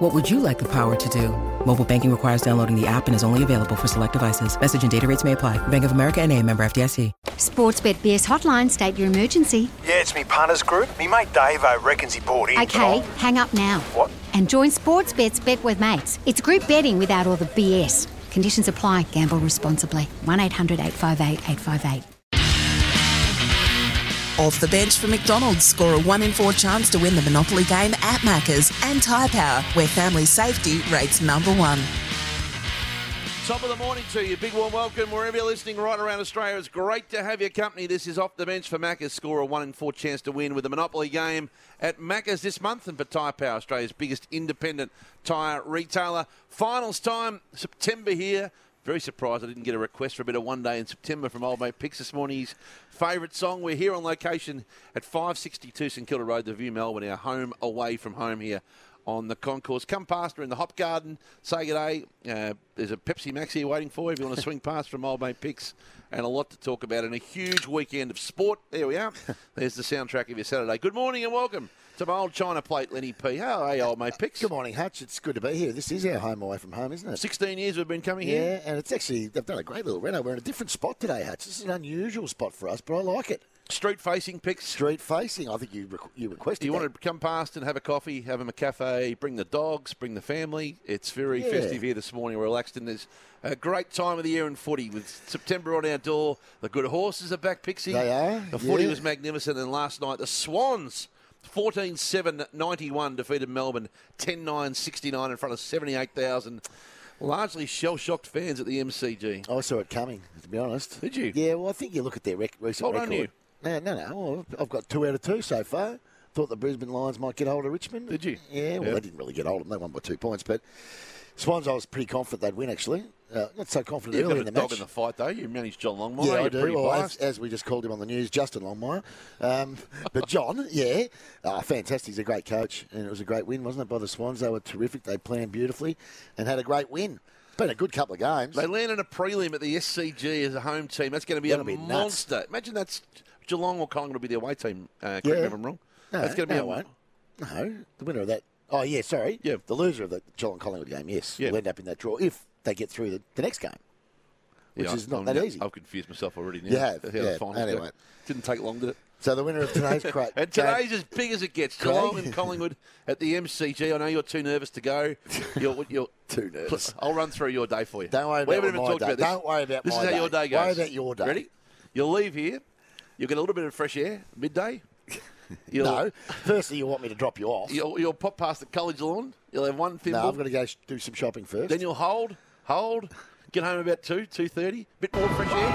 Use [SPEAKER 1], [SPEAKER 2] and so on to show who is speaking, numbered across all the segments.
[SPEAKER 1] What would you like the power to do? Mobile banking requires downloading the app and is only available for select devices. Message and data rates may apply. Bank of America and a member FDIC.
[SPEAKER 2] Sportsbet BS hotline, state your emergency.
[SPEAKER 3] Yeah, it's me partners group. Me mate Davo reckons he bought in.
[SPEAKER 2] Okay,
[SPEAKER 3] tonight.
[SPEAKER 2] hang up now.
[SPEAKER 3] What?
[SPEAKER 2] And join Sportsbet's Bet with Mates. It's group betting without all the BS. Conditions apply. Gamble responsibly. 1800 858 858.
[SPEAKER 4] Off the bench for McDonald's, score a 1 in 4 chance to win the Monopoly game at Macca's and Tyre Power, where family safety rates number one.
[SPEAKER 5] Top of the morning to you. Big warm welcome wherever you're listening right around Australia. It's great to have your company. This is Off the Bench for Macca's. Score a 1 in 4 chance to win with a Monopoly game at Macca's this month and for Tyre Power, Australia's biggest independent tyre retailer. Finals time, September here. Very surprised I didn't get a request for a bit of one day in September from old mate Pix this morning. His favourite song. We're here on location at 562 St Kilda Road, the View Melbourne, our home away from home here on the concourse. Come past her in the Hop Garden. Say good day. Uh, there's a Pepsi Max here waiting for you if you want to swing past from Old Mate Picks. And a lot to talk about and a huge weekend of sport. There we are. There's the soundtrack of your Saturday. Good morning and welcome to my old China plate, Lenny P. How are you, Old Mate Picks?
[SPEAKER 6] Good morning, Hutch. It's good to be here. This is our home away from home, isn't it?
[SPEAKER 5] 16 years we've been coming here.
[SPEAKER 6] Yeah, and it's actually, they've done a great little reno. We're in a different spot today, Hutch. This is an unusual spot for us, but I like it.
[SPEAKER 5] Street facing picks.
[SPEAKER 6] Street facing, I think you requ- you requested
[SPEAKER 5] Do you
[SPEAKER 6] that.
[SPEAKER 5] want to come past and have a coffee, have them a cafe, bring the dogs, bring the family? It's very
[SPEAKER 6] Yeah.
[SPEAKER 5] festive here this morning. We're relaxed and there's a great time of the year in footy with September on our door. The good horses are back, Pixie.
[SPEAKER 6] They are,
[SPEAKER 5] The footy
[SPEAKER 6] yeah.
[SPEAKER 5] was magnificent. And last night, the Swans. 14 7 91 defeated Melbourne 10 9 69 in front of 78,000 largely shell shocked fans at the MCG.
[SPEAKER 6] I saw it coming, to be honest.
[SPEAKER 5] Did you?
[SPEAKER 6] Yeah, well, I think you look at their rec- recent
[SPEAKER 5] Well done,
[SPEAKER 6] record. No, no, no. Well, I've got two out of two so far. Thought the Brisbane Lions might get hold of Richmond.
[SPEAKER 5] Did you?
[SPEAKER 6] Yeah, well,
[SPEAKER 5] Yeah.
[SPEAKER 6] they didn't really get hold of them. They won by two points, but Swans, I was pretty confident they'd win, actually. Uh, not so confident
[SPEAKER 5] You've
[SPEAKER 6] early
[SPEAKER 5] got a
[SPEAKER 6] in the
[SPEAKER 5] dog
[SPEAKER 6] match.
[SPEAKER 5] in the fight though. You managed John Longmire.
[SPEAKER 6] Yeah,
[SPEAKER 5] You're
[SPEAKER 6] I do.
[SPEAKER 5] pretty
[SPEAKER 6] Well, as,
[SPEAKER 5] biased.
[SPEAKER 6] as we just called him on the news, Justin Longmire. Um, but John, yeah, oh, fantastic. He's a great coach, and it was a great win, wasn't it? By the Swans, they were terrific. They planned beautifully, and had a great win. It's been a good couple of games.
[SPEAKER 5] They landed a prelim at the SCG as a home team. That's going to be
[SPEAKER 6] That'll
[SPEAKER 5] a
[SPEAKER 6] be nuts.
[SPEAKER 5] monster. Imagine that's Geelong or Collingwood will be the away team. Uh, correct me
[SPEAKER 6] Yeah.
[SPEAKER 5] if I'm wrong.
[SPEAKER 6] No,
[SPEAKER 5] that's going to be
[SPEAKER 6] no,
[SPEAKER 5] a
[SPEAKER 6] it won't. No, the winner of that. Oh yeah, sorry.
[SPEAKER 5] Yeah.
[SPEAKER 6] the loser of the John Collingwood game. Yes,
[SPEAKER 5] Yeah.
[SPEAKER 6] will end up in that draw if they get through the, the next game, which
[SPEAKER 5] Yeah,
[SPEAKER 6] is not
[SPEAKER 5] I'm-
[SPEAKER 6] that easy.
[SPEAKER 5] I've confused myself already. Now.
[SPEAKER 6] You have,
[SPEAKER 5] How the
[SPEAKER 6] yeah.
[SPEAKER 5] finals
[SPEAKER 6] Anyway.
[SPEAKER 5] go. didn't take long, did it?
[SPEAKER 6] So the winner of today's cra-
[SPEAKER 5] And
[SPEAKER 6] game-
[SPEAKER 5] today's as big as it gets.
[SPEAKER 6] Craig?
[SPEAKER 5] Geelong and Collingwood at the MCG. I know you're too nervous to go. You're, you're
[SPEAKER 6] Too nervous.
[SPEAKER 5] I'll run through your day for you.
[SPEAKER 6] Don't worry about
[SPEAKER 5] we haven't even
[SPEAKER 6] my
[SPEAKER 5] talked
[SPEAKER 6] day.
[SPEAKER 5] about this.
[SPEAKER 6] Don't worry about
[SPEAKER 5] this
[SPEAKER 6] my
[SPEAKER 5] is how your
[SPEAKER 6] day.
[SPEAKER 5] day goes.
[SPEAKER 6] Worry about your day.
[SPEAKER 5] Ready? You'll leave here. You'll get a little bit of fresh air midday. You'll,
[SPEAKER 6] No, firstly you want me to drop you off.
[SPEAKER 5] You'll, you'll pop past the college lawn. You'll have one
[SPEAKER 6] no,
[SPEAKER 5] thimble.
[SPEAKER 6] I've got to go sh- do some shopping first.
[SPEAKER 5] Then you'll hold, hold, get home about two, two thirty. Bit more fresh air,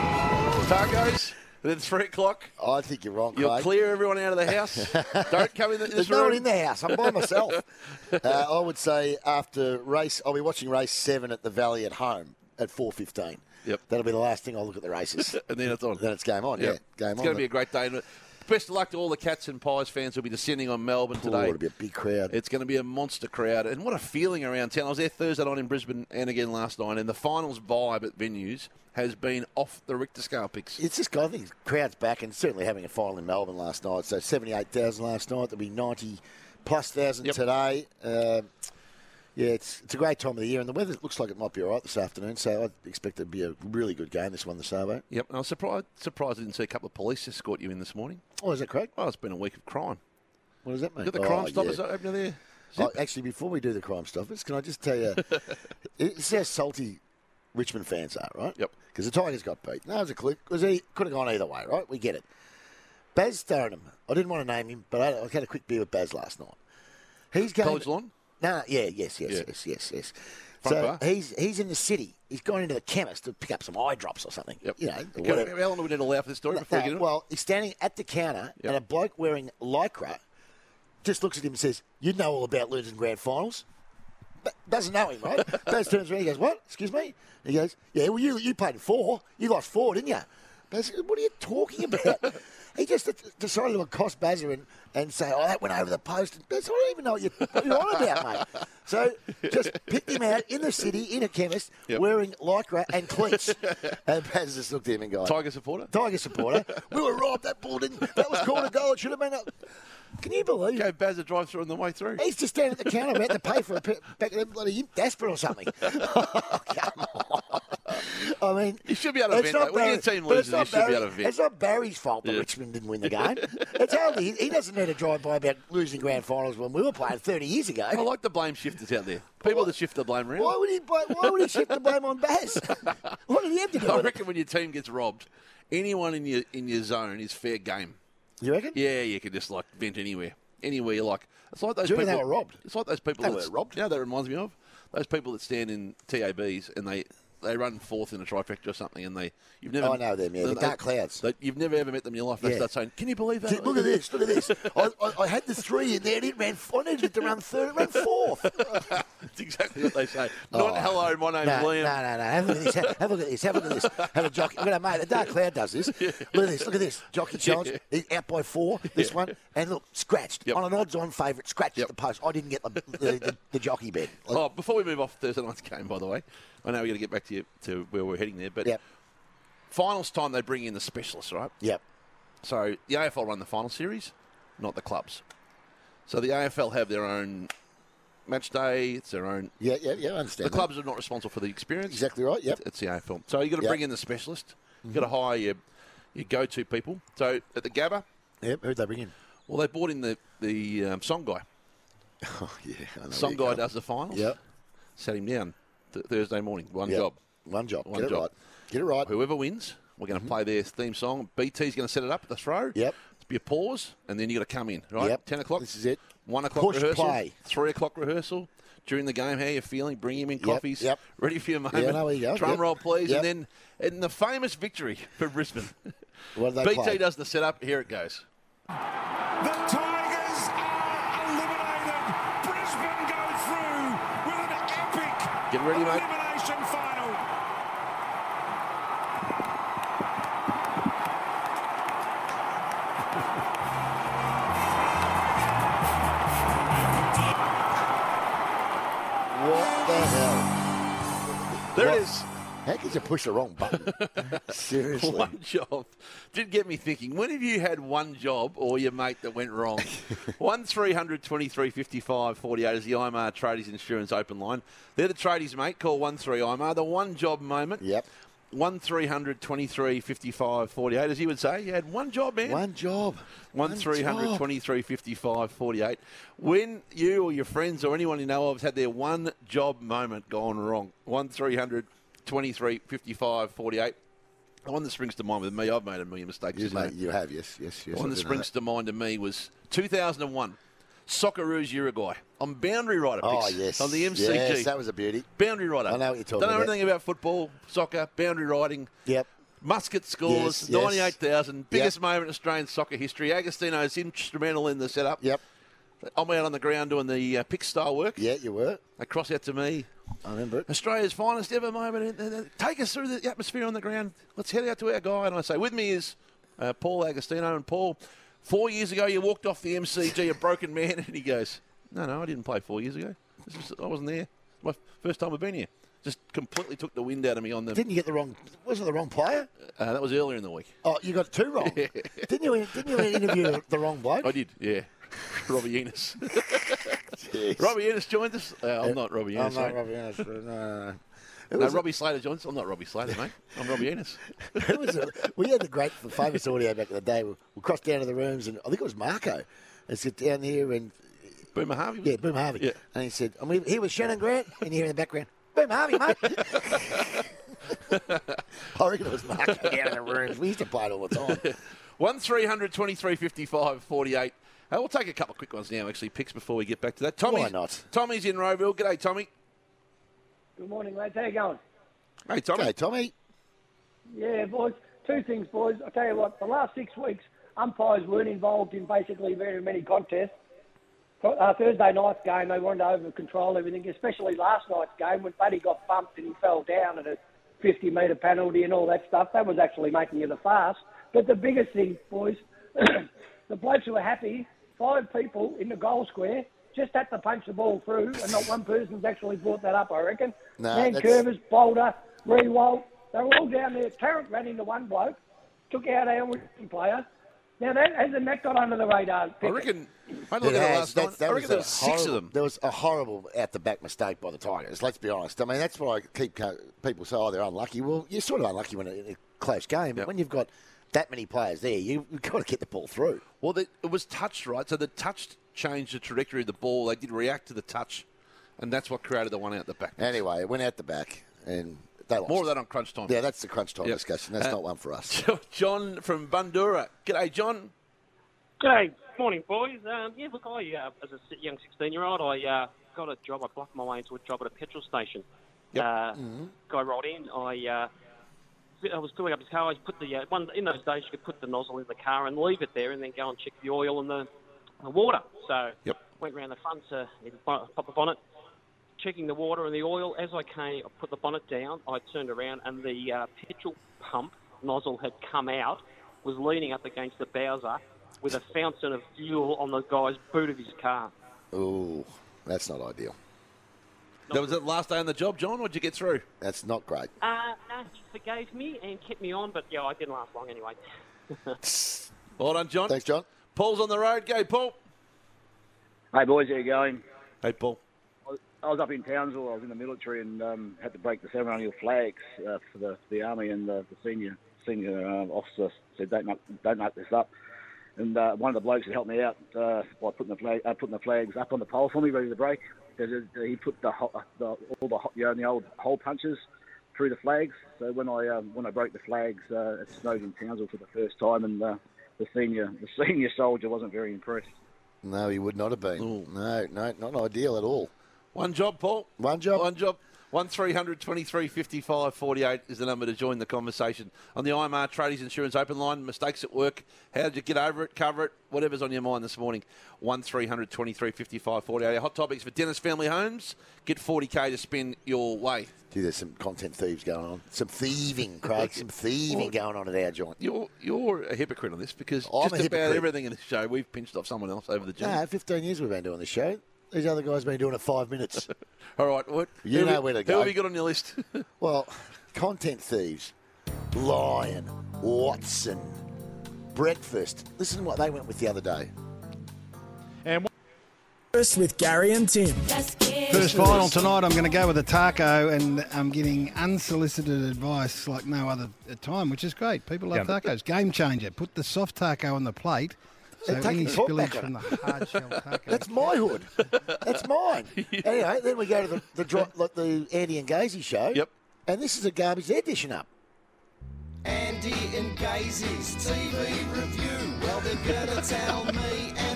[SPEAKER 5] tacos. And then three o'clock.
[SPEAKER 6] I think you're wrong,
[SPEAKER 5] You'll
[SPEAKER 6] Craig.
[SPEAKER 5] clear everyone out of the house. Don't come in this
[SPEAKER 6] There's
[SPEAKER 5] room.
[SPEAKER 6] no one in the house. I'm by myself. uh, I would say after race, I'll be watching race seven at the Valley at home at four fifteen.
[SPEAKER 5] Yep.
[SPEAKER 6] That'll be the last thing I'll look at the races.
[SPEAKER 5] And then it's on.
[SPEAKER 6] then it's game on. Yeah,
[SPEAKER 5] Yep.
[SPEAKER 6] game
[SPEAKER 5] It's
[SPEAKER 6] on.
[SPEAKER 5] going to be a great day. And Best of luck to all the Cats and Pies fans who'll be descending on Melbourne
[SPEAKER 6] Ooh,
[SPEAKER 5] today.
[SPEAKER 6] it'll be a big crowd.
[SPEAKER 5] It's going to be a monster crowd, and what a feeling around town. I was there Thursday night in Brisbane and again last night, and the finals vibe at venues has been off the Richter scale picks.
[SPEAKER 6] It's just, I think, crowds back and certainly having a final in Melbourne last night. So 78,000 last night. There'll be 90 plus thousand
[SPEAKER 5] Yep.
[SPEAKER 6] today. Uh, yeah, it's, it's a great time of the year, and the weather looks like it might be all right this afternoon. So I expect it to be a really good game, this one, the Savo.
[SPEAKER 5] Yep, and I was surprised, surprised I didn't see a couple of police escort you in this morning.
[SPEAKER 6] Oh, is that correct?
[SPEAKER 5] Well, it's been a week of crime.
[SPEAKER 6] What does that mean?
[SPEAKER 5] Look at the
[SPEAKER 6] Oh,
[SPEAKER 5] Crime Stoppers uh,
[SPEAKER 6] yeah.
[SPEAKER 5] opener there.
[SPEAKER 6] Oh, actually, before we do the Crime Stoppers, can I just tell you, it's how salty Richmond fans are, right?
[SPEAKER 5] Yep.
[SPEAKER 6] Because the Tigers got beat. No, it was a click. Because he could have gone either way, right? We get it. Baz Stoneham. I didn't want to name him, but I, I had a quick beer with Baz last night. He's going.
[SPEAKER 5] College lawn?
[SPEAKER 6] No, no, yeah, yes, yes,
[SPEAKER 5] Yeah.
[SPEAKER 6] yes, yes, yes.
[SPEAKER 5] Front
[SPEAKER 6] so
[SPEAKER 5] bar?
[SPEAKER 6] he's he's in the city. He's gone into the chemist to pick up some eye drops or something.
[SPEAKER 5] Yep.
[SPEAKER 6] You know, or
[SPEAKER 5] Okay,
[SPEAKER 6] whatever.
[SPEAKER 5] How long do we need to allow for this story before
[SPEAKER 6] No,
[SPEAKER 5] we get on?
[SPEAKER 6] uh, well, he's standing at the counter,
[SPEAKER 5] Yep.
[SPEAKER 6] and a bloke wearing lycra just looks at him and says, "You know all about losing grand finals." But doesn't know him, right? Baz turns around, he goes, "What? Excuse me?" He goes, "Yeah, well, you you played in four. You lost four, didn't you?" I said, what are you talking about? he just d- decided to accost Bazza and, and say, oh, that went over the post. And Bazza, I don't even know what you're, what you're on about, mate. So just picked him out in the city, in a chemist,
[SPEAKER 5] Yep.
[SPEAKER 6] wearing lycra and cleats. and Bazza just looked at him and go,
[SPEAKER 5] Tiger supporter?
[SPEAKER 6] Tiger supporter. we were right. That ball didn't. That was called a goal. It should have been. A, can you believe?
[SPEAKER 5] Gave Baz a drive through on the way through.
[SPEAKER 6] He's just standing at the counter about to pay for a pe- pack of them bloody imp aspirin or something. Come on. I mean,
[SPEAKER 5] You should be able to
[SPEAKER 6] it's
[SPEAKER 5] vent,
[SPEAKER 6] not
[SPEAKER 5] though. When your team
[SPEAKER 6] but it's
[SPEAKER 5] loses,
[SPEAKER 6] not
[SPEAKER 5] you should be able to
[SPEAKER 6] Barry-
[SPEAKER 5] vent.
[SPEAKER 6] It's not Barry's fault that
[SPEAKER 5] Yeah.
[SPEAKER 6] Richmond didn't win the game. it's only he doesn't need to drive by about losing grand finals when we were playing 30 years ago.
[SPEAKER 5] I like the blame shifters out there. People that shift the blame around.
[SPEAKER 6] Why would he? bl- Why would he shift the blame on Baz? what did he have to do?
[SPEAKER 5] I
[SPEAKER 6] with it?
[SPEAKER 5] reckon when your team gets robbed, anyone in your in your zone is fair game.
[SPEAKER 6] You reckon?
[SPEAKER 5] Yeah, you can just like vent anywhere, anywhere you like. It's like those
[SPEAKER 6] Do you
[SPEAKER 5] people
[SPEAKER 6] reckon they were robbed?
[SPEAKER 5] It's like those people
[SPEAKER 6] They
[SPEAKER 5] that
[SPEAKER 6] weren't robbed.
[SPEAKER 5] You know, what that reminds me of those people that stand in TABs and they. They run fourth in a trifecta or something, and they you've never.
[SPEAKER 6] Oh, I know them, yeah, the
[SPEAKER 5] they-
[SPEAKER 6] dark clouds.
[SPEAKER 5] they- you've never ever met them in your life. They
[SPEAKER 6] Yeah.
[SPEAKER 5] start saying, "Can you believe
[SPEAKER 6] Gee,
[SPEAKER 5] that?
[SPEAKER 6] Look at this! Look at this! I, I, I had the three in there. And it ran. I needed it to run third. It ran fourth. Oh,
[SPEAKER 5] That's exactly what they say. Not hello, my name's
[SPEAKER 6] no,
[SPEAKER 5] Liam.
[SPEAKER 6] No, no, no. Have a look at this. Have, have a look at this. Have a look at this. Have a jockey. Look at that, mate. The dark cloud does this. Look at this. Look at this. Jockey challenge. He's out by four. This one. And look, scratched.
[SPEAKER 5] Yep.
[SPEAKER 6] On an odds-on favourite, scratched
[SPEAKER 5] Yep.
[SPEAKER 6] at the post. I didn't get the, the, the, the jockey bet. Like,
[SPEAKER 5] Oh, before we move off Thursday night's game, by the way, I know we're going to get back to you, to where we're heading there, but
[SPEAKER 6] Yep.
[SPEAKER 5] finals time they bring in the specialists, right?
[SPEAKER 6] Yep.
[SPEAKER 5] So the AFL run the final series, not the clubs. So the AFL have their own match day. It's their own.
[SPEAKER 6] Yeah, yeah, yeah. I understand.
[SPEAKER 5] The
[SPEAKER 6] that.
[SPEAKER 5] clubs are not responsible for the experience.
[SPEAKER 6] Exactly right. Yep.
[SPEAKER 5] It's the AFL. So you got to
[SPEAKER 6] Yep.
[SPEAKER 5] bring in the specialist. you got to hire your your go to people. So at the Gabba,
[SPEAKER 6] Yep. Who'd they bring in?
[SPEAKER 5] well, they brought in the the um, song guy.
[SPEAKER 6] Oh, yeah. I know
[SPEAKER 5] Song
[SPEAKER 6] where
[SPEAKER 5] guy
[SPEAKER 6] you're
[SPEAKER 5] does the finals.
[SPEAKER 6] going. Yep.
[SPEAKER 5] Sat him down th- Thursday morning. One
[SPEAKER 6] yep.
[SPEAKER 5] job.
[SPEAKER 6] One job.
[SPEAKER 5] One
[SPEAKER 6] get
[SPEAKER 5] job.
[SPEAKER 6] it right. Get it right. Mm-hmm.
[SPEAKER 5] Whoever wins, we're going to play their theme song. BT's going to set it up at the throw.
[SPEAKER 6] Yep.
[SPEAKER 5] It's be a pause, and then you got to come in, right?
[SPEAKER 6] Yep.
[SPEAKER 5] 10 o'clock.
[SPEAKER 6] This is it.
[SPEAKER 5] 1 o'clock
[SPEAKER 6] Push
[SPEAKER 5] rehearsal.
[SPEAKER 6] play.
[SPEAKER 5] 3 o'clock rehearsal. During the game, how you feeling? Bring him in coffees.
[SPEAKER 6] yep.
[SPEAKER 5] Ready for your moment.
[SPEAKER 6] no, there you go.
[SPEAKER 5] Drum
[SPEAKER 6] Yep.
[SPEAKER 5] roll, please.
[SPEAKER 6] Yep.
[SPEAKER 5] And then and the famous victory for Brisbane.
[SPEAKER 6] What did they
[SPEAKER 5] BT
[SPEAKER 6] play?
[SPEAKER 5] does the setup. Here it goes.
[SPEAKER 7] The Tigers are eliminated. Brisbane go through with an epic
[SPEAKER 5] Get ready, mate.
[SPEAKER 7] elimination final.
[SPEAKER 6] What the hell?
[SPEAKER 5] There
[SPEAKER 6] What?
[SPEAKER 5] it is.
[SPEAKER 6] How could you push the wrong button? Seriously.
[SPEAKER 5] One job. Did get me thinking. When have you had one job or your mate that went wrong? 1 300 23 55 48 is the IMAR Tradies Insurance open line. They're the tradies, mate. Call 1 3 IMAR. The one job moment.
[SPEAKER 6] Yep.
[SPEAKER 5] 1 300 23 55 48, as you would say. You had one job, man.
[SPEAKER 6] One job.
[SPEAKER 5] 1 300
[SPEAKER 6] job.
[SPEAKER 5] 23 55 48. When you or your friends or anyone you know of has had their one job moment gone wrong, 1 300 23 55 48. The one that springs to mind with me, I've made a million mistakes.
[SPEAKER 6] You,
[SPEAKER 5] this year.
[SPEAKER 6] mate, you have, yes, yes, yes.
[SPEAKER 5] the one
[SPEAKER 6] I
[SPEAKER 5] that
[SPEAKER 6] do know
[SPEAKER 5] springs to mind to me was 2001, Socceroos Uruguay. I'm boundary rider.
[SPEAKER 6] Oh,
[SPEAKER 5] picks
[SPEAKER 6] yes.
[SPEAKER 5] On the MCG.
[SPEAKER 6] Yes, that was a beauty.
[SPEAKER 5] Boundary rider.
[SPEAKER 6] I know what you're talking
[SPEAKER 5] Don't know
[SPEAKER 6] about.
[SPEAKER 5] anything about football, soccer, boundary riding.
[SPEAKER 6] Yep.
[SPEAKER 5] Musket scores,
[SPEAKER 6] Yes, yes.
[SPEAKER 5] 98,000. Biggest
[SPEAKER 6] Yep.
[SPEAKER 5] moment in Australian soccer history. Agostino's instrumental in the setup.
[SPEAKER 6] Yep.
[SPEAKER 5] I'm out on the ground doing the uh, pick style work.
[SPEAKER 6] Yeah, you were.
[SPEAKER 5] They cross out to me.
[SPEAKER 6] I remember it.
[SPEAKER 5] Australia's finest ever moment. Uh, uh, Take us through the atmosphere on the ground. Let's head out to our guy. And I say, with me is uh, Paul Agostino. And Paul, four years ago, you walked off the MCG a broken man. And he goes, No, no, I didn't play four years ago. This was, I wasn't there. It's my first time I've been here. Just completely took the wind out of me on the.
[SPEAKER 6] Didn't you get the wrong? Was it the wrong player?
[SPEAKER 5] Uh, that was earlier in the week.
[SPEAKER 6] Oh, you got two wrong. didn't you? Didn't you interview the wrong bloke?
[SPEAKER 5] I did, yeah. Robbie Enos. Robbie Enos joined us. Uh, I'm not Robbie
[SPEAKER 6] I'm
[SPEAKER 5] Enos.
[SPEAKER 6] not
[SPEAKER 5] mate.
[SPEAKER 6] Robbie Ennis. No, no, no. It
[SPEAKER 5] No,
[SPEAKER 6] was,
[SPEAKER 5] Robbie Slater joins. I'm not Robbie Slater, mate. I'm Robbie Enos.
[SPEAKER 6] it was a, we had the great, the famous audio back in the day. We, we crossed down to the rooms, and I think it was Marco. And sit down here, and
[SPEAKER 5] Boomer Harvey. was-
[SPEAKER 6] yeah, Boom Harvey.
[SPEAKER 5] Yeah.
[SPEAKER 6] And he said, "I'm here- here with Shannon Grant," and you hear in the background, "Boom Harvey, mate." I reckon it was Marco down in the rooms. We used to play it all the time.
[SPEAKER 5] One 55 48 Uh, we'll take a couple of quick ones now, actually, picks before we get back to that. Tommy's,
[SPEAKER 6] not?
[SPEAKER 5] Tommy's in Roeville. G'day, Tommy.
[SPEAKER 8] Good morning, lads. How you going?
[SPEAKER 5] Hey, Tommy.
[SPEAKER 6] Okay, Tommy.
[SPEAKER 8] Yeah, boys. Two things, boys. I tell you what. The last six weeks, umpires weren't involved in basically very many contests. Uh, Thursday night's game, they wanted to over control everything, especially last night's game when Buddy got bumped and he fell down and it 50 metre penalty and all that stuff. That was actually making it a farce. But the biggest thing, boys, the blokes who were happy, five people in the goal square just had to punch the ball through, and not one person's actually brought that up, I reckon.
[SPEAKER 6] No,
[SPEAKER 8] Man
[SPEAKER 6] that's-
[SPEAKER 8] Curvis, Boulder, Rewalt, they were all down there. Tarrant ran into one bloke, took out our Western player. Now, that hasn't that got under the radar?
[SPEAKER 5] I reckon. I look at it
[SPEAKER 6] has.
[SPEAKER 5] last
[SPEAKER 6] That's-
[SPEAKER 5] night. I reckon there were
[SPEAKER 6] was a
[SPEAKER 5] six of
[SPEAKER 6] horrible-
[SPEAKER 5] them.
[SPEAKER 6] There was a horrible out the back mistake by the Tigers. Let's be honest. I mean, that's why I keep co- people say, "Oh, they're unlucky." Well, you're sort of unlucky when it's a close game,
[SPEAKER 5] Yep.
[SPEAKER 6] but when you've got that many players there, you, you've got to get the ball through.
[SPEAKER 5] Well, they, it was touched, right? So the touch changed the trajectory of the ball. They did react to the touch, and that's what created the one out the back.
[SPEAKER 6] Anyway, it went out the back, and they lost.
[SPEAKER 5] More of that on crunch time.
[SPEAKER 6] Yeah, that's the crunch time
[SPEAKER 5] Yep.
[SPEAKER 6] discussion. That's
[SPEAKER 5] Uh,
[SPEAKER 6] not one for us.
[SPEAKER 5] John from Bundura. G'day, John.
[SPEAKER 9] G'day, morning boys. Um, yeah, look, I uh, as a si- young sixteen-year-old, I uh, got a job. I bluffed my way into a job at a petrol station.
[SPEAKER 5] Yep.
[SPEAKER 9] Uh,
[SPEAKER 10] Mm.
[SPEAKER 6] Mm-hmm.
[SPEAKER 9] Guy rolled in. I uh, fi- I was filling up his car. I put the uh, one in those days you could put the nozzle in the car and leave it there, and then go and check the oil and the, the water. So
[SPEAKER 5] Yep.
[SPEAKER 9] went round the front to pop the bonnet, checking the water and the oil. As I came, I put the bonnet down. I turned around, and the uh, petrol pump nozzle had come out, was leaning up against the Bowser with a fountain of fuel on the guy's boot of his car.
[SPEAKER 6] Ooh, that's not ideal.
[SPEAKER 5] That was the last day on the job, John. What'd you get through?
[SPEAKER 6] That's not great.
[SPEAKER 9] Uh, no, he forgave me and kept me on, but yeah, I didn't last long anyway.
[SPEAKER 5] Well done, John.
[SPEAKER 6] Thanks, John.
[SPEAKER 5] Paul's on the road. Go, Paul.
[SPEAKER 11] Hey boys, how you going?
[SPEAKER 5] Hey, Paul.
[SPEAKER 11] I was up in Townsville. I was in the military and um, had to break the ceremonial flags uh, for the, for the army and the, the senior senior uh, officer said don't muck, don't muck this up. And uh, one of the blokes that helped me out uh, by putting the flag uh, putting the flags up on the pole for me, ready to break. He said, uh, He put the, ho- the all the ho- you know, the old hole punches through the flags. So when I um, when I broke the flags, uh, it snowed in Townsville for the first time, and uh, the senior the senior soldier wasn't very impressed.
[SPEAKER 6] No, he would not have been. No, no, not ideal at all.
[SPEAKER 5] One job, Paul.
[SPEAKER 6] One job.
[SPEAKER 5] One job. 1300 23 55 48 is the number to join the conversation. On the IMR Tradies Insurance Open Line, mistakes at work. How did you get over it, cover it, whatever's on your mind this morning? 1300 23 55 48. Our hot topics for Dennis Family Homes. Get 40K to spin your way.
[SPEAKER 6] Gee, there's some content thieves going on. Some thieving, Craig. Some thieving going on at our joint.
[SPEAKER 5] You're, you're a hypocrite on this because
[SPEAKER 6] I'm a
[SPEAKER 5] just about
[SPEAKER 6] hypocrite.
[SPEAKER 5] everything in the show we've pinched off someone else over the gym.
[SPEAKER 6] No, 15 years we've been doing this show. These other guys have been doing it five minutes.
[SPEAKER 5] All right, what?
[SPEAKER 6] You
[SPEAKER 5] who
[SPEAKER 6] know
[SPEAKER 5] have-
[SPEAKER 6] where to
[SPEAKER 5] Who
[SPEAKER 6] go.
[SPEAKER 5] have you got on your list?
[SPEAKER 6] well, content thieves, Lion, Watson, Breakfast. Listen to what they went with the other day.
[SPEAKER 12] Breakfast with Gary and Tim.
[SPEAKER 13] First final tonight, I'm going to go with a taco, and I'm giving unsolicited advice like no other at time, which is great. People love tacos. Game changer. Put the soft taco on the plate. So
[SPEAKER 6] They're taking
[SPEAKER 13] any
[SPEAKER 6] the hook back
[SPEAKER 13] spillage
[SPEAKER 6] on
[SPEAKER 13] from the hard shell taco.
[SPEAKER 6] That's my hood. That's mine. Anyway, then we go to the the, dro- like the Andy and Gazy show.
[SPEAKER 5] Yep.
[SPEAKER 6] And this is a garbage they're dishing up.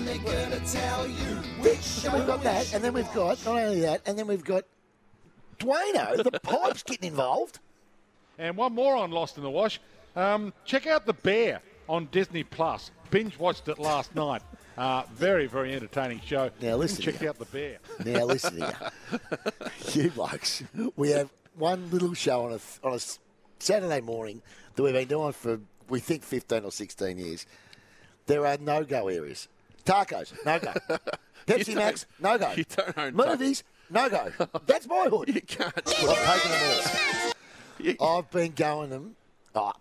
[SPEAKER 6] Andy and Gazy's TV review. Well, they're gonna tell me, and they're gonna tell you. Then we've got that, and then we've got not only that, and then we've got Dwayno, the pipes getting involved.
[SPEAKER 7] And one more on Lost in the Wash. Um, check out The Bear on Disney Plus. Binge watched it last night. Uh, very, very entertaining show.
[SPEAKER 6] Now listen
[SPEAKER 7] Check
[SPEAKER 6] here.
[SPEAKER 7] out The Bear.
[SPEAKER 6] Now listen here, you blokes. We have one little show on a on a s- Saturday morning that we've been doing for we think fifteen or sixteen years. There are no go areas. Tacos, no go. Pepsi
[SPEAKER 5] You don't-
[SPEAKER 6] Max, no go.
[SPEAKER 5] you don't own
[SPEAKER 6] movies, no go. That's my hood.
[SPEAKER 5] you can't.
[SPEAKER 6] I've taken them all. I've been going them. Oh,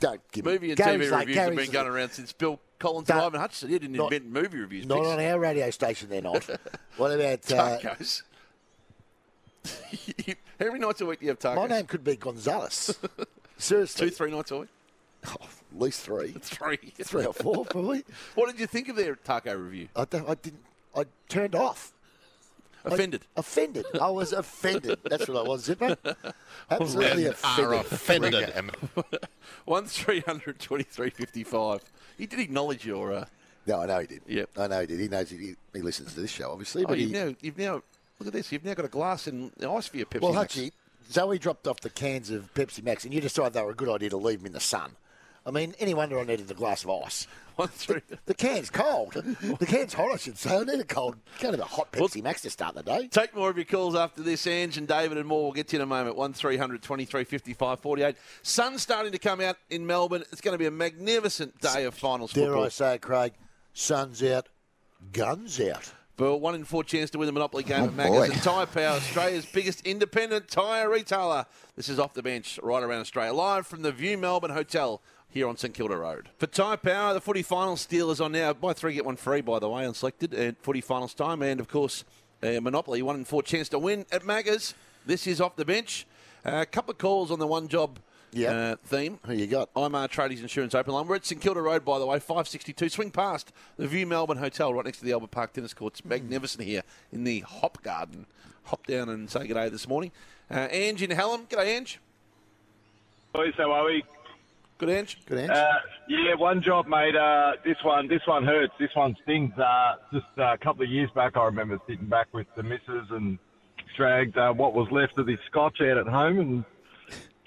[SPEAKER 6] don't give me
[SPEAKER 5] Movie and
[SPEAKER 6] Gary's
[SPEAKER 5] TV
[SPEAKER 6] like-
[SPEAKER 5] reviews have
[SPEAKER 6] Gary's
[SPEAKER 5] been going around since Bill Collins
[SPEAKER 6] Don't-
[SPEAKER 5] and Ivan Hutchinson. He didn't
[SPEAKER 6] Not-
[SPEAKER 5] invent movie reviews.
[SPEAKER 6] Not
[SPEAKER 5] Biggs.
[SPEAKER 6] on our radio station, they're not. what about uh,
[SPEAKER 5] tacos. How many nights a week do you have tacos?
[SPEAKER 6] my name could be Gonzalez. Seriously,
[SPEAKER 5] Two, three nights a week.
[SPEAKER 6] Oh, at least three,
[SPEAKER 5] Three.
[SPEAKER 6] three or four probably.
[SPEAKER 5] What did you think of their taco review?
[SPEAKER 6] I, don't, I didn't. I turned off. I-
[SPEAKER 5] Offended.
[SPEAKER 6] offended. I was offended. That's what I was, Zipper. Absolutely offended.
[SPEAKER 5] One three hundred twenty three fifty five. He did acknowledge your. Uh,
[SPEAKER 6] No, I know he did.
[SPEAKER 5] Yep.
[SPEAKER 6] I know he did. He knows he, he listens to this show, obviously.
[SPEAKER 5] oh,
[SPEAKER 6] But he,
[SPEAKER 5] you've now you've now look at this. You've now got a glass and ice for your Pepsi.
[SPEAKER 6] well,
[SPEAKER 5] Max.
[SPEAKER 6] Hutchie, Zoe dropped off the cans of Pepsi Max, and you decided they were a good idea to leave them in the sun. I mean, any wonder I needed a glass of ice. The, the can's cold. The can's hot, I should say. I need a cold, kind of a hot Pepsi Max to start the day.
[SPEAKER 5] Take more of your calls after this, Ange and David and more. We'll get to you in a moment. 1300 23 55 48. Sun's starting to come out in Melbourne. It's going to be a magnificent day of finals
[SPEAKER 6] Dare
[SPEAKER 5] football.
[SPEAKER 6] I say, Craig, sun's out, guns out.
[SPEAKER 5] But one in four chance to win the Monopoly game at
[SPEAKER 6] Oh, boy.
[SPEAKER 5] Macca's and Tyre Power, Australia's biggest independent tyre retailer. This is Off the Bench, right around Australia, live from the View Melbourne Hotel here on St Kilda Road. For Tyre Power, the footy finals steal is on now. Buy three, get one free, by the way, unselected at footy finals time. And, of course, uh, Monopoly, one in four chance to win at Macca's. This is Off the Bench. A couple of calls on the one job uh, theme. Who
[SPEAKER 6] you got?
[SPEAKER 5] IMR Tradies Insurance Open Line. We're at St Kilda Road, by the way, 562. Swing past the View Melbourne Hotel right next to the Albert Park Tennis Court.
[SPEAKER 6] Hmm.
[SPEAKER 5] It's magnificent here in the Hop Garden. Hop down and say good day this morning. Uh, Ange in Hallam. G'day, Ange.
[SPEAKER 14] Boys, how are we?
[SPEAKER 5] Good, Ange. Good,
[SPEAKER 14] Uh, yeah, one job, mate. Uh, this one, this one hurts. This one stings. Uh, just uh, a couple of years back, I remember sitting back with the missus and dragged uh, what was left of this scotch out at home, and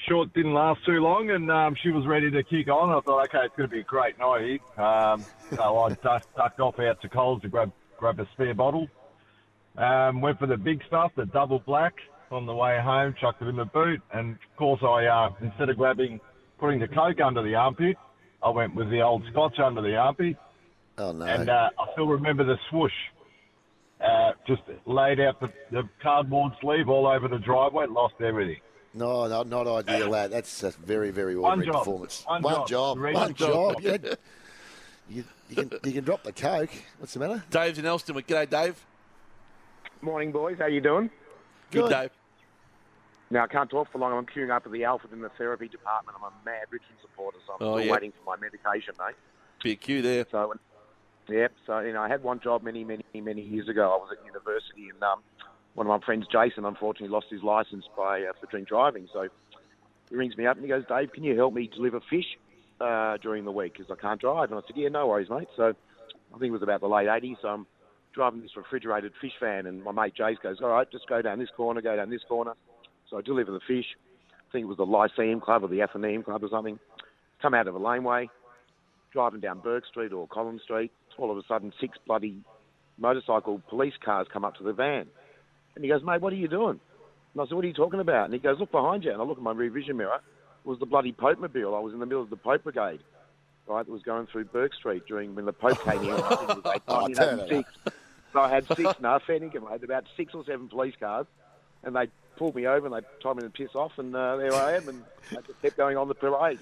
[SPEAKER 14] short didn't last too long, and um, she was ready to kick on. I thought, okay, it's going to be a great night here. Um, so I ducked, ducked off out to Coles to grab grab a spare bottle. Um, went for the big stuff, the double black. On the way home, chucked it in the boot, and of course, I uh, instead of grabbing, putting the coke under the armpit, I went with the old scotch under the armpit.
[SPEAKER 6] Oh no!
[SPEAKER 14] And uh, I still remember the swoosh. Uh, just laid out the, the cardboard sleeve all over the driveway, lost everything.
[SPEAKER 6] No, no, not ideal. That that's a very, very
[SPEAKER 14] One
[SPEAKER 6] ordinary
[SPEAKER 14] job.
[SPEAKER 6] performance.
[SPEAKER 14] One job.
[SPEAKER 6] job.
[SPEAKER 14] Read
[SPEAKER 6] One
[SPEAKER 14] the job.
[SPEAKER 6] job. You- You, you can you can drop the coke. What's the matter?
[SPEAKER 5] Dave's in Elston. G'day, Dave.
[SPEAKER 15] Morning, boys. How you doing?
[SPEAKER 5] Good,
[SPEAKER 15] Good.
[SPEAKER 5] Dave.
[SPEAKER 15] Now, I can't talk for long. I'm queuing up at the Alfred in the therapy department. I'm a mad Richmond supporter, so I'm
[SPEAKER 5] Oh,
[SPEAKER 15] still
[SPEAKER 5] yeah.
[SPEAKER 15] waiting for my medication, mate.
[SPEAKER 5] Big queue there.
[SPEAKER 15] So, yep. So, you know, I had one job many, many, many years ago. I was at university, and um, one of my friends, Jason, unfortunately lost his license by uh, for drink driving. So he rings me up and he goes, Dave, can you help me deliver fish uh, during the week? Because I can't drive. And I said, yeah, no worries, mate. So I think it was about the late 80s. So I'm driving this refrigerated fish van, and my mate Jace goes, all right, just go down this corner, go down this corner. So I deliver the fish. I think it was the Lyceum Club or the Athenaeum Club or something. Come out of a laneway, driving down Burke Street or Collins Street. All of a sudden, six bloody motorcycle police cars come up to the van. And he goes, mate, what are you doing? And I said, what are you talking about? And he goes, look behind you. And I look at my rear vision mirror. It was the bloody Pope mobile. I was in the middle of the Pope Brigade, right, that was going through Burke Street during when the Pope came in. I think it was like
[SPEAKER 6] Oh, turn it
[SPEAKER 15] 1986. So I had six, no, fair dinkum, I had about six or seven police cars. And they pulled me over and they told me to piss off. And uh, there I am. And I just kept going on the parade.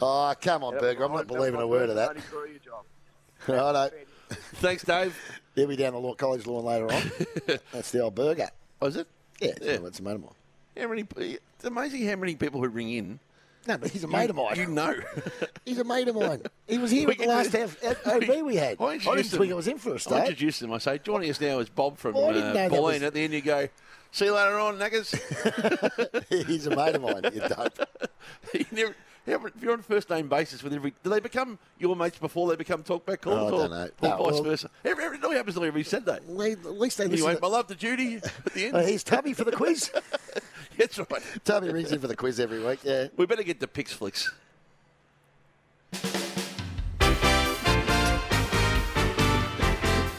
[SPEAKER 5] Ah,
[SPEAKER 6] Oh, come on, Berger. I'm not believing a word of that. Righto.
[SPEAKER 5] Thanks, Dave.
[SPEAKER 6] They'll be down to law, college lawn later on. That's the old burger.
[SPEAKER 5] Was Oh, it?
[SPEAKER 6] Yeah, it's yeah. a mate of mine.
[SPEAKER 5] How many, it's amazing how many people who ring in.
[SPEAKER 6] No, but he's a mate of mine.
[SPEAKER 5] You know.
[SPEAKER 6] He's a mate of mine. He was here
[SPEAKER 5] We
[SPEAKER 6] at the
[SPEAKER 5] can
[SPEAKER 6] last
[SPEAKER 5] do-
[SPEAKER 6] F- F- OB we had. I didn't
[SPEAKER 5] introduced
[SPEAKER 6] think
[SPEAKER 5] him-
[SPEAKER 6] it was in for a
[SPEAKER 5] I
[SPEAKER 6] start.
[SPEAKER 5] introduced him. I say, joining us now is Bob from
[SPEAKER 6] I didn't
[SPEAKER 5] uh,
[SPEAKER 6] know that
[SPEAKER 5] Pauline.
[SPEAKER 6] was-
[SPEAKER 5] At the end, you go, see you later on, Knackers.
[SPEAKER 6] He's a mate of mine. You don't.
[SPEAKER 5] You never- never- if you're on a first name basis with every, do they become your mates before they become talkback
[SPEAKER 6] Oh, I
[SPEAKER 5] callers, or,
[SPEAKER 6] don't know.
[SPEAKER 5] or
[SPEAKER 6] No,
[SPEAKER 5] vice
[SPEAKER 6] well-
[SPEAKER 5] versa? Every, every, it only happens on every Sunday.
[SPEAKER 6] At least they listen
[SPEAKER 5] Anyway,
[SPEAKER 6] to-
[SPEAKER 5] my love to Judy at the end.
[SPEAKER 6] Oh, here's Tubby for the quiz.
[SPEAKER 5] That's right.
[SPEAKER 6] Tubby rings in for the quiz every week. Yeah.
[SPEAKER 5] We better get to Pix Flicks.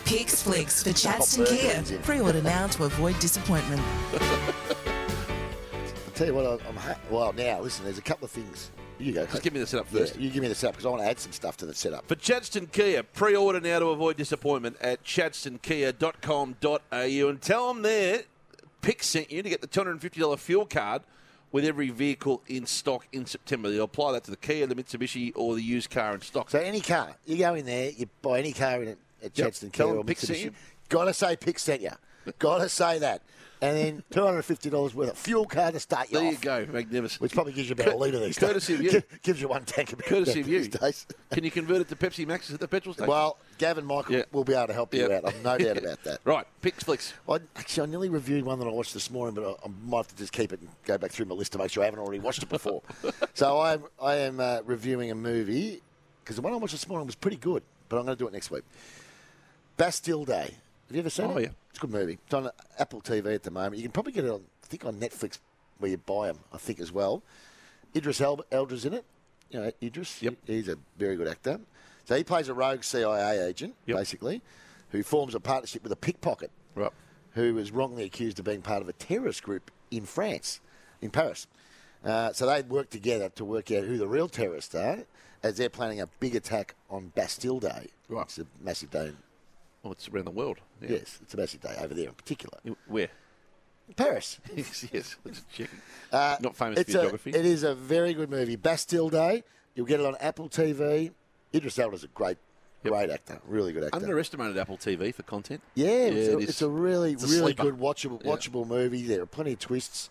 [SPEAKER 4] Pix Flicks for Chadstone
[SPEAKER 6] Pop
[SPEAKER 4] Kia.
[SPEAKER 6] burgers in.
[SPEAKER 4] Pre-order now to avoid disappointment.
[SPEAKER 6] I'll tell you what, I'm, I'm ha- well now. Listen, there's a couple of things. You go.
[SPEAKER 5] Just give me the setup
[SPEAKER 6] Yeah,
[SPEAKER 5] first.
[SPEAKER 6] you give me the setup because I want to add some stuff to the setup.
[SPEAKER 5] For Chadston Kia, pre-order now to avoid disappointment at chadstonkia.com.au and tell them there, Pick sent you to get the $250 fuel card with every vehicle in stock in September. They'll apply that to the Kia, the Mitsubishi or the used car in stock.
[SPEAKER 6] So any car, you go in there, you buy any car in at
[SPEAKER 5] Yep.
[SPEAKER 6] Chadston
[SPEAKER 5] Tell
[SPEAKER 6] Kia
[SPEAKER 5] them
[SPEAKER 6] or
[SPEAKER 5] Pick sent
[SPEAKER 6] Mitsubishi.
[SPEAKER 5] you.
[SPEAKER 6] Gotta say, pick sent you. Gotta say that. And then two hundred and fifty dollars worth of fuel card to start you
[SPEAKER 5] There you
[SPEAKER 6] off,
[SPEAKER 5] go, magnificent.
[SPEAKER 6] which probably gives you about a
[SPEAKER 5] Cur-
[SPEAKER 6] litre these
[SPEAKER 5] courtesy
[SPEAKER 6] days.
[SPEAKER 5] of you.
[SPEAKER 6] Gi- gives you one tank of
[SPEAKER 5] Courtesy of you.
[SPEAKER 6] these days.
[SPEAKER 5] Can you convert it to Pepsi Maxes at the petrol station?
[SPEAKER 6] Well, Gavin Michael will be able to help you
[SPEAKER 5] Yeah.
[SPEAKER 6] out. I've no doubt about that.
[SPEAKER 5] Right, Pix Flicks.
[SPEAKER 6] I, actually, I nearly reviewed one that I watched this morning, but I, I might have to just keep it and go back through my list to make sure I haven't already watched it before. so I'm, I am uh, reviewing a movie because the one I watched this morning was pretty good, but I'm going to do it next week. Bastille Day. Have you ever seen it?
[SPEAKER 5] Oh, yeah.
[SPEAKER 6] It's a good movie. It's on Apple TV at the moment. You can probably get it on, I think, on Netflix where you buy them, I think, as well. Idris Elba, Elba's in it. you know, Idris. Yep. He's a very good actor. So he plays a rogue CIA agent, basically, who forms a partnership with a pickpocket
[SPEAKER 5] right.
[SPEAKER 6] who was wrongly accused of being part of a terrorist group in France, in Paris. Uh, so they work together to work out who the real terrorists are as they're planning a big attack on Bastille Day. Right. It's a massive day.
[SPEAKER 5] Well, it's around the world. yeah.
[SPEAKER 6] Yes, it's a massive day over there in particular.
[SPEAKER 5] Where?
[SPEAKER 6] Paris.
[SPEAKER 5] yes, yes. Let's check.
[SPEAKER 6] Uh,
[SPEAKER 5] Not famous for
[SPEAKER 6] it's
[SPEAKER 5] your
[SPEAKER 6] a-
[SPEAKER 5] geography.
[SPEAKER 6] It is a very good movie. Bastille Day. You'll get it on Apple TV. Idris Elba's a great, great actor. Really good actor.
[SPEAKER 5] Underestimated Apple TV for content.
[SPEAKER 6] yeah, it's, a,
[SPEAKER 5] it is.
[SPEAKER 6] it's a really,
[SPEAKER 5] It's a
[SPEAKER 6] really
[SPEAKER 5] sleeper.
[SPEAKER 6] good watchable, watchable movie. There are plenty of twists.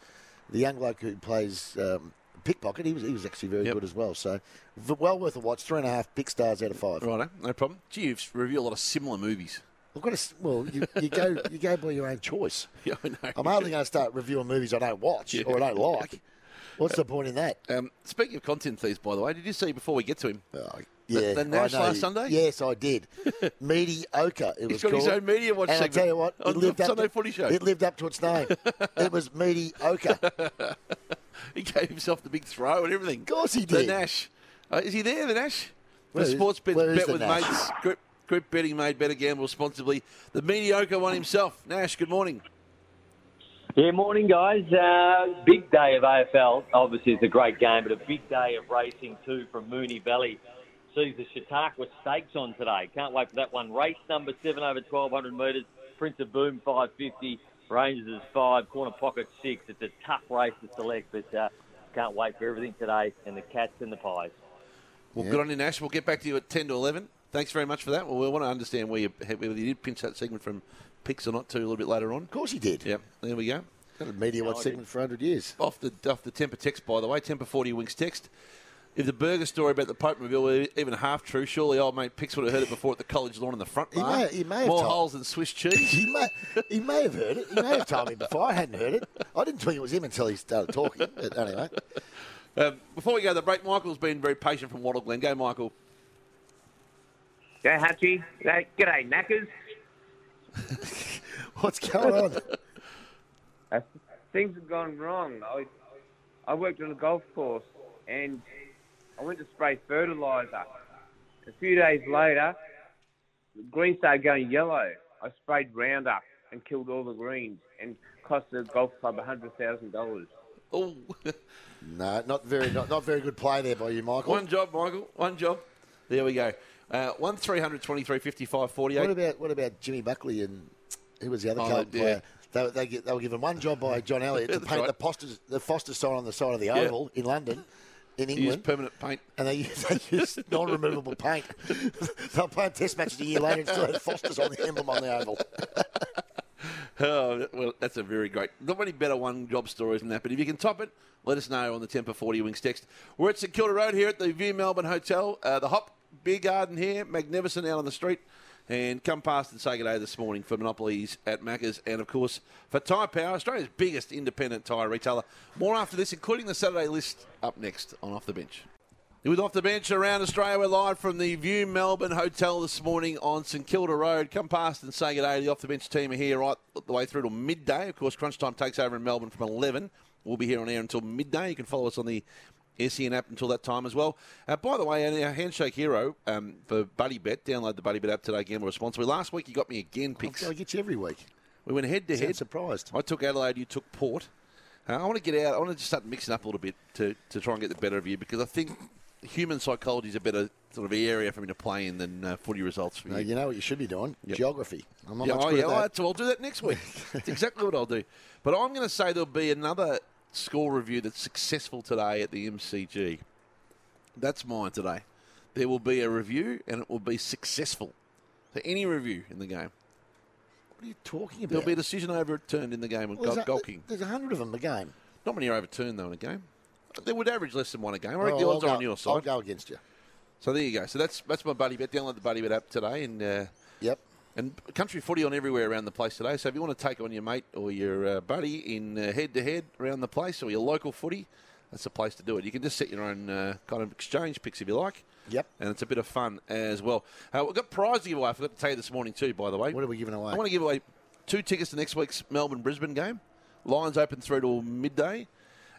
[SPEAKER 6] The young bloke who plays um, pickpocket, he was he was actually very good as well. So, v- well worth a watch. Three and a half big stars out of five.
[SPEAKER 5] Righto, no problem. Gee, you've reviewed a lot of similar movies.
[SPEAKER 6] I've got to, s- well, you, you go you go by your own choice.
[SPEAKER 5] Yeah, I know.
[SPEAKER 6] I'm hardly going to start reviewing movies I don't watch or I don't like. What's the point in that?
[SPEAKER 5] Um, speaking of content thieves, by the way, did you see before we get to him?
[SPEAKER 6] Oh, Yeah,
[SPEAKER 5] the, the
[SPEAKER 6] I
[SPEAKER 5] Nash
[SPEAKER 6] know.
[SPEAKER 5] last Sunday.
[SPEAKER 6] Yes, I did. Mediocre. It was
[SPEAKER 5] He's got his
[SPEAKER 6] called.
[SPEAKER 5] own media watch
[SPEAKER 6] And I
[SPEAKER 5] segment
[SPEAKER 6] tell you what, it
[SPEAKER 5] on
[SPEAKER 6] lived
[SPEAKER 5] the
[SPEAKER 6] up
[SPEAKER 5] Sunday
[SPEAKER 6] to,
[SPEAKER 5] Footy Show.
[SPEAKER 6] It lived up to its name. it was mediocre.
[SPEAKER 5] he gave himself the big throw and everything. Of
[SPEAKER 6] course he
[SPEAKER 5] The
[SPEAKER 6] did.
[SPEAKER 5] Nash. Uh, is he there, the Nash?
[SPEAKER 6] Where
[SPEAKER 5] the
[SPEAKER 6] is-
[SPEAKER 5] sports bet,
[SPEAKER 6] where is
[SPEAKER 5] bet
[SPEAKER 6] the
[SPEAKER 5] with
[SPEAKER 6] Nash?
[SPEAKER 5] mates. Group, group betting made better gamble responsibly. The mediocre one himself. Nash, good morning.
[SPEAKER 16] Yeah, morning, guys. Uh, big day of AFL. Obviously, it's a great game, but a big day of racing too from Mooney Valley. Sees the Chautauqua Stakes on today. Can't wait for that one. Race number seven over 1200 metres. Prince of Boom 550. Rangers is five. Corner Pocket six. It's a tough race to select, but uh, can't wait for everything today and the cats and the pies.
[SPEAKER 5] Well, good on you, Nash. We'll get back to you at 10 to 11. Thanks very much for that. Well, we want to understand where you, whether you did pinch that segment from picks or not too a little bit later on. Of
[SPEAKER 6] course he did.
[SPEAKER 5] Yep, there we go.
[SPEAKER 6] Got a media watch segment for 100 years.
[SPEAKER 5] Off the off the temper text, by the way, temper 40 winks text. If the burger story about the Pope reveal were even half true, surely old mate Pix would have heard it before at the college lawn in the front
[SPEAKER 6] He
[SPEAKER 5] bar.
[SPEAKER 6] may- he may have
[SPEAKER 5] More
[SPEAKER 6] told-
[SPEAKER 5] holes than Swiss cheese.
[SPEAKER 6] He may, he may have heard it. He may have told me before. I hadn't heard it. I didn't think it was him until he started talking. But anyway,
[SPEAKER 5] Um, before we go to the break, Michael's been very patient from Wattle Glen. Go, Michael.
[SPEAKER 17] Go Hutchie. Hey, G'day, knackers.
[SPEAKER 6] What's going on?
[SPEAKER 17] Things have gone wrong. I, I worked on a golf course and I went to spray fertiliser. A few days later, the greens started going yellow. I sprayed Roundup and killed all the greens and cost the golf club $100,000.
[SPEAKER 5] Oh,
[SPEAKER 6] no, not very, not, not very good play there by you, Michael.
[SPEAKER 5] One job, Michael. One job. There we go. Uh, 1 300 23 55 48.
[SPEAKER 6] What about what about Jimmy Buckley and who was the other
[SPEAKER 5] Oh,
[SPEAKER 6] Carlton
[SPEAKER 5] yeah.
[SPEAKER 6] player? They, they, get, they were given one job by John Elliott to
[SPEAKER 5] That's
[SPEAKER 6] paint
[SPEAKER 5] right.
[SPEAKER 6] the, posters, the Foster sign on the side of the
[SPEAKER 5] Yeah.
[SPEAKER 6] Oval in London, in
[SPEAKER 5] He
[SPEAKER 6] England.
[SPEAKER 5] used permanent paint.
[SPEAKER 6] And they use, they use non-removable paint. They'll play a test matches a year later and still have Foster's on the emblem on the Oval.
[SPEAKER 5] Oh, that- well, that's a very great. Not many better one job stories than that, but if you can top it, let us know on the Temper 40 Wings text. We're at St Kilda Road here at the View Melbourne Hotel. Uh, the Hop Beer Garden here, magnificent out on the street. And come past and say good day this morning for Monopolies at Macca's and, of course, for Tyre Power, Australia's biggest independent tyre retailer. More after this, including the Saturday list up next on Off the Bench. With off the bench around Australia, we're live from the View Melbourne Hotel this morning on St Kilda Road. Come past and say good day. The off the bench team are here right the way through till midday. Of course, crunch time takes over in Melbourne from eleven. We'll be here on air until midday. You can follow us on the SEN app until that time as well. Uh, by the way, and our handshake hero um, for Buddy Bet. Download the Buddy Bet app today. Gamble responsibly. Last week you got me again. Picks.
[SPEAKER 6] I get you every week.
[SPEAKER 5] We went head to
[SPEAKER 6] Sound
[SPEAKER 5] head. Surprised. I took Adelaide. You took Port. Uh, I want to get out. I want to just start mixing up a little bit to, to try and get the better of you because I think human psychology is a better sort of area for me to play in than uh, footy results for
[SPEAKER 6] No,
[SPEAKER 5] you.
[SPEAKER 6] you know what you should be doing? Geography. I'm not
[SPEAKER 5] Yeah,
[SPEAKER 6] much
[SPEAKER 5] oh,
[SPEAKER 6] good
[SPEAKER 5] yeah,
[SPEAKER 6] at
[SPEAKER 5] oh,
[SPEAKER 6] that.
[SPEAKER 5] that's- I'll do that next week. That's exactly what I'll do. But I'm going to say there'll be another score review that's successful today at the MCG. That's mine today. There will be a review and it will be successful. So any review in the game.
[SPEAKER 6] What are you talking about?
[SPEAKER 5] oh, There'll be a decision overturned in the game
[SPEAKER 6] Well,
[SPEAKER 5] on gol-
[SPEAKER 6] there's a-
[SPEAKER 5] goal kicking.
[SPEAKER 6] There's a hundred of them a game.
[SPEAKER 5] Not many are overturned though in a game. They would average less than one a game. I
[SPEAKER 6] Well,
[SPEAKER 5] reckon the odds
[SPEAKER 6] Oh, I'll
[SPEAKER 5] are
[SPEAKER 6] go-
[SPEAKER 5] on your side.
[SPEAKER 6] I'll go against you.
[SPEAKER 5] So there you go. So that's that's my buddy bet. Download the buddy bet app today, and uh,
[SPEAKER 6] yep,
[SPEAKER 5] and country footy on everywhere around the place today. So if you want to take on your mate or your uh, buddy in head to head around the place, or your local footy, that's the place to do it. You can just set your own uh, kind of exchange picks if you like.
[SPEAKER 6] Yep.
[SPEAKER 5] And it's a bit of fun as well. Uh, we've got prize to give away. I forgot to tell you this morning too. By the way, what
[SPEAKER 6] are we giving away?
[SPEAKER 5] I want to give away two tickets to next week's Melbourne Brisbane game. Lions open through till midday.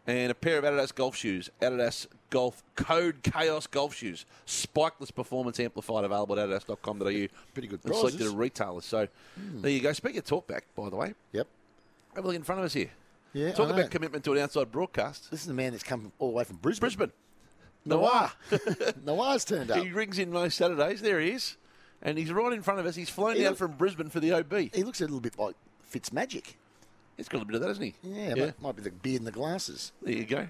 [SPEAKER 5] and a pair of Adidas golf shoes. Adidas Golf Code Chaos golf shoes. Spikeless performance amplified available at adidas.com.au.
[SPEAKER 6] Pretty good
[SPEAKER 5] And
[SPEAKER 6] prices.
[SPEAKER 5] selected a retailer. So
[SPEAKER 6] Hmm.
[SPEAKER 5] there you go. Speaking of talkback, by the way.
[SPEAKER 6] Yep.
[SPEAKER 5] Have a look in front of us here.
[SPEAKER 6] Yeah,
[SPEAKER 5] Talk
[SPEAKER 6] I know.
[SPEAKER 5] about commitment to an outside broadcast.
[SPEAKER 6] This is the man that's come all the way from Brisbane.
[SPEAKER 5] Brisbane.
[SPEAKER 6] Nawar. Nawar's turned up.
[SPEAKER 5] He rings in most Saturdays. There he is. And he's right in front of us. He's flown down from Brisbane for the OB.
[SPEAKER 6] He looks a little bit like Fitzmagic.
[SPEAKER 5] He's got a bit of that, hasn't he?
[SPEAKER 6] Yeah,
[SPEAKER 5] Yeah.
[SPEAKER 6] Might, might be the beard and the glasses.
[SPEAKER 5] There you go.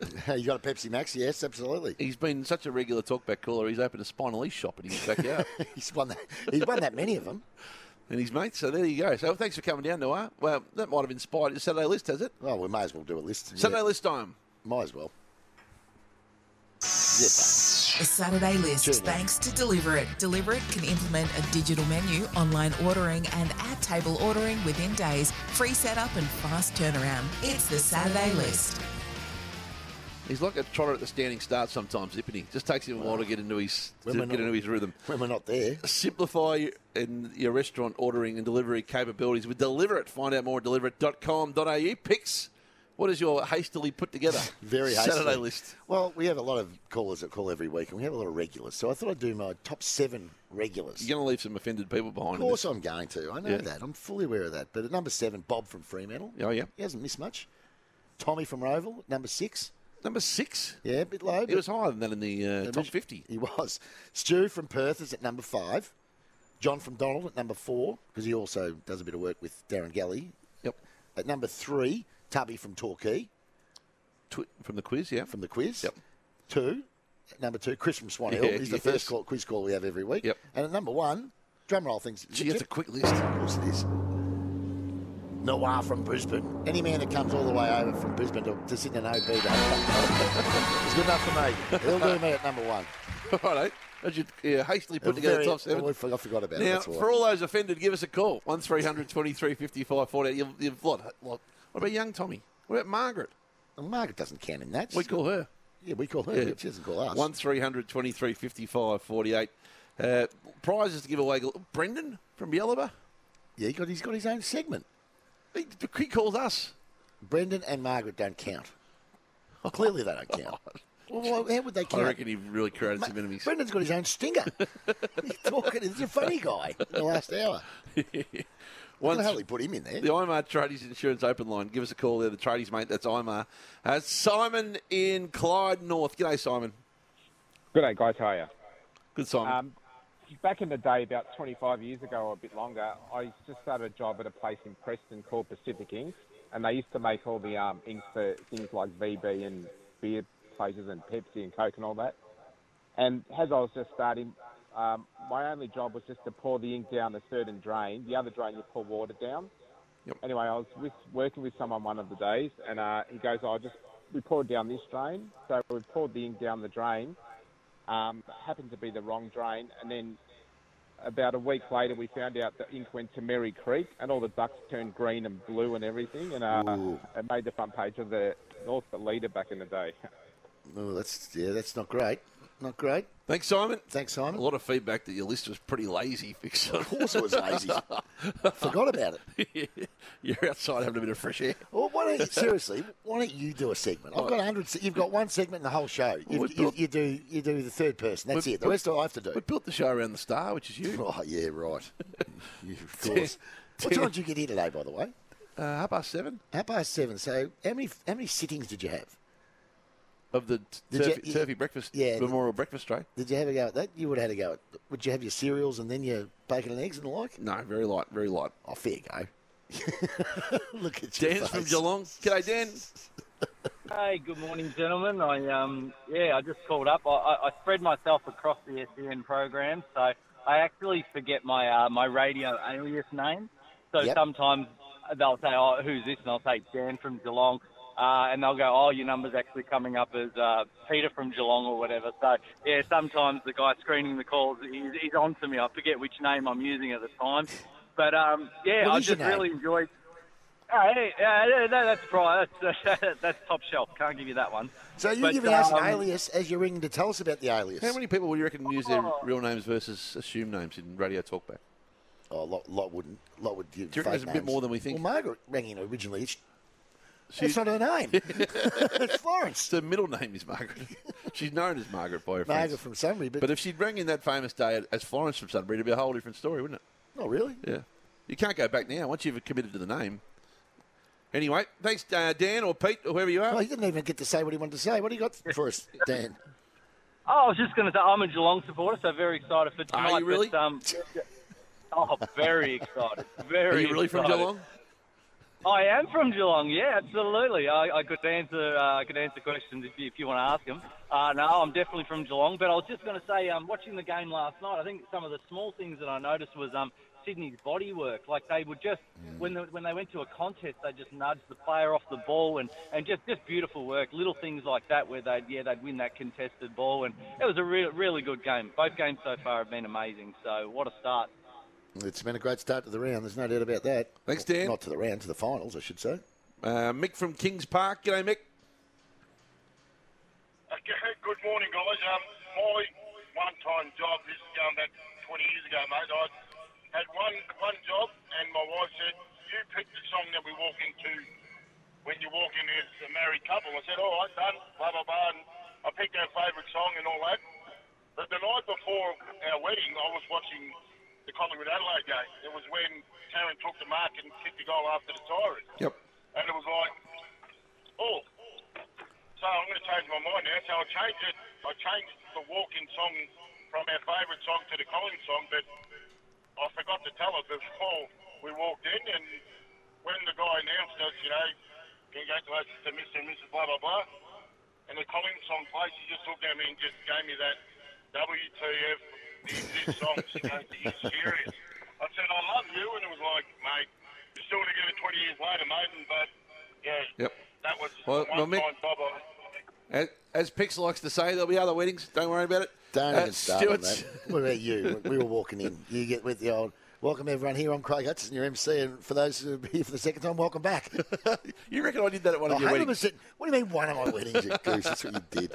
[SPEAKER 6] you got a Pepsi Max? Yes, absolutely.
[SPEAKER 5] He's been such a regular talkback caller. He's opened a Spinal East shop in his backyard.
[SPEAKER 6] he's won that. He's won that many of them.
[SPEAKER 5] And his mates. So there you go. So thanks for coming down, Noah. Well, that might have inspired your Saturday list, has it?
[SPEAKER 6] Well, Oh, we may as well do a list.
[SPEAKER 5] Saturday list time.
[SPEAKER 6] Might as well.
[SPEAKER 4] The Saturday list,
[SPEAKER 6] Sure, mate.
[SPEAKER 4] thanks to Deliver It. Deliver It can implement a digital menu, online ordering, and at table ordering within days. Free setup and fast turnaround. It's the Saturday list.
[SPEAKER 5] He's like a trotter at the standing start sometimes, isn't he? Just takes him a while to get into his to
[SPEAKER 6] When
[SPEAKER 5] get
[SPEAKER 6] we're not-
[SPEAKER 5] into his rhythm.
[SPEAKER 6] When we're not there.
[SPEAKER 5] Simplify your- in your restaurant ordering and delivery capabilities with Deliver It. Find out more at deliverit.com.au. Picks, what is your hastily put together
[SPEAKER 6] Very hastily.
[SPEAKER 5] Saturday list?
[SPEAKER 6] Well, we have a lot of callers that call every week, and we have a lot of regulars. So I thought I'd do my top seven regulars.
[SPEAKER 5] You're going to leave some offended people behind.
[SPEAKER 6] Of
[SPEAKER 5] in
[SPEAKER 6] course,
[SPEAKER 5] this.
[SPEAKER 6] I'm going to. I know
[SPEAKER 5] Yeah.
[SPEAKER 6] that. I'm fully aware of that. But at number seven, Bob from Fremantle.
[SPEAKER 5] Oh, yeah.
[SPEAKER 6] He hasn't missed much. Tommy from Roval, number six.
[SPEAKER 5] Number six?
[SPEAKER 6] Yeah, a bit low.
[SPEAKER 5] He was higher than that in the uh, top 50.
[SPEAKER 6] He was. Stu from Perth is at number five. John from Donald at number four, because he also does a bit of work with Darren Galley.
[SPEAKER 5] Yep.
[SPEAKER 6] At number three, Tubby from Torquay.
[SPEAKER 5] Twi- from the quiz, yeah.
[SPEAKER 6] From the quiz. Yep. Two. At number two, Chris from Swan Hill.
[SPEAKER 5] Yeah,
[SPEAKER 6] He's
[SPEAKER 5] yes.
[SPEAKER 6] the first call, quiz call we have every week. Yep. And at number one, drumroll things.
[SPEAKER 5] Gee, that's a quick list. Of
[SPEAKER 6] course it is. Noir from Brisbane. Any man that comes all the way over from Brisbane to, to sit in an OB day is good enough for me. He'll do me at number one.
[SPEAKER 5] Righto. As you yeah, hastily put
[SPEAKER 6] Very-
[SPEAKER 5] together the top seven.
[SPEAKER 6] oh, I forgot- I forgot about it,
[SPEAKER 5] now,
[SPEAKER 6] that's all right.
[SPEAKER 5] for all those offended, give us a call. 1300 23 55 48. You've, you've what, what? What about young Tommy? What about Margaret?
[SPEAKER 6] Margaret doesn't count in that.
[SPEAKER 5] We call her.
[SPEAKER 6] Yeah, we call her. She doesn't call us.
[SPEAKER 5] 1300 23 55 48. Uh, prizes to give away. Brendan from Yellowba?
[SPEAKER 6] Yeah, he got, he's got his own segment.
[SPEAKER 5] He, he calls us.
[SPEAKER 6] Brendan and Margaret don't count. Clearly, they don't count. Well, well, how would they count?
[SPEAKER 5] I reckon he really created some enemies.
[SPEAKER 6] Brendan's got his own stinger. he's talking. He's a funny guy. In the last hour.
[SPEAKER 5] Once,
[SPEAKER 6] how they put him in there.
[SPEAKER 5] The IMAR Tradies Insurance Open Line. Give us a call there, the Tradies, mate. That's IMAR. Uh, Simon in Clyde North. G'day, Simon.
[SPEAKER 18] G'day, guys. How are you?
[SPEAKER 5] Good, Simon.
[SPEAKER 18] Um, back in the day, about 25 years ago or a bit longer, I just started a job at a place in Preston called Pacific Inks, and they used to make all the um, inks for things like VB and beer places and Pepsi and Coke and all that. And as I was just starting, um, my only job was just to pour the ink down a certain drain. The other drain, you pour water down. Anyway, I was with, working with someone one of the days, and uh, he goes, "I just we poured down this drain, so we poured the ink down the drain." um, happened to be the wrong drain. And then about a week later, we found out the ink went to Merry Creek, and all the ducks turned green and blue and everything, and uh, it made the front page of the North Leader back in the day.
[SPEAKER 6] Oh, that's yeah. That's not great. Not great.
[SPEAKER 5] Thanks, Simon.
[SPEAKER 6] Thanks, Simon.
[SPEAKER 5] A lot of feedback that your list was pretty lazy, Fixer. Of
[SPEAKER 6] course it was lazy. Forgot about
[SPEAKER 5] it. You're outside having a bit of fresh air.
[SPEAKER 6] Well, why don't you, seriously? Why don't you do a segment? I've got a hundred. se- You've got one segment in the whole show. You, you, you do. You do the third person. That's
[SPEAKER 5] We've-
[SPEAKER 6] it. The rest I have to do.
[SPEAKER 5] We built the show around the star, which is you.
[SPEAKER 6] Oh, yeah, right. You- of course. what time did you get here today, by the way?
[SPEAKER 5] Uh, half past seven.
[SPEAKER 6] Half past seven. So, how many how many sittings did you have?
[SPEAKER 5] Of the
[SPEAKER 6] Did
[SPEAKER 5] turfy,
[SPEAKER 6] you-
[SPEAKER 5] turfy breakfast,
[SPEAKER 6] Yeah.
[SPEAKER 5] memorial breakfast tray.
[SPEAKER 6] Did you have a go at that? You would have had a go at. Would you have your cereals and then your bacon and eggs and the like?
[SPEAKER 5] No, very light, very light.
[SPEAKER 6] Oh, fair go. Look at your
[SPEAKER 5] Dan's from
[SPEAKER 6] face.
[SPEAKER 5] Geelong. G'day, Dan.
[SPEAKER 10] Hey, good morning, gentlemen. I um, yeah, I just called up. I, I, I spread myself across the SEN program, so I actually forget my uh, my radio alias name. So
[SPEAKER 19] Yep.
[SPEAKER 10] sometimes they'll say, "Oh, who's this?" and I'll say Dan from Geelong, uh, and they'll go, "Oh, your number's actually coming up as uh, Peter from Geelong or whatever." So yeah, sometimes the guy screening the calls he's, he's on to me. I forget which name I'm using at the time, but um, yeah,
[SPEAKER 6] What
[SPEAKER 10] I
[SPEAKER 6] is your
[SPEAKER 10] just
[SPEAKER 6] name?
[SPEAKER 10] really enjoyed. Oh, hey, yeah, no, that's right. That's, that's top shelf. Can't give you that one.
[SPEAKER 6] So you're
[SPEAKER 10] But,
[SPEAKER 6] giving us an
[SPEAKER 10] um,
[SPEAKER 6] alias as you're ringing to tell us about the alias.
[SPEAKER 5] How many people would you reckon use their real names versus assumed names in radio talkback?
[SPEAKER 6] Oh, a lot, lot wouldn't. Lot would give
[SPEAKER 5] Do
[SPEAKER 6] fake
[SPEAKER 5] you reckon there's a bit
[SPEAKER 6] names.
[SPEAKER 5] more than we think?
[SPEAKER 6] Well, Margaret rang in originally. She- That's not her name. it's Florence.
[SPEAKER 5] Her middle name is Margaret. She's known as Margaret by her friends.
[SPEAKER 6] Margaret from Sunbury, but,
[SPEAKER 5] But if she'd rang in that famous day as Florence from Sunbury, it'd be a whole different story, wouldn't it?
[SPEAKER 6] oh really?
[SPEAKER 5] Yeah. You can't go back now once you've committed to the name. Anyway, thanks, uh, Dan or Pete or whoever you are.
[SPEAKER 6] Well, oh, he didn't even get to say what he wanted to say. What do you got for us, Dan?
[SPEAKER 10] Oh, I was just going to say I'm a Geelong supporter, so very excited for tonight.
[SPEAKER 6] you really?
[SPEAKER 10] But, um, oh, very excited. Very.
[SPEAKER 5] Are you really from
[SPEAKER 10] excited.
[SPEAKER 5] Geelong?
[SPEAKER 10] I am from Geelong. Yeah, absolutely. I, I could answer. Uh, I could answer questions if you, if you want to ask them. Uh, no, I'm definitely from Geelong. But I was just going to say, um, watching the game last night, I think some of the small things that I noticed was um, Sydney's body work. Like they would just when the, when they went to a contest, they just nudged the player off the ball and, and just just beautiful work. Little things like that where they'd yeah they'd win that contested ball and it was a re- really good game. Both games so far have been amazing. So what a start.
[SPEAKER 6] It's been a great start to the round. There's no doubt about that.
[SPEAKER 5] Thanks, Dan.
[SPEAKER 6] Not to the round, to the finals, I should say.
[SPEAKER 5] Uh, Mick from Kings Park. G'day, Mick.
[SPEAKER 19] Okay, Good morning, guys. Um, my one-time job, this is going back 20 years ago, mate. I had one one job, and my wife said, "You pick the song that we walk into when you walk in as a married couple." I said, "All right, done." Blah blah blah. And I picked our favourite song and all that. But the night before our wedding, I was watching the Collingwood Adelaide game. It was when Taryn took the mark and kicked the goal after the siren.
[SPEAKER 5] Yep.
[SPEAKER 19] And it was like, oh. So I'm going to change my mind now. So I changed it. I changed the walking song from our favourite song to the Collins song, but I forgot to tell her before we walked in. And when the guy announced us, you know, congratulations to Mr. and Mrs. blah, blah, blah, and the Collins song played, she just looked at me and just gave me that WTF is this song. She goes, are you serious? I said, I love you. And it was like, mate, you're still together 20 years later, mate. And, but, yeah,
[SPEAKER 5] Yep.
[SPEAKER 19] that was
[SPEAKER 5] Well, well,
[SPEAKER 19] one
[SPEAKER 5] Mick-
[SPEAKER 19] time Bob. I-
[SPEAKER 5] As, as Pix likes to say, there'll be other weddings. Don't worry about it.
[SPEAKER 6] Don't
[SPEAKER 5] Uh,
[SPEAKER 6] even start on
[SPEAKER 5] Stuart's-
[SPEAKER 6] that. What about you? We were walking in. You get with the old. Welcome everyone here. I'm Craig Hudson, your MC, and for those who are here for the second time, welcome back. Oh,
[SPEAKER 5] you reckon I did that at one of your weddings?
[SPEAKER 6] What do you mean one of my weddings, you goose? That's what you did.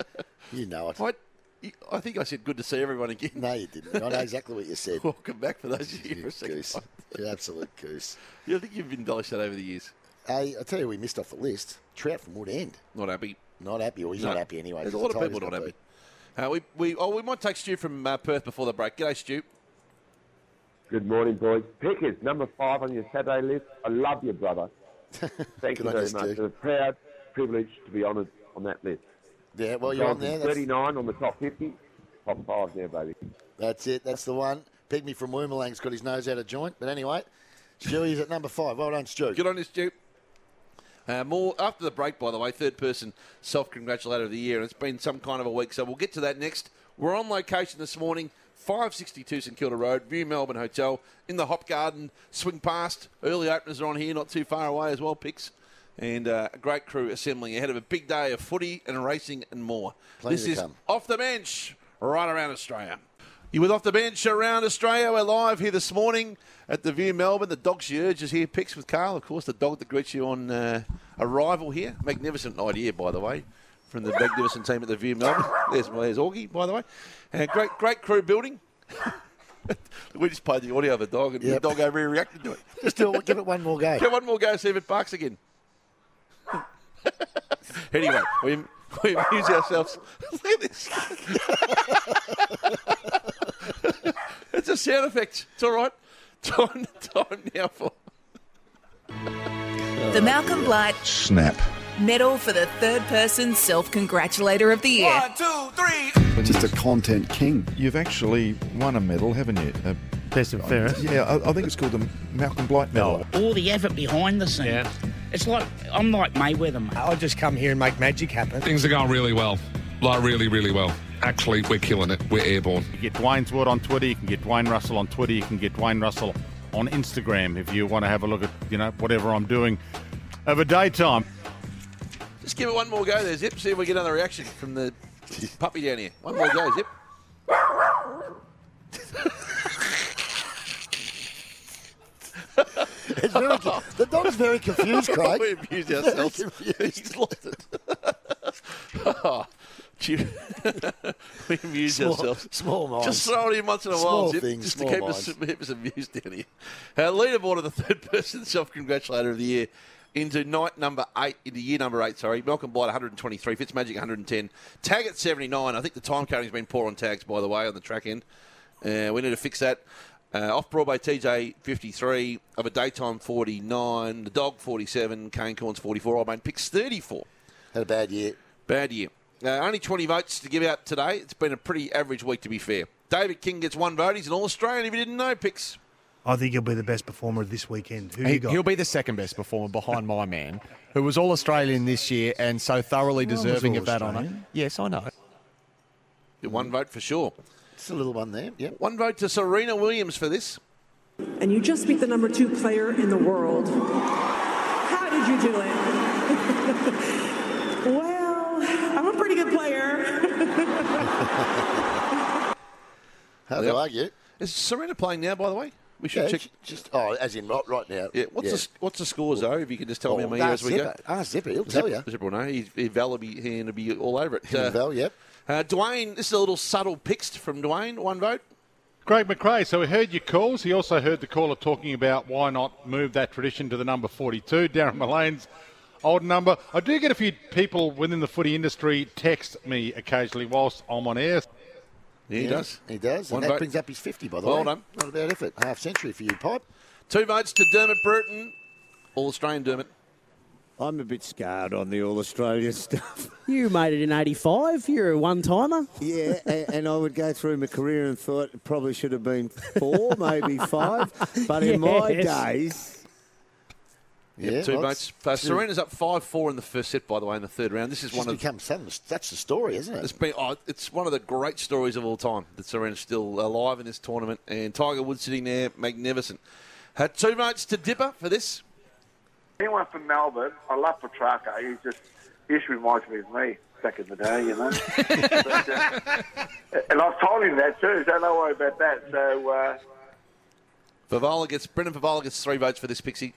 [SPEAKER 6] You know it.
[SPEAKER 5] I, I think I said good to see everyone again.
[SPEAKER 6] No, you didn't. I know exactly what you said.
[SPEAKER 5] Welcome back for those here for a second.
[SPEAKER 6] Goose. You're an absolute goose.
[SPEAKER 5] Yeah, I think you've been diced that over the years.
[SPEAKER 6] Hey, I tell you, we missed off the list. Trout from Wood End.
[SPEAKER 5] Not happy.
[SPEAKER 6] Not happy. Well, he's
[SPEAKER 5] No.
[SPEAKER 6] not happy anyway.
[SPEAKER 5] There's a
[SPEAKER 6] 'cause
[SPEAKER 5] lot
[SPEAKER 6] I
[SPEAKER 5] of
[SPEAKER 6] told you
[SPEAKER 5] people not
[SPEAKER 6] he's
[SPEAKER 5] happy. Uh, we, we, oh, we might take Stu from uh, Perth before the break. G'day, Stu.
[SPEAKER 20] Good morning, boys. Pickers, number five on your Saturday list. I love you, brother. Thank you
[SPEAKER 6] Good on
[SPEAKER 20] very
[SPEAKER 6] you,
[SPEAKER 20] much.
[SPEAKER 6] Stu.
[SPEAKER 20] It's a proud privilege to be honoured on that list.
[SPEAKER 6] Yeah, well, you're on there. That's-
[SPEAKER 20] 39 on the top 50. Top five now, baby.
[SPEAKER 6] That's it. That's the one. Pygmy from Wormalang's got his nose out of joint. But anyway, Stewie's at number five. Well done, Stew.
[SPEAKER 5] Good on you, Stu. Uh, more after the break, by the way. Third person self congratulator of the year, and it's been some kind of a week, so we'll get to that next. We're on location this morning, 562 St Kilda Road, View Melbourne Hotel, in the Hop Garden. Swing past. Early openers are on here, not too far away as well. Picks and uh, a great crew assembling ahead of a big day of footy and racing and more.
[SPEAKER 6] Plenty
[SPEAKER 5] this
[SPEAKER 6] to
[SPEAKER 5] is
[SPEAKER 6] come.
[SPEAKER 5] off the bench right around Australia. You with off the bench around Australia. We're live here this morning at the View Melbourne. The dog she urges here picks with Carl, of course, the dog that greets you on uh, arrival here. Magnificent idea, by the way, from the magnificent team at the View Melbourne. There's there's Augie, by the way. Uh, great great crew building. we just played the audio of the dog, and
[SPEAKER 6] Yep.
[SPEAKER 5] the dog overreacted to it.
[SPEAKER 6] Just do it. Give it one more go.
[SPEAKER 5] Okay, one more go, see if it barks again. anyway, we, we amuse ourselves. Look at this. it's a sound effect. It's all right. Time, time now for.
[SPEAKER 4] The Malcolm Blight
[SPEAKER 5] Snap.
[SPEAKER 4] Medal for the third person self congratulator of the year. One, two, three.
[SPEAKER 21] Just a content king. You've actually won a medal, haven't you? A Best and fairest. Yeah, I, I think it's called the Malcolm Blight Medal.
[SPEAKER 13] all the effort behind the scenes. It's like I'm like Mayweather. Mate. I just come here and make magic happen.
[SPEAKER 22] Things are going really well. Like, really, really well. Actually, we're killing it. We're airborne.
[SPEAKER 23] You get Dwayne's Word on Twitter. You can get Dwayne Russell on Twitter. You can get Dwayne Russell on Instagram if you want to have a look at you know whatever I'm doing over daytime.
[SPEAKER 5] Just give it one more go there, Zip. See if we get another reaction from the puppy down here. One more go, Zip.
[SPEAKER 6] It's very co- the dog's very confused, Craig.
[SPEAKER 5] we amused ourselves.
[SPEAKER 6] Very confused.
[SPEAKER 5] He's lost it. Oh, gee. we amuse
[SPEAKER 6] Small-
[SPEAKER 5] ourselves.
[SPEAKER 6] small minds.
[SPEAKER 5] Just throw it in once in a
[SPEAKER 6] Small
[SPEAKER 5] while, Zip,
[SPEAKER 6] things,
[SPEAKER 5] just
[SPEAKER 6] small
[SPEAKER 5] to keep us, keep us amused down here. Uh, leaderboard of the third person self congratulator of the year into night number eight, into year number eight, sorry. Malcolm Blight 123, Fitzmagic 110, Tag at 79. I think the time counting's been poor on tags, by the way, on the track end. Uh, we need to fix that. Uh, off Broadway, TJ 53, of a daytime 49, the dog 47, Cane Corns 44, Old Mate Picks 34.
[SPEAKER 6] Had a bad year.
[SPEAKER 5] Bad year. Uh, only 20 votes to give out today. It's been a pretty average week, to be fair. David King gets one vote. He's an All Australian, if you didn't know, Picks.
[SPEAKER 1] I think he'll be the best performer of this weekend. Who
[SPEAKER 2] He,
[SPEAKER 1] you got?
[SPEAKER 2] will be the second best performer behind my man, who was All Australian this year and so thoroughly
[SPEAKER 1] I was
[SPEAKER 2] deserving
[SPEAKER 1] All
[SPEAKER 2] of that honour.
[SPEAKER 1] Australian.
[SPEAKER 2] Yes, I know.
[SPEAKER 5] One vote for sure.
[SPEAKER 6] It's a little one there. Yep.
[SPEAKER 5] One vote to Serena Williams for this.
[SPEAKER 3] And you just beat the number two player in the world. How did you do it? well, I'm a pretty good player.
[SPEAKER 6] How do
[SPEAKER 5] Yep.
[SPEAKER 6] I argue?
[SPEAKER 5] Is Serena playing now, by the way? We should
[SPEAKER 6] Yeah,
[SPEAKER 5] check.
[SPEAKER 6] j- Just oh, as in right, right now.
[SPEAKER 5] Yeah, what's,
[SPEAKER 6] Yeah.
[SPEAKER 5] The, s- what's the scores, though? If you could just tell
[SPEAKER 6] Well,
[SPEAKER 5] me how many
[SPEAKER 6] ask
[SPEAKER 5] as we go.
[SPEAKER 6] Zipper. Ask Zipper, he'll tell
[SPEAKER 5] Zipper-
[SPEAKER 6] you.
[SPEAKER 5] Zipper will know. He, he, Val will be here and he'll be all over it.
[SPEAKER 6] Him and Val, yep.
[SPEAKER 5] Uh, Dwayne, this is a little subtle picks from Dwayne. One vote.
[SPEAKER 7] Craig McRae, so he heard your calls. He also heard the caller talking about why not move that tradition to the number 42, Darren Mullane's old number. I do get a few people within the footy industry text me occasionally whilst I'm on air.
[SPEAKER 5] Yeah,
[SPEAKER 6] He does. He does. And that brings up his 50, by the
[SPEAKER 7] Well
[SPEAKER 6] way.
[SPEAKER 7] done.
[SPEAKER 6] Not a bad effort. Half century for you, Pipe.
[SPEAKER 5] Two votes to Dermot Bruton, All Australian Dermot.
[SPEAKER 8] I'm a bit scarred on the All Australia stuff.
[SPEAKER 24] You made it in 85. You're a one timer.
[SPEAKER 8] Yeah, and, and I would go through my career and thought it probably should have been four, maybe five. But in my
[SPEAKER 24] Yes.
[SPEAKER 8] days,
[SPEAKER 5] Yeah,
[SPEAKER 8] Yeah,
[SPEAKER 5] two
[SPEAKER 8] well,
[SPEAKER 5] votes. Uh,
[SPEAKER 8] two-
[SPEAKER 5] Serena's up five four in the first set, by the way, in the third round. This is
[SPEAKER 6] She's
[SPEAKER 5] one of
[SPEAKER 6] become some. That's the story, isn't
[SPEAKER 5] It's
[SPEAKER 6] it?
[SPEAKER 5] been oh, it's one of the great stories of all time that Serena's still alive in this tournament, and Tiger Woods sitting there, magnificent. Had two votes to Dipper for this.
[SPEAKER 25] Anyone from Melbourne, I love Petrarca. He just, he just reminds me of me back in the day, you know. But, uh, and I've told him that too, so don't worry about that. So, uh,
[SPEAKER 5] Favola gets Brendan Favola gets three votes for this pixie.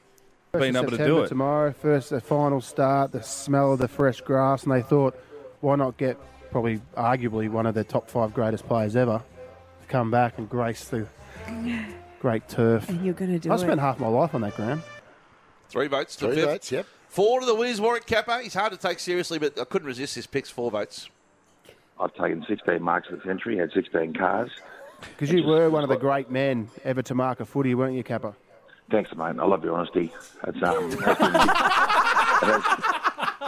[SPEAKER 26] First of September tomorrow. First the final start, the smell of the fresh grass, and they thought, why not get probably arguably one of the top five greatest players ever to come back and grace the great turf.
[SPEAKER 24] And you're going to do
[SPEAKER 26] I
[SPEAKER 24] it.
[SPEAKER 26] spent half my life on that ground.
[SPEAKER 5] Three votes. To
[SPEAKER 26] Three
[SPEAKER 5] fifth.
[SPEAKER 26] votes, yep.
[SPEAKER 5] Four to the Wiz Warwick Kappa. He's hard to take seriously, but I couldn't resist his picks. Four votes.
[SPEAKER 25] I've taken 16 marks of the century, had 16 cars.
[SPEAKER 26] Because you were one of the great men ever to mark a footy, weren't you, Kappa?
[SPEAKER 25] Thanks, mate. I love your honesty. It's um, has been, it has,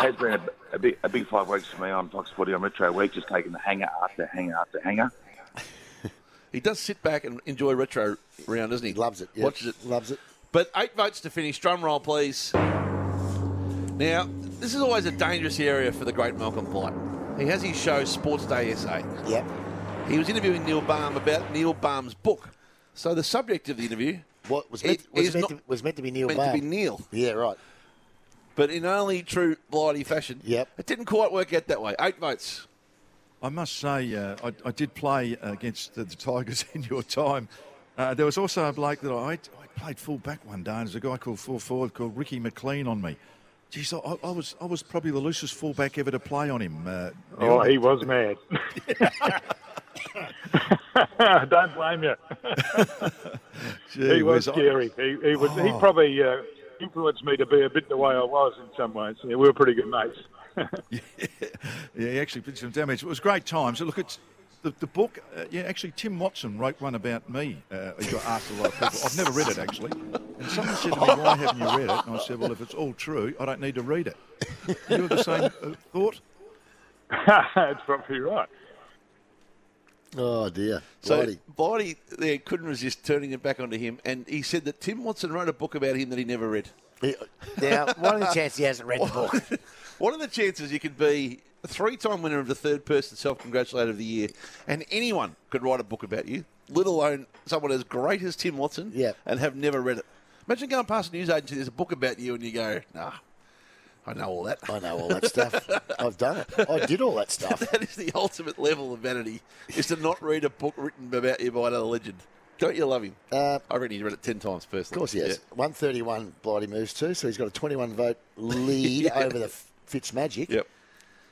[SPEAKER 25] has been a, a, big, a big five weeks for me on Fox Footy on Retro Week, just taking the hanger after hanger after hanger.
[SPEAKER 5] He does sit back and enjoy retro round, doesn't he? Loves it.
[SPEAKER 25] yeah.
[SPEAKER 5] Watches it. Loves it. But eight votes to finish. Drum roll, please. Now, this is always a dangerous area for the great Malcolm Blight. He has his show Sports Day SA.
[SPEAKER 6] Yep.
[SPEAKER 5] He was interviewing Neil Baum about Neil Baum's book. So the subject of the interview
[SPEAKER 6] what was meant, was, meant to, was meant to be Neil
[SPEAKER 5] meant to
[SPEAKER 6] Baum.
[SPEAKER 5] be Neil.
[SPEAKER 6] Yeah, right.
[SPEAKER 5] But in only true Blighty fashion, yep. it didn't quite work out that way. Eight votes.
[SPEAKER 21] I must say, uh, I, I did play against the, the Tigers in your time. Uh, there was also a bloke that I, I played full back one day, and there's a guy called full forward called Ricky McLean on me. Geez, I, I was I was probably the loosest fullback ever to play on him. Uh, Neil.
[SPEAKER 27] Oh, he was mad. Don't blame you.
[SPEAKER 21] Gee
[SPEAKER 27] he was
[SPEAKER 21] whiz, I-
[SPEAKER 27] scary. He, he was. He
[SPEAKER 21] Oh.
[SPEAKER 27] probably uh, influenced me to be a bit the way I was in some ways. Yeah, we were pretty good mates.
[SPEAKER 21] Yeah, he actually did some damage. It was great times. So look, it's the, the book. Uh, yeah, actually, Tim Watson wrote one about me. Uh, he got asked a lot of people. I've never read it actually. And someone said to me, "Why haven't you read it?" And I said, "Well, if it's all true, I don't need to read it." You were the same uh, thought.
[SPEAKER 27] That's probably right.
[SPEAKER 6] Oh, dear.
[SPEAKER 5] So
[SPEAKER 6] Blighty.
[SPEAKER 5] Blighty there couldn't resist turning it back onto him, and he said that Tim Watson wrote a book about him that he never read.
[SPEAKER 6] Now, what are the chances he hasn't read the book?
[SPEAKER 5] What are the chances you could be a three-time winner of the third-person self-congratulator of the year, and anyone could write a book about you, let alone someone as great as Tim Watson, and have never read it? Imagine going past a news agency, there's a book about you, and you go, nah, I know all that.
[SPEAKER 6] I know all that stuff. I've done it. I did all that stuff.
[SPEAKER 5] that is the ultimate level of vanity, is to not read a book written about you by another legend. Don't you love him? I reckon he's read it 10 times personally.
[SPEAKER 6] Uh, Of course he has.
[SPEAKER 5] Yeah.
[SPEAKER 6] 131 Blighty moves to, so he's got a 21 vote lead
[SPEAKER 5] Yeah.
[SPEAKER 6] over the Fitzmagic.
[SPEAKER 5] Yep.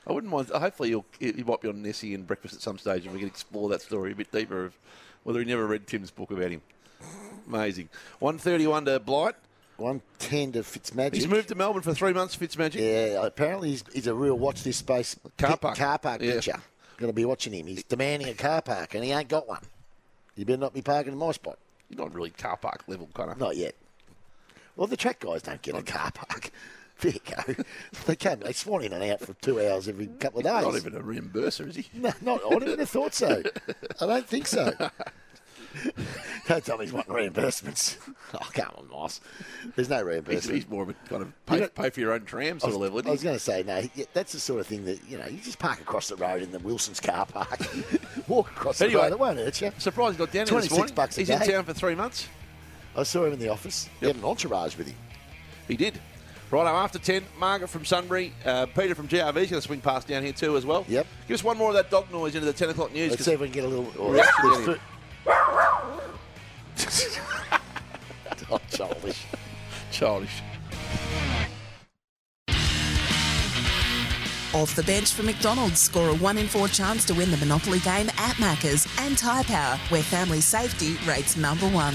[SPEAKER 5] I wouldn't mind. Hopefully, you'll, you might be on Nessie and Breakfast at some stage, and we can explore that story a bit deeper of whether he never read Tim's book about him. Amazing. One thirty-one to Blight.
[SPEAKER 6] 110 to Fitzmagic.
[SPEAKER 5] He's moved to Melbourne for three months, Fitzmagic.
[SPEAKER 6] Yeah, apparently he's, he's a real watch this space car park, car park picture. Going to be watching him. He's demanding a car park and he ain't got one. You better not be parking in my spot.
[SPEAKER 5] You're not really car park level, Connor.
[SPEAKER 6] Not yet. Well, the track guys don't get a car park. There you go. they come, they swan in and out for two hours every couple of days.
[SPEAKER 5] Not even a reimburser, is he?
[SPEAKER 6] No, not, I wouldn't have thought so. I don't think so. Don't tell me he's wanting reimbursements. Oh, come on, Moss. There's no reimbursement.
[SPEAKER 5] He's, he's more of a kind of pay, pay for your own tram sort of level.
[SPEAKER 6] I was going to say, no, he- yeah, that's the sort of thing that, you know, you just park across the road in the Wilson's car park. Walk across
[SPEAKER 5] Anyway,
[SPEAKER 6] the road, it won't hurt you.
[SPEAKER 5] Surprised he got down here this
[SPEAKER 6] 26
[SPEAKER 5] morning.
[SPEAKER 6] bucks a
[SPEAKER 5] He's
[SPEAKER 6] day.
[SPEAKER 5] in town for three months.
[SPEAKER 6] I saw him in the office. He had an entourage with him.
[SPEAKER 5] He did. Righto, after 10, Margaret from Sunbury, uh, Peter from GRV's going to swing past down here too as well. Yep. Give us one more of that dog noise into the 10 o'clock news.
[SPEAKER 6] Let's see if we can get a little... or
[SPEAKER 5] Yeah.
[SPEAKER 6] there's food- Oh, childish.
[SPEAKER 5] Childish.
[SPEAKER 4] Off the bench for McDonald's, score a 1 in 4 chance to win the Monopoly game at Macca's and Tyre Power, where family safety rates number one.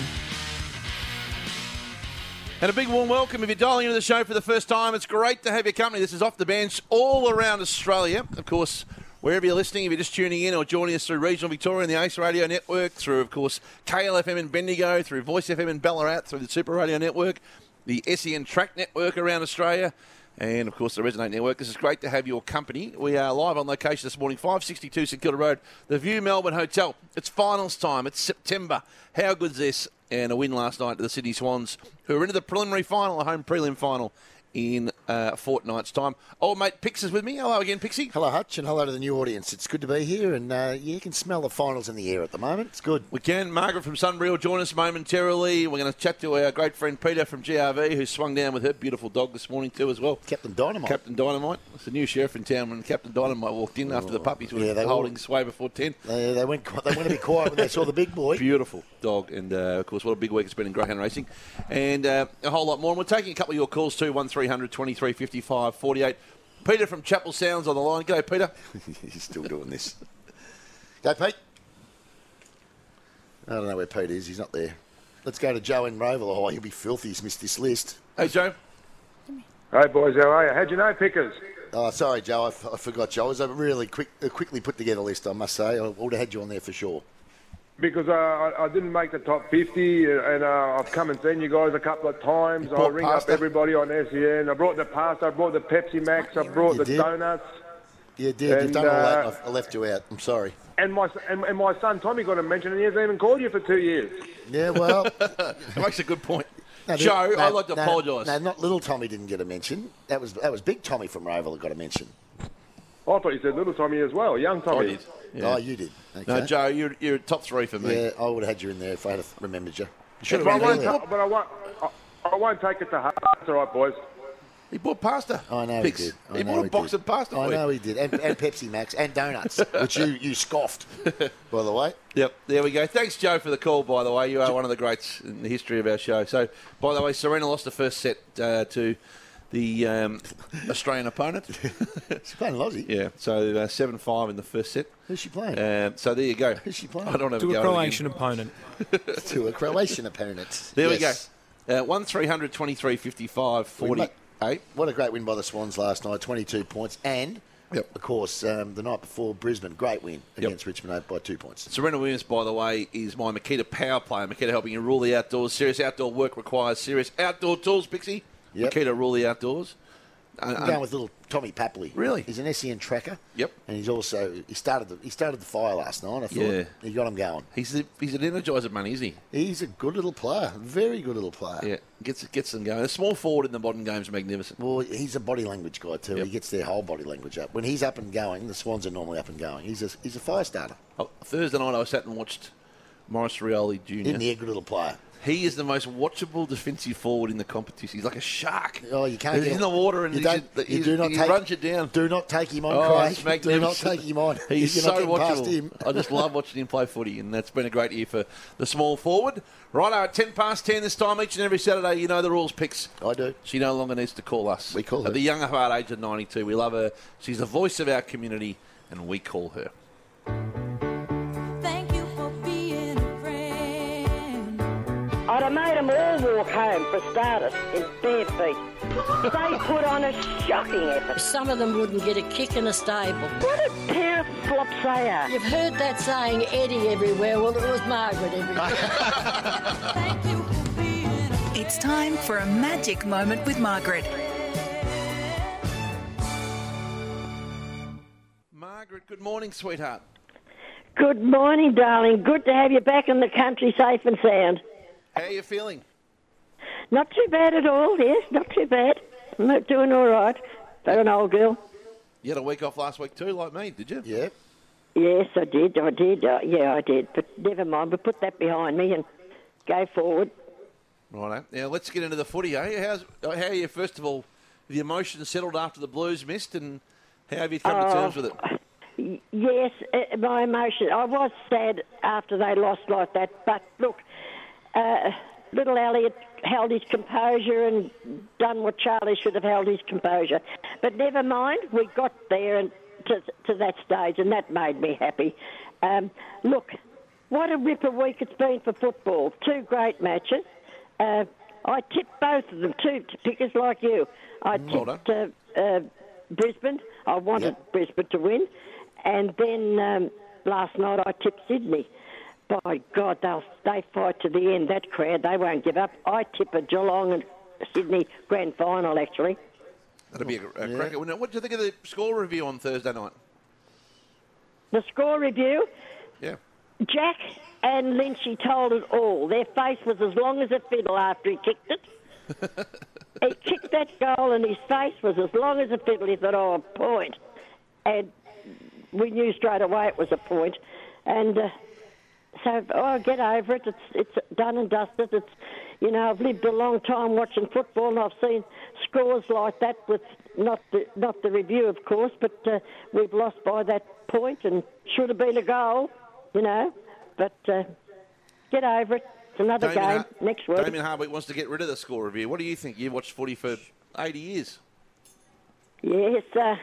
[SPEAKER 5] And a big warm welcome if you're dialing into the show for the first time. It's great to have your company. This is Off the Bench all around Australia. Of course, wherever you're listening, if you're just tuning in or joining us through Regional Victoria and the Ace Radio Network, through, of course, KLFM in Bendigo, through Voice FM in Ballarat, through the Super Radio Network, the SEN Track Network around Australia. And of course, the Resonate Network. This is great to have your company. We are live on location this morning, 562 St Kilda Road, the View Melbourne Hotel. It's finals time. It's September. How good's this? And a win last night to the Sydney Swans, who are into the preliminary final, a home prelim final in uh, a fortnight's time. Old mate Pix is with me. Hello again, Pixie.
[SPEAKER 6] Hello, Hutch, and hello to the new audience. It's good to be here, and uh, you can smell the finals in the air at the moment. It's good.
[SPEAKER 5] We can. Margaret from Sunbury will join us momentarily. We're going to chat to our great friend Peter from GRV, who swung down with her beautiful dog this morning too, as well.
[SPEAKER 6] Captain Dynamite.
[SPEAKER 5] Captain Dynamite. It's the new sheriff in town. When Captain Dynamite walked in after the puppies were
[SPEAKER 6] Yeah, they
[SPEAKER 5] holding
[SPEAKER 6] all-
[SPEAKER 5] sway before ten,
[SPEAKER 6] they, they went. They went to be quiet when they saw the big boy.
[SPEAKER 5] Beautiful dog, and uh, of course, what a big week it's been in greyhound racing, and uh, a whole lot more. And we're taking a couple of your calls too. One 5355 48 Peter from Chapel Sounds on the line. Go, Peter.
[SPEAKER 6] He's still doing this. Go, Pete. I don't know where Pete is. He's not there. Let's go to Joe in Roval. Oh, he'll be filthy. He's missed this list.
[SPEAKER 5] Hey, Joe.
[SPEAKER 6] Hey, boys. How are you? How'd you know Pickers? Oh, sorry, Joe. I, f- I forgot, Joe. It was a really quick, a quickly put together list, I must say. I would have had you on there for sure.
[SPEAKER 27] Because uh, I, I didn't make the top 50, uh, and uh, I've come and seen you guys a couple of times. I
[SPEAKER 6] brought
[SPEAKER 27] ring
[SPEAKER 6] pasta?
[SPEAKER 27] up everybody on SEN. I brought the pasta, I brought the Pepsi Max, I brought the
[SPEAKER 6] did.
[SPEAKER 27] donuts.
[SPEAKER 6] You did. You've
[SPEAKER 27] And,
[SPEAKER 6] done all that.
[SPEAKER 27] uh,
[SPEAKER 6] I've- I left you out. I'm sorry.
[SPEAKER 27] And my and, and my son Tommy got a mention, and he hasn't even called you for two years.
[SPEAKER 6] Yeah, well,
[SPEAKER 5] that makes a good point.
[SPEAKER 6] No, there-
[SPEAKER 5] Joe,
[SPEAKER 6] no,
[SPEAKER 5] I'd like to
[SPEAKER 6] no,
[SPEAKER 5] apologise.
[SPEAKER 6] No, not little Tommy didn't get a mention. That was that was big Tommy from Roval that got a mention.
[SPEAKER 27] I thought you said little Tommy as well, young Tommy.
[SPEAKER 6] Oh, you did.
[SPEAKER 5] No,
[SPEAKER 6] Okay.
[SPEAKER 5] Joe, you're, you're top three for me.
[SPEAKER 6] Yeah, I would have had you in there if I had have remembered you. You should
[SPEAKER 27] But
[SPEAKER 6] have
[SPEAKER 27] I,
[SPEAKER 6] been
[SPEAKER 27] won't
[SPEAKER 6] earlier.
[SPEAKER 27] ta- but I won't. I, I won't take it to heart. It's all right, boys.
[SPEAKER 5] He bought pasta.
[SPEAKER 6] I know
[SPEAKER 5] Picks.
[SPEAKER 6] he did. I
[SPEAKER 5] He
[SPEAKER 6] know
[SPEAKER 5] bought a box
[SPEAKER 6] did.
[SPEAKER 5] of pasta
[SPEAKER 6] I
[SPEAKER 5] for you.
[SPEAKER 6] know he did, and, and Pepsi Max and donuts, which you, you scoffed. By the way,
[SPEAKER 5] Yep, there we go. Thanks, Joe, for the call, by the way. You are one of the greats in the history of our show. So, by the way, Serena lost the first set uh, to the um, Australian opponent.
[SPEAKER 6] She's playing Lozzie.
[SPEAKER 5] Yeah, so uh, 7 5 in the first set.
[SPEAKER 6] Who's she playing?
[SPEAKER 5] Um, so, there you go.
[SPEAKER 6] Who's she playing?
[SPEAKER 5] I don't have
[SPEAKER 6] To
[SPEAKER 5] a
[SPEAKER 6] a
[SPEAKER 5] go at it
[SPEAKER 6] Croatian
[SPEAKER 5] again.
[SPEAKER 28] opponent.
[SPEAKER 6] to a Croatian opponent.
[SPEAKER 5] There
[SPEAKER 6] Yes.
[SPEAKER 5] we go. Uh, 1 300 23 55
[SPEAKER 6] We
[SPEAKER 5] 40.
[SPEAKER 6] ma- What a great win by the Swans last night, 22 points, and of course um, the night before Brisbane, great win against Richmond Oak by two points.
[SPEAKER 5] Serena Williams, by the way, is my Makita power player. Makita helping you rule the outdoors. Serious outdoor work requires serious outdoor tools, Pixie.
[SPEAKER 6] Yep.
[SPEAKER 5] Makita rule the outdoors. Uh,
[SPEAKER 6] I'm
[SPEAKER 5] uh,
[SPEAKER 6] going with little Tommy Papley. Really? He's an SEN tracker.
[SPEAKER 5] Yep.
[SPEAKER 6] And he's also he started the he started the fire last night. I thought
[SPEAKER 5] Yeah.
[SPEAKER 6] he got him going.
[SPEAKER 5] He's a, he's an energizer money, isn't he?
[SPEAKER 6] He's a good little player, very good little player.
[SPEAKER 5] Yeah, gets gets them going. A small forward in the modern game's magnificent.
[SPEAKER 6] Well, he's a body language guy too. He gets their whole body language up. When he's up and going, the Swans are normally up and going. He's a he's a fire starter.
[SPEAKER 5] Oh, Thursday night, I sat and watched Morris Rioli Jr.
[SPEAKER 6] Isn't he a good little player?
[SPEAKER 5] He is the most watchable defensive forward in the competition. He's like a shark.
[SPEAKER 6] Oh, you can't
[SPEAKER 5] He's
[SPEAKER 6] get
[SPEAKER 5] in the water and
[SPEAKER 6] you,
[SPEAKER 5] he's
[SPEAKER 6] don't,
[SPEAKER 5] in-
[SPEAKER 6] you
[SPEAKER 5] he's-
[SPEAKER 6] do not
[SPEAKER 5] he
[SPEAKER 6] take,
[SPEAKER 5] runs you down.
[SPEAKER 6] Do not take him on,
[SPEAKER 5] Oh, it's
[SPEAKER 6] Craig. Do not take
[SPEAKER 5] magnificent.
[SPEAKER 6] him on.
[SPEAKER 5] He's
[SPEAKER 6] You're not
[SPEAKER 5] so
[SPEAKER 6] getting past
[SPEAKER 5] watchable.
[SPEAKER 6] him.
[SPEAKER 5] I just love watching him play footy, and that's been a great year for the small forward. Righto, at 10 past 10 this time, each and every Saturday, you know the rules picks.
[SPEAKER 6] I do.
[SPEAKER 5] She no longer needs to call us. We call
[SPEAKER 6] her.
[SPEAKER 5] At the young of our age of 92, we love her. She's the voice of our community, and we call her.
[SPEAKER 11] Thank you for being a friend.
[SPEAKER 28] I'd have made them all walk home for starters in bare feet. They put on a shocking effort.
[SPEAKER 11] Some of them wouldn't get a kick in a stable.
[SPEAKER 28] What a pair of flops they are.
[SPEAKER 11] You've heard that saying, Eddie everywhere. Well, it was Margaret everywhere.
[SPEAKER 4] It's time for a magic moment with Margaret.
[SPEAKER 5] Margaret, good morning, sweetheart.
[SPEAKER 28] Good morning, darling. Good to have you back in the country safe and sound.
[SPEAKER 5] How are you feeling?
[SPEAKER 28] Not too bad at all, yes, not too bad. I'm not doing all right. But an old girl.
[SPEAKER 5] You had a week off last week too, like me, did you? Yeah.
[SPEAKER 28] Yes, I did, I did, I, yeah, I did. But never mind, we put that behind me and go forward.
[SPEAKER 5] Right. Now let's get into the footy. Eh? How's how are you? First of all, the emotions settled after the Blues missed, and how have you come to
[SPEAKER 28] Oh.
[SPEAKER 5] terms with it?
[SPEAKER 28] Y- Yes, uh, my emotion. I was sad after they lost like that, but look, uh, little Elliot held his composure and done what Charlie should have held his composure. But never mind, we got there and to, to that stage, and that made me happy. Um, look, what a ripper week it's been for football. Two great matches. Uh, I tipped both of them, two t- pickers like you. I
[SPEAKER 5] Well
[SPEAKER 28] tipped uh, uh, Brisbane. I wanted Brisbane to win. And then um, last night I tipped Sydney. By God, they'll, they fight to the end, that crowd. They won't give up. I tip a Geelong and Sydney grand final, actually.
[SPEAKER 5] That'd be a, a cracker. wouldn't it? What do you think of the score review on Thursday night?
[SPEAKER 28] The score review
[SPEAKER 5] Yeah.
[SPEAKER 28] Jack and Lynchy told it all. Their face was as long as a fiddle after he kicked it. he kicked that goal and his face was as long as a fiddle. He thought, oh, a point. And we knew straight away it was a point. And uh, so, oh, get over it. It's, it's done and dusted. It's, you know, I've lived a long time watching football and I've seen scores like that with not the, not the review, of course, but uh, we've lost by that point and should have been a goal, you know. But uh, get over it. It's another
[SPEAKER 5] Damien
[SPEAKER 28] game
[SPEAKER 5] Har-
[SPEAKER 28] next week.
[SPEAKER 5] Damien Harwick wants to get rid of the score review. What do you think? You've watched footy for 80 years.
[SPEAKER 28] Yes, uh,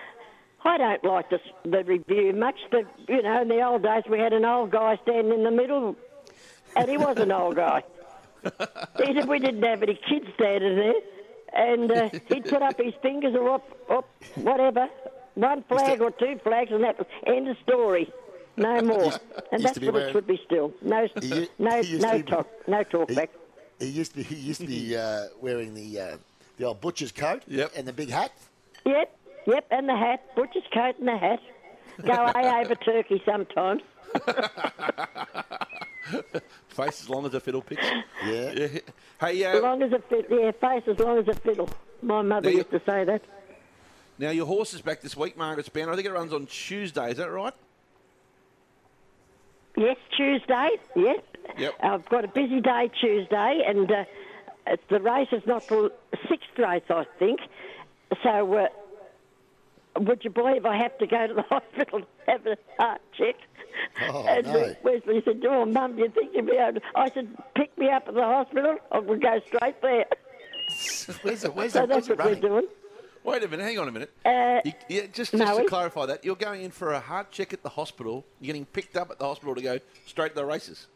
[SPEAKER 28] I don't like the, the review much. The, you know, in the old days we had an old guy standing in the middle, and he was an old guy. He did- we didn't have any kids standing there, and uh, he'd put up his fingers or up, up whatever, one flag or two flags, and that was end of story. No more, and
[SPEAKER 6] Used
[SPEAKER 28] that's
[SPEAKER 6] to be
[SPEAKER 28] what
[SPEAKER 6] wearing-
[SPEAKER 28] it should be still. No,
[SPEAKER 6] u-
[SPEAKER 28] no,
[SPEAKER 6] he used
[SPEAKER 28] no
[SPEAKER 6] to be-
[SPEAKER 28] talk, no talk
[SPEAKER 6] he-
[SPEAKER 28] back.
[SPEAKER 6] He used to be, he used to be uh, wearing the uh, the old butcher's coat and the big hat.
[SPEAKER 28] Yep, yep, and the hat, butcher's coat and the hat. Go A over turkey sometimes.
[SPEAKER 5] Face as long as a fiddle picks.
[SPEAKER 6] Yeah.
[SPEAKER 5] Hey,
[SPEAKER 28] As
[SPEAKER 5] uh,
[SPEAKER 28] long as a fiddle, yeah, face as long as a fiddle. My mother
[SPEAKER 5] There you-
[SPEAKER 28] used to say that.
[SPEAKER 5] now your horse is back this week, Margaret's banner. I think it runs on Tuesday. Is that right?
[SPEAKER 28] Yes, Tuesday. Yes.
[SPEAKER 5] Yep.
[SPEAKER 28] I've got a busy day Tuesday, and uh, it's- the race is not till sixth race, I think. So, uh, would you believe I have to go to the hospital to have a heart check?
[SPEAKER 6] Oh,
[SPEAKER 28] and
[SPEAKER 6] no.
[SPEAKER 28] Wesley said, "Oh, Mum, do you think you'll be able?" To? I said, "Pick me up at the hospital, or we'll go straight there."
[SPEAKER 6] Where's it? Where's
[SPEAKER 28] so
[SPEAKER 6] it? Where's
[SPEAKER 28] that's what
[SPEAKER 6] it
[SPEAKER 28] we're
[SPEAKER 6] running?
[SPEAKER 28] doing.
[SPEAKER 5] Wait a minute. Hang on a minute.
[SPEAKER 28] Uh,
[SPEAKER 5] You- yeah, just, just
[SPEAKER 28] no,
[SPEAKER 5] to
[SPEAKER 28] it-
[SPEAKER 5] clarify that, you're going in for a heart check at the hospital. You're getting picked up at the hospital to go straight to the races.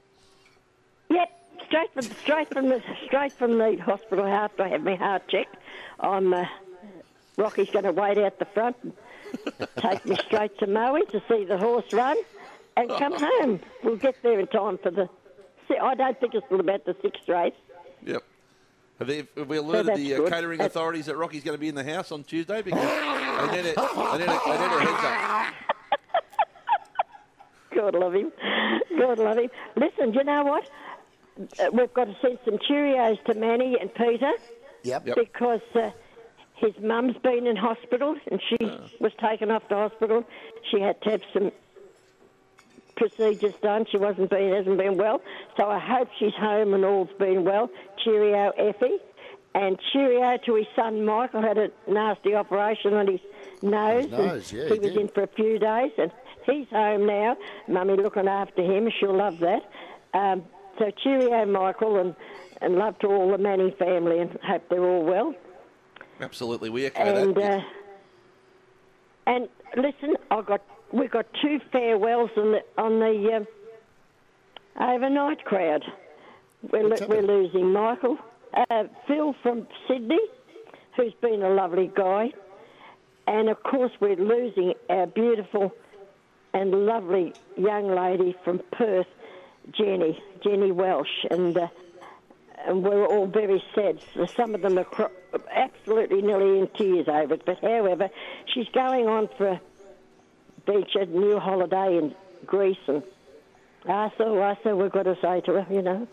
[SPEAKER 28] Yep, straight from straight from the straight from the hospital after I have my heart checked. I'm uh, Rocky's going to wait out the front and take me straight to Maui to see the horse run and come home. We'll get there in time for the. See, I don't think it's till about the sixth race.
[SPEAKER 5] Yep. Have, they, have we alerted
[SPEAKER 28] that's
[SPEAKER 5] the uh,
[SPEAKER 28] good.
[SPEAKER 5] catering
[SPEAKER 28] That's-
[SPEAKER 5] authorities that Rocky's going to be in the house on Tuesday? Because they need a, they need a, they need a heads up.
[SPEAKER 28] God love him. God love him. Listen, you know what? Uh, We've got to send some Cheerios to Manny and Peter.
[SPEAKER 6] Yep.
[SPEAKER 28] Because uh, his mum's been in hospital and she was taken off to hospital. She had to have some procedures done. She wasn't been hasn't been well. So I hope she's home and all's been well. Cheerio, Effie. And cheerio to his son Michael had a nasty operation on his nose. and
[SPEAKER 6] nose, yeah,
[SPEAKER 28] he
[SPEAKER 6] he
[SPEAKER 28] was
[SPEAKER 6] did.
[SPEAKER 28] in for a few days, and he's home now. Mummy looking after him. She'll love that. Um, so cheerio, Michael, and and love to all the Manning family, and hope they're all well.
[SPEAKER 5] Absolutely, we echo
[SPEAKER 28] And
[SPEAKER 5] that.
[SPEAKER 28] uh, and listen, I got we got two farewells on the on the um, overnight crowd. We're, lo- we're losing Michael. Uh, Phil from Sydney, who's been a lovely guy. And of course, we're losing our beautiful and lovely young lady from Perth, Jenny, Jenny Welsh. And, uh, and we're all very sad. So Some of them are pro- absolutely nearly in tears over it. But however, she's going on for a beach, a new holiday in Greece. And ah, I saw, I saw, we've got to say to her, you know.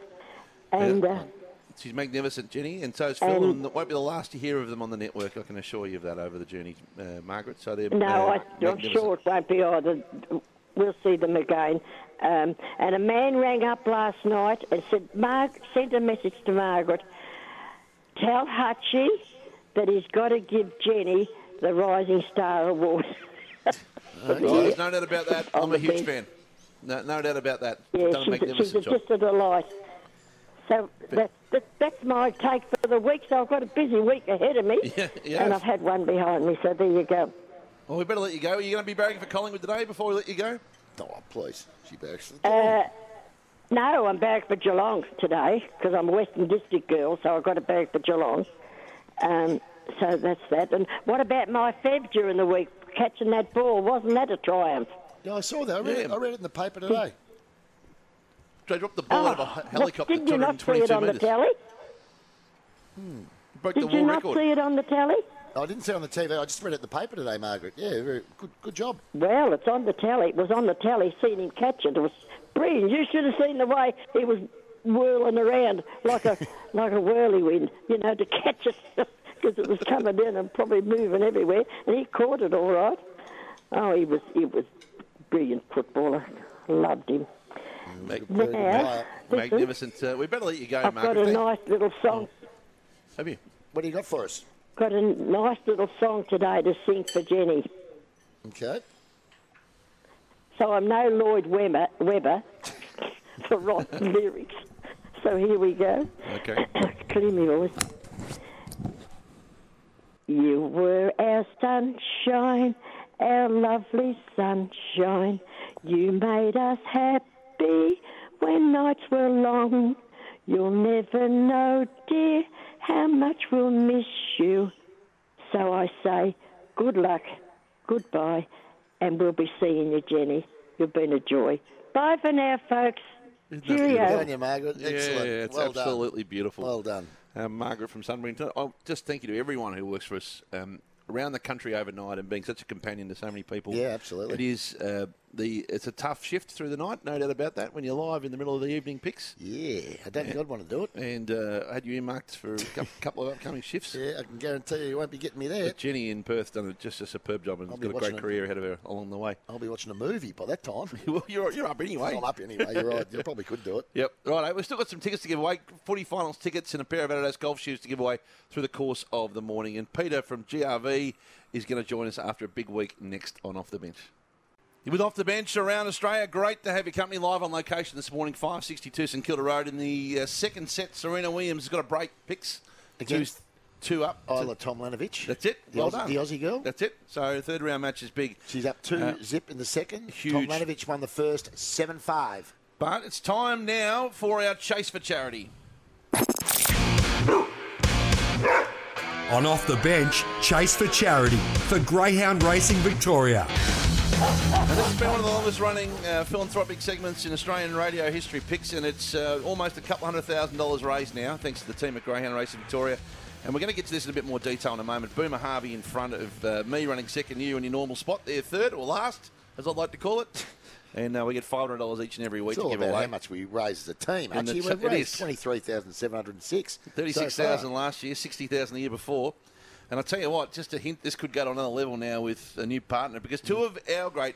[SPEAKER 28] And. Uh,
[SPEAKER 5] She's magnificent, Jenny, and so is Phil.
[SPEAKER 28] Um,
[SPEAKER 5] and it won't be the last to hear of them on the network. I can assure you of that over the journey, uh, Margaret. So they're
[SPEAKER 28] No,
[SPEAKER 5] uh,
[SPEAKER 28] I, I'm
[SPEAKER 5] magnificent.
[SPEAKER 28] sure it won't be either. We'll see them again. Um, and a man rang up last night and said, Mark, sent a message to Margaret. Tell Hutchie that he's got to give Jenny the Rising Star Award.
[SPEAKER 5] Oh, there's no doubt about that. I'm a huge fan. No, no doubt about that.
[SPEAKER 28] yeah,
[SPEAKER 5] Done a
[SPEAKER 28] she's, she's
[SPEAKER 5] magnificent job.
[SPEAKER 28] just a delight. So that, that, that's my take for the week. So I've got a busy week ahead of me,
[SPEAKER 5] Yeah, yeah.
[SPEAKER 28] and I've had one behind me. So there you go.
[SPEAKER 5] Well, we better let you go. Are you going to be barracking for Collingwood today before we let you go?
[SPEAKER 6] Oh, please. She barracks.
[SPEAKER 28] Uh, no, I'm back for Geelong today because I'm a Western District girl, so I've got to back for Geelong. Um, so that's that. And what about my Feb during the week catching that ball? Wasn't that a triumph?
[SPEAKER 6] Yeah, I saw that. I read, it,
[SPEAKER 28] Yeah.
[SPEAKER 6] I read it in the paper today.
[SPEAKER 5] They dropped the ball out of a he- helicopter
[SPEAKER 28] Oh, did you not see
[SPEAKER 5] 222
[SPEAKER 28] it on the
[SPEAKER 5] metres.
[SPEAKER 28] telly?
[SPEAKER 5] Broke
[SPEAKER 28] Did you not see it on the telly?
[SPEAKER 6] I didn't see it on the TV. I just read it in the paper today, Margaret. Yeah, very good, good job.
[SPEAKER 28] Well, it's on the telly. It was on the telly. Seen him catch it. It was brilliant. You should have seen the way he was whirling around like a like a whirlwind, you know, to catch it because it was coming in and probably moving everywhere. And he caught it all right. Oh, he was he was brilliant footballer. Loved him.
[SPEAKER 5] Mag-
[SPEAKER 28] Now, listen,
[SPEAKER 5] magnificent. Uh, we better let you go,
[SPEAKER 28] I've got
[SPEAKER 5] Margaret.
[SPEAKER 28] a
[SPEAKER 5] Thank-
[SPEAKER 28] nice little song.
[SPEAKER 5] Have you?
[SPEAKER 6] What do you got for us?
[SPEAKER 28] Got a nice little song today to sing for Jenny.
[SPEAKER 6] Okay.
[SPEAKER 28] So I'm no Lloyd Webber, Webber for rotten lyrics. So here we go.
[SPEAKER 5] Okay.
[SPEAKER 28] Clear me voice. You were our sunshine, our lovely sunshine. You made us happy when nights were long. You'll never know, dear, how much we'll miss you. So I say, good luck, goodbye, and we'll be seeing you, Jenny. You've been a joy. Bye for now, folks. Cheerio.
[SPEAKER 6] Good on you, Margaret.
[SPEAKER 5] Yeah,
[SPEAKER 6] Excellent.
[SPEAKER 5] it's
[SPEAKER 6] well done.
[SPEAKER 5] absolutely beautiful.
[SPEAKER 6] Well done.
[SPEAKER 5] Uh, Margaret from Sunburn. Oh, just thank you to everyone who works for us um, around the country overnight and being such a companion to so many people.
[SPEAKER 6] Yeah, absolutely.
[SPEAKER 5] It is uh, the it's a tough shift through the night, no doubt about that. When you're live in the middle of the evening picks.
[SPEAKER 6] Yeah, I don't think I'd want to do it.
[SPEAKER 5] And uh, I had you earmarked for a cou- couple of upcoming shifts.
[SPEAKER 6] Yeah, I can guarantee you, you won't be getting me there.
[SPEAKER 5] But Jenny in Perth done a, just a superb job and
[SPEAKER 6] I'll
[SPEAKER 5] has
[SPEAKER 6] be
[SPEAKER 5] got a great
[SPEAKER 6] watching it.
[SPEAKER 5] career ahead of her along the way.
[SPEAKER 6] I'll be watching a movie by that time.
[SPEAKER 5] well, you're, you're up anyway.
[SPEAKER 6] I'm up anyway. You're right. You probably could do it.
[SPEAKER 5] Yep. Right. We've still got some tickets to give away. Footy finals tickets and a pair of Adidas golf shoes to give away through the course of the morning. And Peter from GRV is going to join us after a big week next on Off the Bench. With Off the Bench around Australia, great to have your company live on location this morning, 562 St Kilda Road. In the uh, second set, Serena Williams has got a break. Picks.
[SPEAKER 6] Against
[SPEAKER 5] two, two up.
[SPEAKER 6] Isla Tomlanovich.
[SPEAKER 5] That's it.
[SPEAKER 6] The
[SPEAKER 5] well
[SPEAKER 6] Aussie-
[SPEAKER 5] done.
[SPEAKER 6] the Aussie girl.
[SPEAKER 5] That's it. So third round match is big.
[SPEAKER 6] She's up two
[SPEAKER 5] Uh,
[SPEAKER 6] zip in the second.
[SPEAKER 5] huge.
[SPEAKER 6] Tomlanovich won the first seven five.
[SPEAKER 5] But it's time now for our Chase for Charity.
[SPEAKER 29] On Off the Bench, Chase for Charity for Greyhound Racing Victoria.
[SPEAKER 5] And this has been one of the longest running uh, philanthropic segments in Australian radio history picks, and it's uh, almost a couple hundred thousand dollars raised now, thanks to the team at Greyhound Racing Victoria. And we're going to get to this in a bit more detail in a moment. Boomer Harvey in front of uh, me running second, you in your normal spot there, third or last, as I'd like to call it. And uh, we get $500 each and every week
[SPEAKER 6] It's all
[SPEAKER 5] to give
[SPEAKER 6] about
[SPEAKER 5] away.
[SPEAKER 6] how much we raise as a team.
[SPEAKER 5] And
[SPEAKER 6] Actually,
[SPEAKER 5] it's-
[SPEAKER 6] we've
[SPEAKER 5] it
[SPEAKER 6] raised
[SPEAKER 5] is.
[SPEAKER 6] twenty three thousand seven hundred and six.
[SPEAKER 5] Thirty-six thousand last year, sixty thousand the year before, and I tell you what, just a hint, this could go to another level now with a new partner because two of our great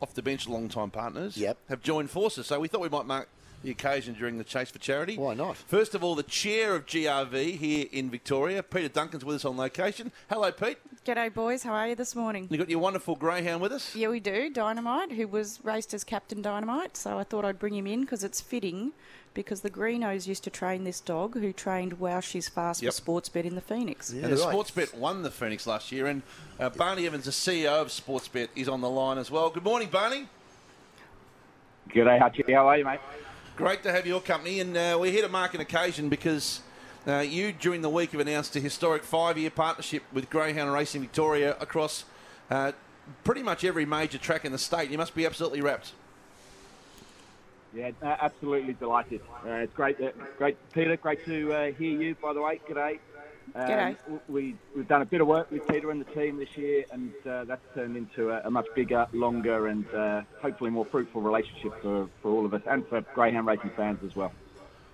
[SPEAKER 5] off the bench long-time partners have joined forces. So we thought we might mark the occasion during the chase for charity. Why not? First of all, the chair of GRV here in Victoria, Peter Duncan's with us on location. Hello, Pete.
[SPEAKER 30] G'day, boys. How are you this morning?
[SPEAKER 5] You got your wonderful greyhound with us.
[SPEAKER 30] Yeah, we do. Dynamite, who was raced as Captain Dynamite, so I thought I'd bring him in because it's fitting. Because the Greenos used to train this dog, who trained Wow She's Fast
[SPEAKER 5] Yep.
[SPEAKER 30] for Sportsbet in the Phoenix.
[SPEAKER 5] and the Sportsbet won the Phoenix last year, and uh, Barney Evans, the CEO of Sportsbet, is on the line as well. Good morning, Barney.
[SPEAKER 14] G'day, Hutchie. How are you, mate?
[SPEAKER 5] Great to have your company, and uh, we're here to mark an occasion because uh, you, during the week, have announced a historic five-year partnership with Greyhound Racing Victoria across uh, pretty much every major track in the state. You must be absolutely wrapped.
[SPEAKER 14] Yeah, uh, absolutely delighted. Uh, it's great, that, great, Peter. Great to uh, hear you. By the way, g'day. Um,
[SPEAKER 30] G'day.
[SPEAKER 14] w- We we've done a bit of work with Peter and the team this year, and uh, that's turned into a, a much bigger, longer, and uh, hopefully more fruitful relationship for, for all of us and for greyhound racing fans as well.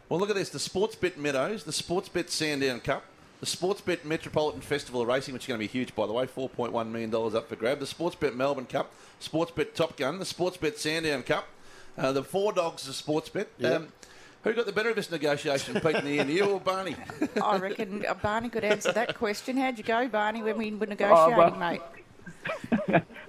[SPEAKER 5] Well, look at this: the Sportsbet Meadows, the Sportsbet Sandown Cup, the Sportsbet Metropolitan Festival of Racing, which is going to be huge, by the way, four point one million dollars up for grab. The Sportsbet Melbourne Cup, Sportsbet Top Gun, the Sportsbet Sandown Cup, uh, the Four Dogs of Sportsbet. Um, who got the better of this negotiation, Pete, in the end, you or Barney?
[SPEAKER 30] I reckon uh, Barney could answer that question. How'd you go, Barney, when
[SPEAKER 5] Oh,
[SPEAKER 30] we were negotiating,
[SPEAKER 14] well-
[SPEAKER 30] mate?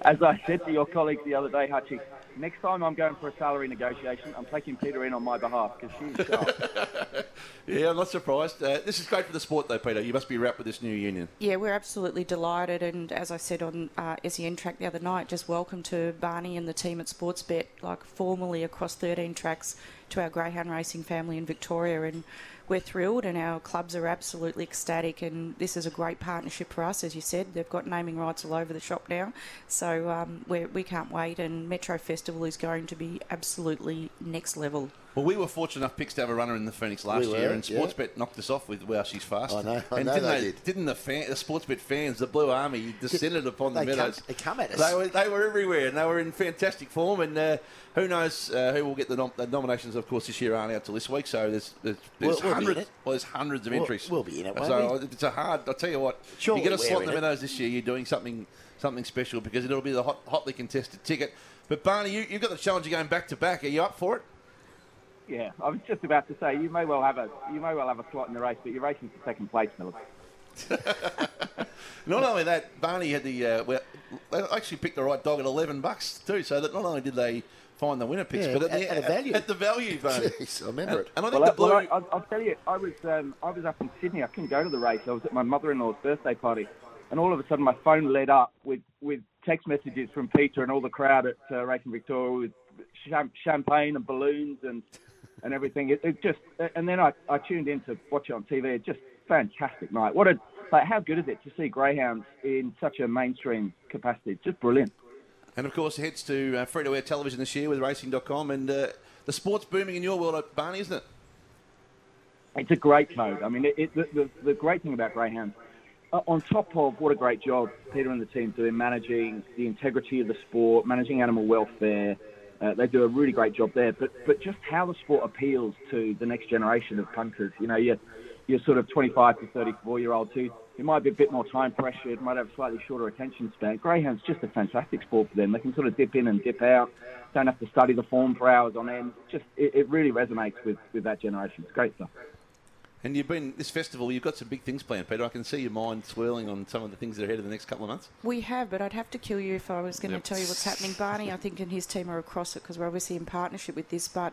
[SPEAKER 14] As I said to your colleague the other day, Hutchie, next time I'm going for a salary negotiation, I'm taking Peter in on my behalf because she's sharp.
[SPEAKER 5] yeah, I'm not surprised. Uh, this is great for the sport, though, Peter. You must be wrapped with this new union.
[SPEAKER 30] Yeah, we're absolutely delighted, and as I said on uh, SEN track the other night, just welcome to Barney and the team at Sportsbet, like formally across 13 tracks to our greyhound racing family in Victoria, and we're thrilled, and our clubs are absolutely ecstatic, and this is a great partnership for us, as you said. They've got naming rights all over the shop now, so um, we're, we can't wait, and Metro Festival is going to be absolutely next level.
[SPEAKER 5] Well, we were fortunate enough picks to have a runner in the Phoenix last
[SPEAKER 30] We were,
[SPEAKER 5] year, and
[SPEAKER 30] yeah.
[SPEAKER 5] Sportsbet knocked us off with "Wow, she's fast."
[SPEAKER 6] I know, I
[SPEAKER 5] and
[SPEAKER 6] know
[SPEAKER 5] didn't
[SPEAKER 6] they did.
[SPEAKER 5] Didn't the fan, the Sportsbet fans, the Blue Army, descended upon the
[SPEAKER 6] they come-
[SPEAKER 5] meadows?
[SPEAKER 6] they come at us.
[SPEAKER 5] They were, they were everywhere, and they were in fantastic form. And uh, who knows uh, who will get the, nom- the nominations? Of course, this year aren't out till this week, so there's there's,
[SPEAKER 6] We'll- we'll
[SPEAKER 5] there's
[SPEAKER 6] be in
[SPEAKER 5] hundreds.
[SPEAKER 6] it.
[SPEAKER 5] well, there's hundreds of
[SPEAKER 6] We'll-
[SPEAKER 5] entries.
[SPEAKER 6] we'll be in it, won't
[SPEAKER 5] so
[SPEAKER 6] we?
[SPEAKER 5] it's a hard. I will tell you what,
[SPEAKER 6] Surely
[SPEAKER 5] you get a
[SPEAKER 6] we're
[SPEAKER 5] slot in
[SPEAKER 6] in
[SPEAKER 5] the
[SPEAKER 6] it.
[SPEAKER 5] meadows this year. You're doing something something special because it'll be the hot, hotly contested ticket. But Barney, you, you've got the challenge of going back to back. Are you up for it?
[SPEAKER 14] Yeah, I was just about to say you may well have a you may well have a slot in the race, but you're racing for second place, Miller.
[SPEAKER 5] Not only that, Barney had the uh, well, they actually picked the right dog at eleven bucks too. So that not only did they find the winner picks,
[SPEAKER 14] Yeah,
[SPEAKER 5] but at,
[SPEAKER 14] at-
[SPEAKER 5] the,
[SPEAKER 14] at a value.
[SPEAKER 5] at the value, Barney.
[SPEAKER 6] I remember it.
[SPEAKER 5] And I think
[SPEAKER 14] Well, I,
[SPEAKER 5] the blue.
[SPEAKER 14] well, I, I'll- I'll tell you, I was um, I was up in Sydney. I couldn't go to the race. I was at my mother-in-law's birthday party, and all of a sudden my phone lit up with with text messages from Peter and all the crowd at uh, Racing Victoria with cham- champagne and balloons and and everything. It, it just and then I, I tuned in to watch it on TV. It just fantastic night. What a like how good is it to see greyhounds in such a mainstream capacity? It's just brilliant.
[SPEAKER 5] and of course, it heads to uh, free to air television this year with racing.com. And uh, the sport's booming in your world, uh, Barney, isn't it?
[SPEAKER 14] It's a great mode. I mean, it, it, the, the, the great thing about Greyhounds, uh, on top of what a great job Peter and the team do in managing the integrity of the sport, managing animal welfare, uh, they do a really great job there. But but just how the sport appeals to the next generation of punters. You know, your your sort of 25 to 34 year olds who who might be a bit more time pressured, might have a slightly shorter attention span. Greyhounds just a fantastic sport for them. They can sort of dip in and dip out. Don't have to study the form for hours on end. Just it, it really resonates with with that generation. It's great stuff.
[SPEAKER 5] And you've been this festival. You've got some big things planned, Peter. I can see your mind swirling on some of the things that are ahead of the next couple of months.
[SPEAKER 30] We have, but I'd have to kill you if I was going
[SPEAKER 5] Yep.
[SPEAKER 30] to tell you what's happening. Barney, I think, and his team are across it because we're obviously in partnership with this, but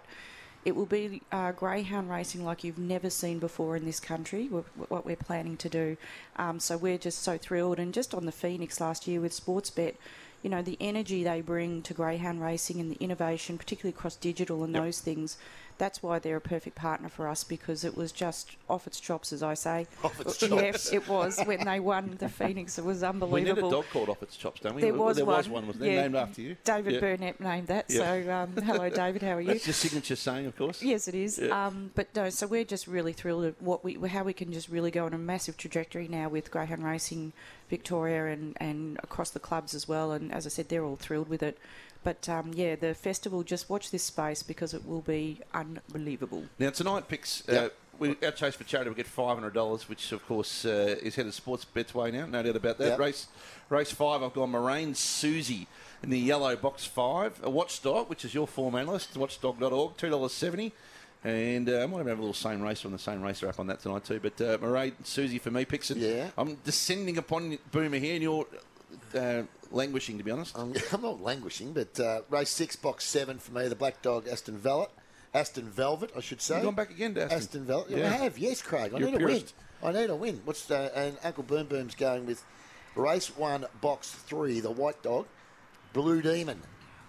[SPEAKER 30] it will be uh, greyhound racing like you've never seen before in this country, wh- wh- what we're planning to do. Um, so we're just so thrilled. And just on the Phoenix last year with Sportsbet, you know, the energy they bring to greyhound racing and the innovation, particularly across digital and those things, that's why they're a perfect partner for us because it was just off its chops, as I say.
[SPEAKER 5] Off its chops.
[SPEAKER 30] Yes, it was when they won the Phoenix. It was unbelievable.
[SPEAKER 5] We need a dog called off its chops, don't we?
[SPEAKER 30] There was
[SPEAKER 5] there
[SPEAKER 30] one.
[SPEAKER 5] was one, wasn't there?
[SPEAKER 30] Yeah.
[SPEAKER 5] Named after you.
[SPEAKER 30] David
[SPEAKER 5] Yeah.
[SPEAKER 30] Burnett named that.
[SPEAKER 5] Yeah.
[SPEAKER 30] So, um, hello, David. How are you?
[SPEAKER 5] That's your signature saying, of course.
[SPEAKER 30] Yes, it is.
[SPEAKER 5] Yeah.
[SPEAKER 30] Um, but no, so we're just really thrilled at what we, how we can just really go on a massive trajectory now with Greyhound Racing Victoria and, and across the clubs as well. And as I said, they're all thrilled with it. But um, yeah, the festival, just watch this space because it will be unbelievable.
[SPEAKER 5] Now tonight picks. Uh, we, our chase for charity will get five hundred dollars, which of course uh, is headed sports bets way now, no doubt about that.
[SPEAKER 6] Yep.
[SPEAKER 5] Race, race five. I've gone Moraine Susie in the yellow box five. A watchdog, which is your form analyst, watchdog.org, two dollars seventy. And uh, I might even have a little same racer on the same racer app on that tonight too. But uh, Moraine Susie for me picks it. Yeah. I'm descending upon Boomer here, and you're uh, languishing to be honest.
[SPEAKER 6] I'm, Um, I'm not languishing, but uh, race six, box seven for me, the Black Dog Aston Velvet. Aston Velvet, I should say.
[SPEAKER 5] You've gone back again to Aston.
[SPEAKER 6] Aston Velvet.
[SPEAKER 5] Yeah.
[SPEAKER 6] I have, yes, Craig. I
[SPEAKER 5] You're a
[SPEAKER 6] need a win.
[SPEAKER 5] purist.
[SPEAKER 6] I need a win. What's the, and Uncle Boom Boom's going with race one, box three, the White Dog, Blue Demon.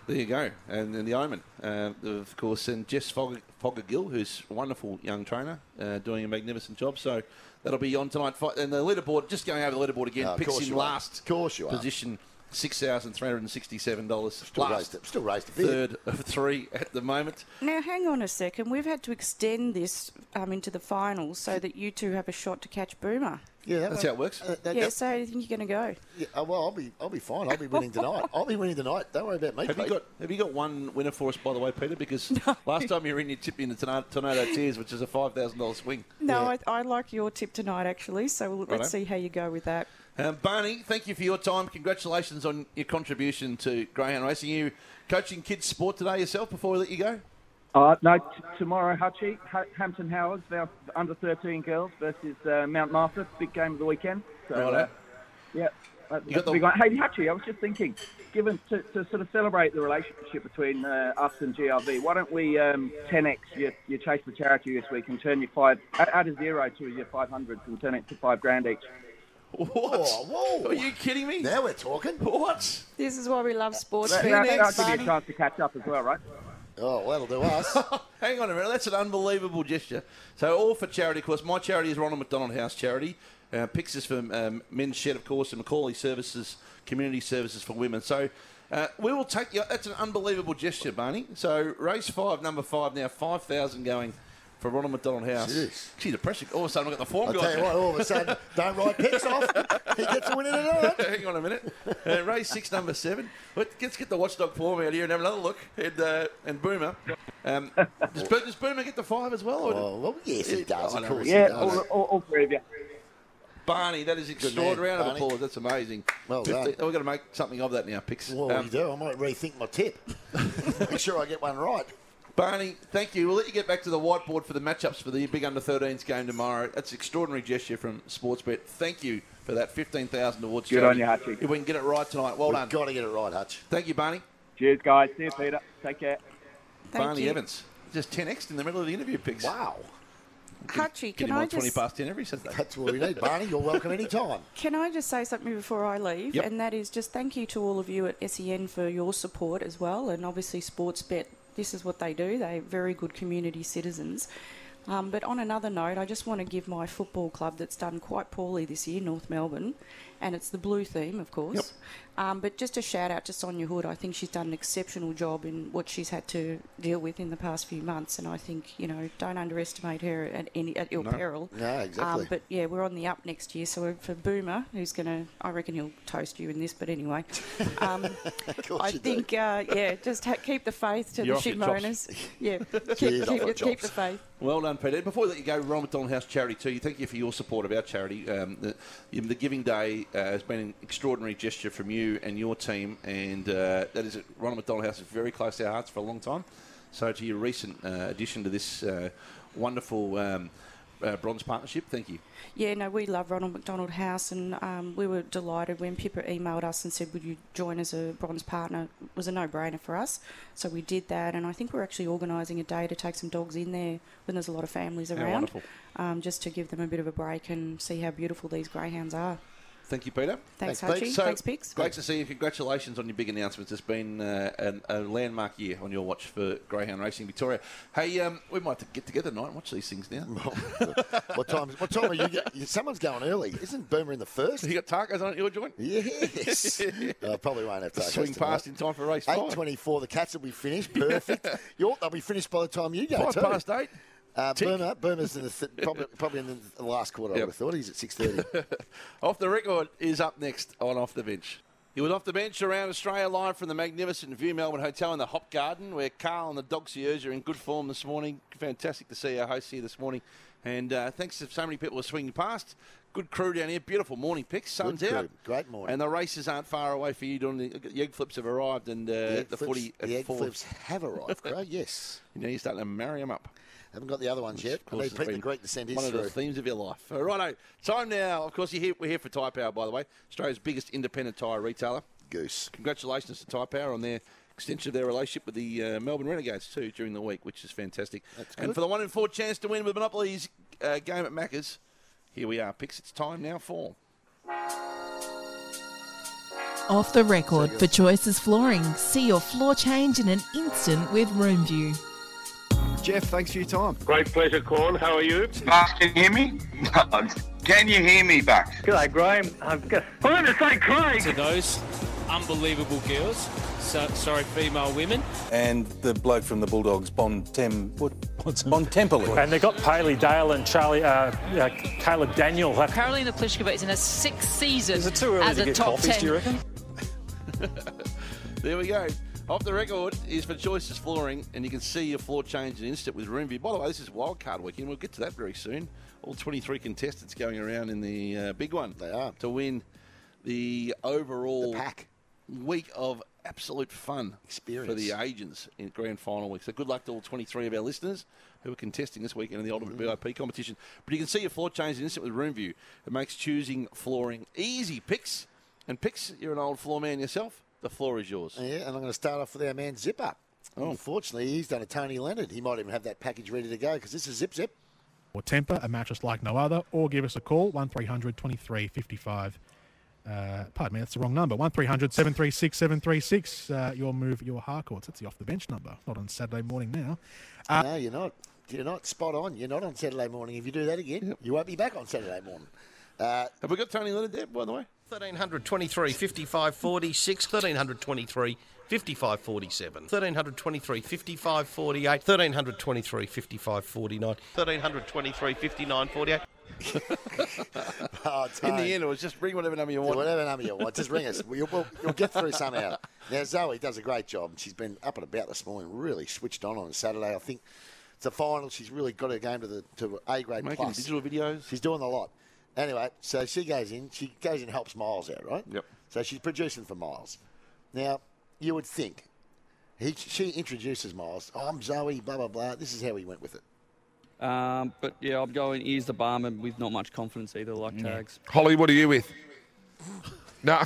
[SPEAKER 5] There you go. And then the Omen, uh, of course, and Jess Fogger, Fogger Gill, who's a wonderful young trainer, uh, doing a magnificent job. So that'll be on tonight. Fi- And the leaderboard, just going over the leaderboard again,
[SPEAKER 6] Oh, of
[SPEAKER 5] picks
[SPEAKER 6] course
[SPEAKER 5] him
[SPEAKER 6] you are.
[SPEAKER 5] last
[SPEAKER 6] Of course you are.
[SPEAKER 5] position. Six thousand three hundred and sixty-seven dollars.
[SPEAKER 6] Still raised it- still raised a bit.
[SPEAKER 5] Third of three at the moment.
[SPEAKER 30] Now, hang on a second. We've had to extend this um, into the finals so that you two have a shot to catch Boomer.
[SPEAKER 6] Yeah,
[SPEAKER 5] That's how it works.
[SPEAKER 6] Uh, that-
[SPEAKER 30] yeah,
[SPEAKER 6] that-
[SPEAKER 30] so you think you're going to go?
[SPEAKER 6] yeah, oh, well, I'll be, I'll be fine. I'll be winning tonight. I'll be winning tonight. Don't worry about me.
[SPEAKER 5] Have you
[SPEAKER 6] Pete.
[SPEAKER 5] got Have you got one winner for us, by the way, Peter? Because last time you were in, you tipped me in the tornado, tornado tears, which is a five thousand dollars swing.
[SPEAKER 30] No, I, I like your tip tonight, actually. So we'll,
[SPEAKER 5] Righto.
[SPEAKER 30] let's see how you go with that.
[SPEAKER 5] Um, Barney, thank you for your time. Congratulations on your contribution to Greyhound Racing. You coaching kids sport today yourself before we let you go?
[SPEAKER 14] Uh, no, t- tomorrow, Hutchie, ha- Hampton Howards, our under 13 girls versus uh, Mount Martha. Big game of the weekend. So,
[SPEAKER 5] Righto.
[SPEAKER 14] uh, yeah. that-
[SPEAKER 5] You got
[SPEAKER 14] that's
[SPEAKER 5] the-
[SPEAKER 14] a big one. Hey, Hutchie, I was just thinking, given to, to sort of celebrate the relationship between uh, us and GRV, why don't we um, 10x your, your chase for charity this week and turn your five, add- add a zero to your 500s and turn it to five grand each?
[SPEAKER 5] What?
[SPEAKER 6] Oh, whoa.
[SPEAKER 5] Are you kidding me?
[SPEAKER 6] Now we're talking.
[SPEAKER 5] What?
[SPEAKER 30] This is why we love sports.
[SPEAKER 14] That,
[SPEAKER 30] Phoenix.
[SPEAKER 14] that, that'll give you a chance to catch up as well, right?
[SPEAKER 6] Oh, well, that'll do us.
[SPEAKER 5] Hang on a minute, that's an unbelievable gesture. So, all for charity, of course. My charity is Ronald McDonald House Charity. Uh, Pix is for um, Men's Shed, of course, and Macaulay Services, Community Services for Women. So, uh, we will take you. That's an unbelievable gesture, Barney. So, race five, number five now, 5,000 going for Ronald McDonald House.
[SPEAKER 6] Jeez.
[SPEAKER 5] Gee, the pressure. All of a sudden, I've got the form
[SPEAKER 6] I'll
[SPEAKER 5] guy.
[SPEAKER 6] tell you what, all of a sudden, don't write picks off. He gets a winner tonight.
[SPEAKER 5] Hang on a minute. Uh, race six, number seven. Let- Let's get the watchdog form out here and have another look. And, uh, and Boomer. Um, does, Bo- does Boomer get the five as well? Or
[SPEAKER 6] Oh, well, yes, he does.
[SPEAKER 5] I
[SPEAKER 6] Of
[SPEAKER 5] don't
[SPEAKER 6] course,
[SPEAKER 5] reckon.
[SPEAKER 6] he
[SPEAKER 14] Yeah,
[SPEAKER 6] does.
[SPEAKER 14] all, all, all three of you.
[SPEAKER 5] Barney, that is extraordinary.
[SPEAKER 6] man,
[SPEAKER 5] Round of
[SPEAKER 6] Barney.
[SPEAKER 5] applause. That's amazing.
[SPEAKER 6] Well
[SPEAKER 5] Fifty-
[SPEAKER 6] done.
[SPEAKER 5] We're going to make something of that now, Pix.
[SPEAKER 6] Well,
[SPEAKER 5] Um,
[SPEAKER 6] you do. I might rethink my tip. Make sure I get one right.
[SPEAKER 5] Barney, thank you. We'll let you get back to the whiteboard for the matchups for the big under 13s game tomorrow. That's an extraordinary gesture from Sportsbet. Thank you for that 15000 awards.
[SPEAKER 14] Good on you, Hutchie.
[SPEAKER 5] If we can get it right tonight, well done.
[SPEAKER 6] Got to get it right, Hutch.
[SPEAKER 5] Thank you, Barney.
[SPEAKER 14] Cheers, guys. See you, Peter. Take care.
[SPEAKER 5] Barney Evans. Just 10x in the middle of the interview, Pix.
[SPEAKER 6] Wow.
[SPEAKER 30] Hutchie,
[SPEAKER 5] Get
[SPEAKER 30] can
[SPEAKER 5] him
[SPEAKER 30] I
[SPEAKER 5] on 20
[SPEAKER 30] just
[SPEAKER 5] past 10 every Saturday.
[SPEAKER 6] That's what we need, Barney. You're welcome anytime.
[SPEAKER 30] Can I just say something before I leave?
[SPEAKER 5] Yep.
[SPEAKER 30] And that is just thank you to all of you at SEN for your support as well. And obviously, Sportsbet, this is what they do. They're very good community citizens. Um, but on another note, I just want to give my football club that's done quite poorly this year, North Melbourne, and it's the blue theme, of course. Um, but just a shout out to Sonia Hood. I think she's done an exceptional job in what she's had to deal with in the past few months. And I think, you know, don't underestimate her at, any, at your
[SPEAKER 6] No.
[SPEAKER 30] peril.
[SPEAKER 6] No, exactly.
[SPEAKER 30] Um, but yeah, we're on the up next year. So we're- for Boomer, who's going to, I reckon he'll toast you in this. But anyway, um, I
[SPEAKER 6] you do.
[SPEAKER 30] think uh, yeah, just ha- keep the faith to
[SPEAKER 5] You're
[SPEAKER 30] the
[SPEAKER 5] off your
[SPEAKER 30] ship
[SPEAKER 5] chops.
[SPEAKER 30] owners. Yeah, keep,
[SPEAKER 6] Cheers, off
[SPEAKER 30] keep,
[SPEAKER 6] your
[SPEAKER 30] keep,
[SPEAKER 6] chops.
[SPEAKER 30] the faith.
[SPEAKER 5] Well done, Peter. Before we let you go, Ronald McDonald House Charity too. Thank you for your support of our charity. Um, the, the Giving Day uh, has been an extraordinary gesture from you and your team, and uh, that is Ronald McDonald House is very close to our hearts for a long time. So to your recent uh, addition to this uh, wonderful um, uh, bronze partnership, thank you.
[SPEAKER 30] Yeah, no, we love Ronald McDonald House, and um, we were delighted when Pippa emailed us and said, "Would you join as a bronze partner?" It was a no-brainer for us, so we did that. And I think we're actually organising a day to take some dogs in there when there's a lot of families
[SPEAKER 5] How
[SPEAKER 30] around,
[SPEAKER 5] wonderful.
[SPEAKER 30] Um, just to give them a bit of a break and see how beautiful these greyhounds are.
[SPEAKER 5] Thank you, Peter.
[SPEAKER 30] Thanks, Thanks, Hutchie. Pete. Thanks, Pix.
[SPEAKER 5] Great to see you. Congratulations on your big announcements. It's been uh, an, a landmark year on your watch for Greyhound Racing Victoria. Hey, um, we might have to get together tonight and watch these things now.
[SPEAKER 6] What time? What time are you? Get, you- someone's going early. Isn't Boomer in the first?
[SPEAKER 5] You got tacos on at your joint?
[SPEAKER 6] Yes. I Uh, probably won't have to
[SPEAKER 5] Swing past in time for race five.
[SPEAKER 6] Eight twenty-four. The cats will be finished. Perfect. York, they'll be finished by the time you go.
[SPEAKER 5] Five
[SPEAKER 6] too.
[SPEAKER 5] past eight.
[SPEAKER 6] Uh,
[SPEAKER 5] Tick.
[SPEAKER 6] Burma, Burma's in the th- probably, probably in the last quarter. I
[SPEAKER 5] Yep.
[SPEAKER 6] would have thought he's at six thirty.
[SPEAKER 5] Off the record is up next on Off the Bench. He was off the bench around Australia live from the magnificent View Melbourne Hotel in the Hop Garden, where Carl and the Dog Seers are in good form this morning. Fantastic to see our host here this morning. And uh, thanks to so many people who are swinging past. Good crew down here. Beautiful morning picks. Sun's
[SPEAKER 6] Good crew.
[SPEAKER 5] out.
[SPEAKER 6] Great morning.
[SPEAKER 5] And the races aren't far away for you. Doing the, the egg flips have arrived, and uh,
[SPEAKER 6] the
[SPEAKER 5] the,
[SPEAKER 6] egg flips,
[SPEAKER 5] footy at
[SPEAKER 6] the egg
[SPEAKER 5] four.
[SPEAKER 6] flips have arrived, Craig. Yes,
[SPEAKER 5] You know, you're starting to marry them up.
[SPEAKER 6] haven't got the other ones yet.
[SPEAKER 5] Of
[SPEAKER 6] I
[SPEAKER 5] course,
[SPEAKER 6] need
[SPEAKER 5] it's
[SPEAKER 6] Pete the
[SPEAKER 5] been
[SPEAKER 6] Greek to send his
[SPEAKER 5] One of
[SPEAKER 6] through.
[SPEAKER 5] the themes of your life. Uh, righto, time now. Of course, you're here, we're here for Tyre Power, by the way, Australia's biggest independent tyre retailer.
[SPEAKER 6] Goose.
[SPEAKER 5] Congratulations to Tyre Power on their extension of their relationship with the uh, Melbourne Renegades too during the week, which is fantastic. And
[SPEAKER 6] good.
[SPEAKER 5] for the one in four chance to win with Monopoly's uh, game at Macca's, here we are, picks. It's time now for.
[SPEAKER 4] Off the record for Choices Flooring. See your floor change in an instant with RoomView.
[SPEAKER 31] Jeff, thanks for your time.
[SPEAKER 32] Great pleasure, Corn. How are you?
[SPEAKER 33] Bucks, can you hear me? can you hear me, Bucks?
[SPEAKER 32] G'day, Graham. I'm going to say Craig.
[SPEAKER 13] To those unbelievable girls, so, sorry, female women.
[SPEAKER 26] And the bloke from the Bulldogs, Bon Tem, what, what's Bon Temple.
[SPEAKER 13] And they got Paley Dale and Charlie, uh, uh, Caleb Daniel.
[SPEAKER 34] Carolina Pliskova is in her sixth season
[SPEAKER 26] Is it too early
[SPEAKER 34] as
[SPEAKER 26] to
[SPEAKER 34] a
[SPEAKER 26] get
[SPEAKER 34] top
[SPEAKER 26] coffees,
[SPEAKER 34] ten.
[SPEAKER 26] do you reckon?
[SPEAKER 5] There we go. Off the record is for Choices Flooring, and you can see your floor change in instant with Roomview. By the way, this is wildcard weekend. We'll get to that very soon. All 23 contestants going around in the uh, big one. They are. To win the overall pack. week of absolute fun experience for the agents in grand final week. So good luck to all 23 of our listeners who are contesting this weekend in the Ultimate VIP competition. But you can see your floor change in instant with Roomview. It makes choosing flooring easy. Picks. And Picks, you're an old floor man yourself. The floor is yours.
[SPEAKER 6] Yeah, and I'm going to start off with our man Zip Up.
[SPEAKER 5] Oh.
[SPEAKER 6] Unfortunately, he's done a Tony Leonard. He might even have that package ready to go because this is Zip Zip.
[SPEAKER 7] or temper a mattress like no other, or give us a call 1300 23 55. Uh, pardon me, that's the wrong number. 1300 736 736. Uh, your move, your Harcourts. That's the off the bench number. Not on Saturday morning now.
[SPEAKER 6] no, you're not. You're not spot on. You're not on Saturday morning. If you do that again, you won't be back on Saturday morning. Uh,
[SPEAKER 5] Have we got Tony Leonard there, by the way?
[SPEAKER 35] 1323 55 46 1323 55 47 1323 55 48 1323 55 49 1323 59 48
[SPEAKER 5] In the end, it was just ring whatever number you want.
[SPEAKER 6] Whatever number you want, just ring us. We'll, we'll, we'll get through somehow. Now, Zoe does a great job. She's been up and about this morning, really switched on on Saturday. I think it's a final. She's really got her game to the to A grade
[SPEAKER 5] Making
[SPEAKER 6] plus.
[SPEAKER 5] digital videos.
[SPEAKER 6] She's doing a lot. Anyway, so she goes in. She goes and helps Miles out, right? Yep. So she's producing for Miles. Now, you would think he, she introduces Miles. Oh, I'm Zoe. Blah blah blah. This is how he went with it.
[SPEAKER 14] Um, but yeah, I'm going ears the barman with not much confidence either, like
[SPEAKER 26] Mm.
[SPEAKER 14] tags.
[SPEAKER 36] Holly, what are you with? No.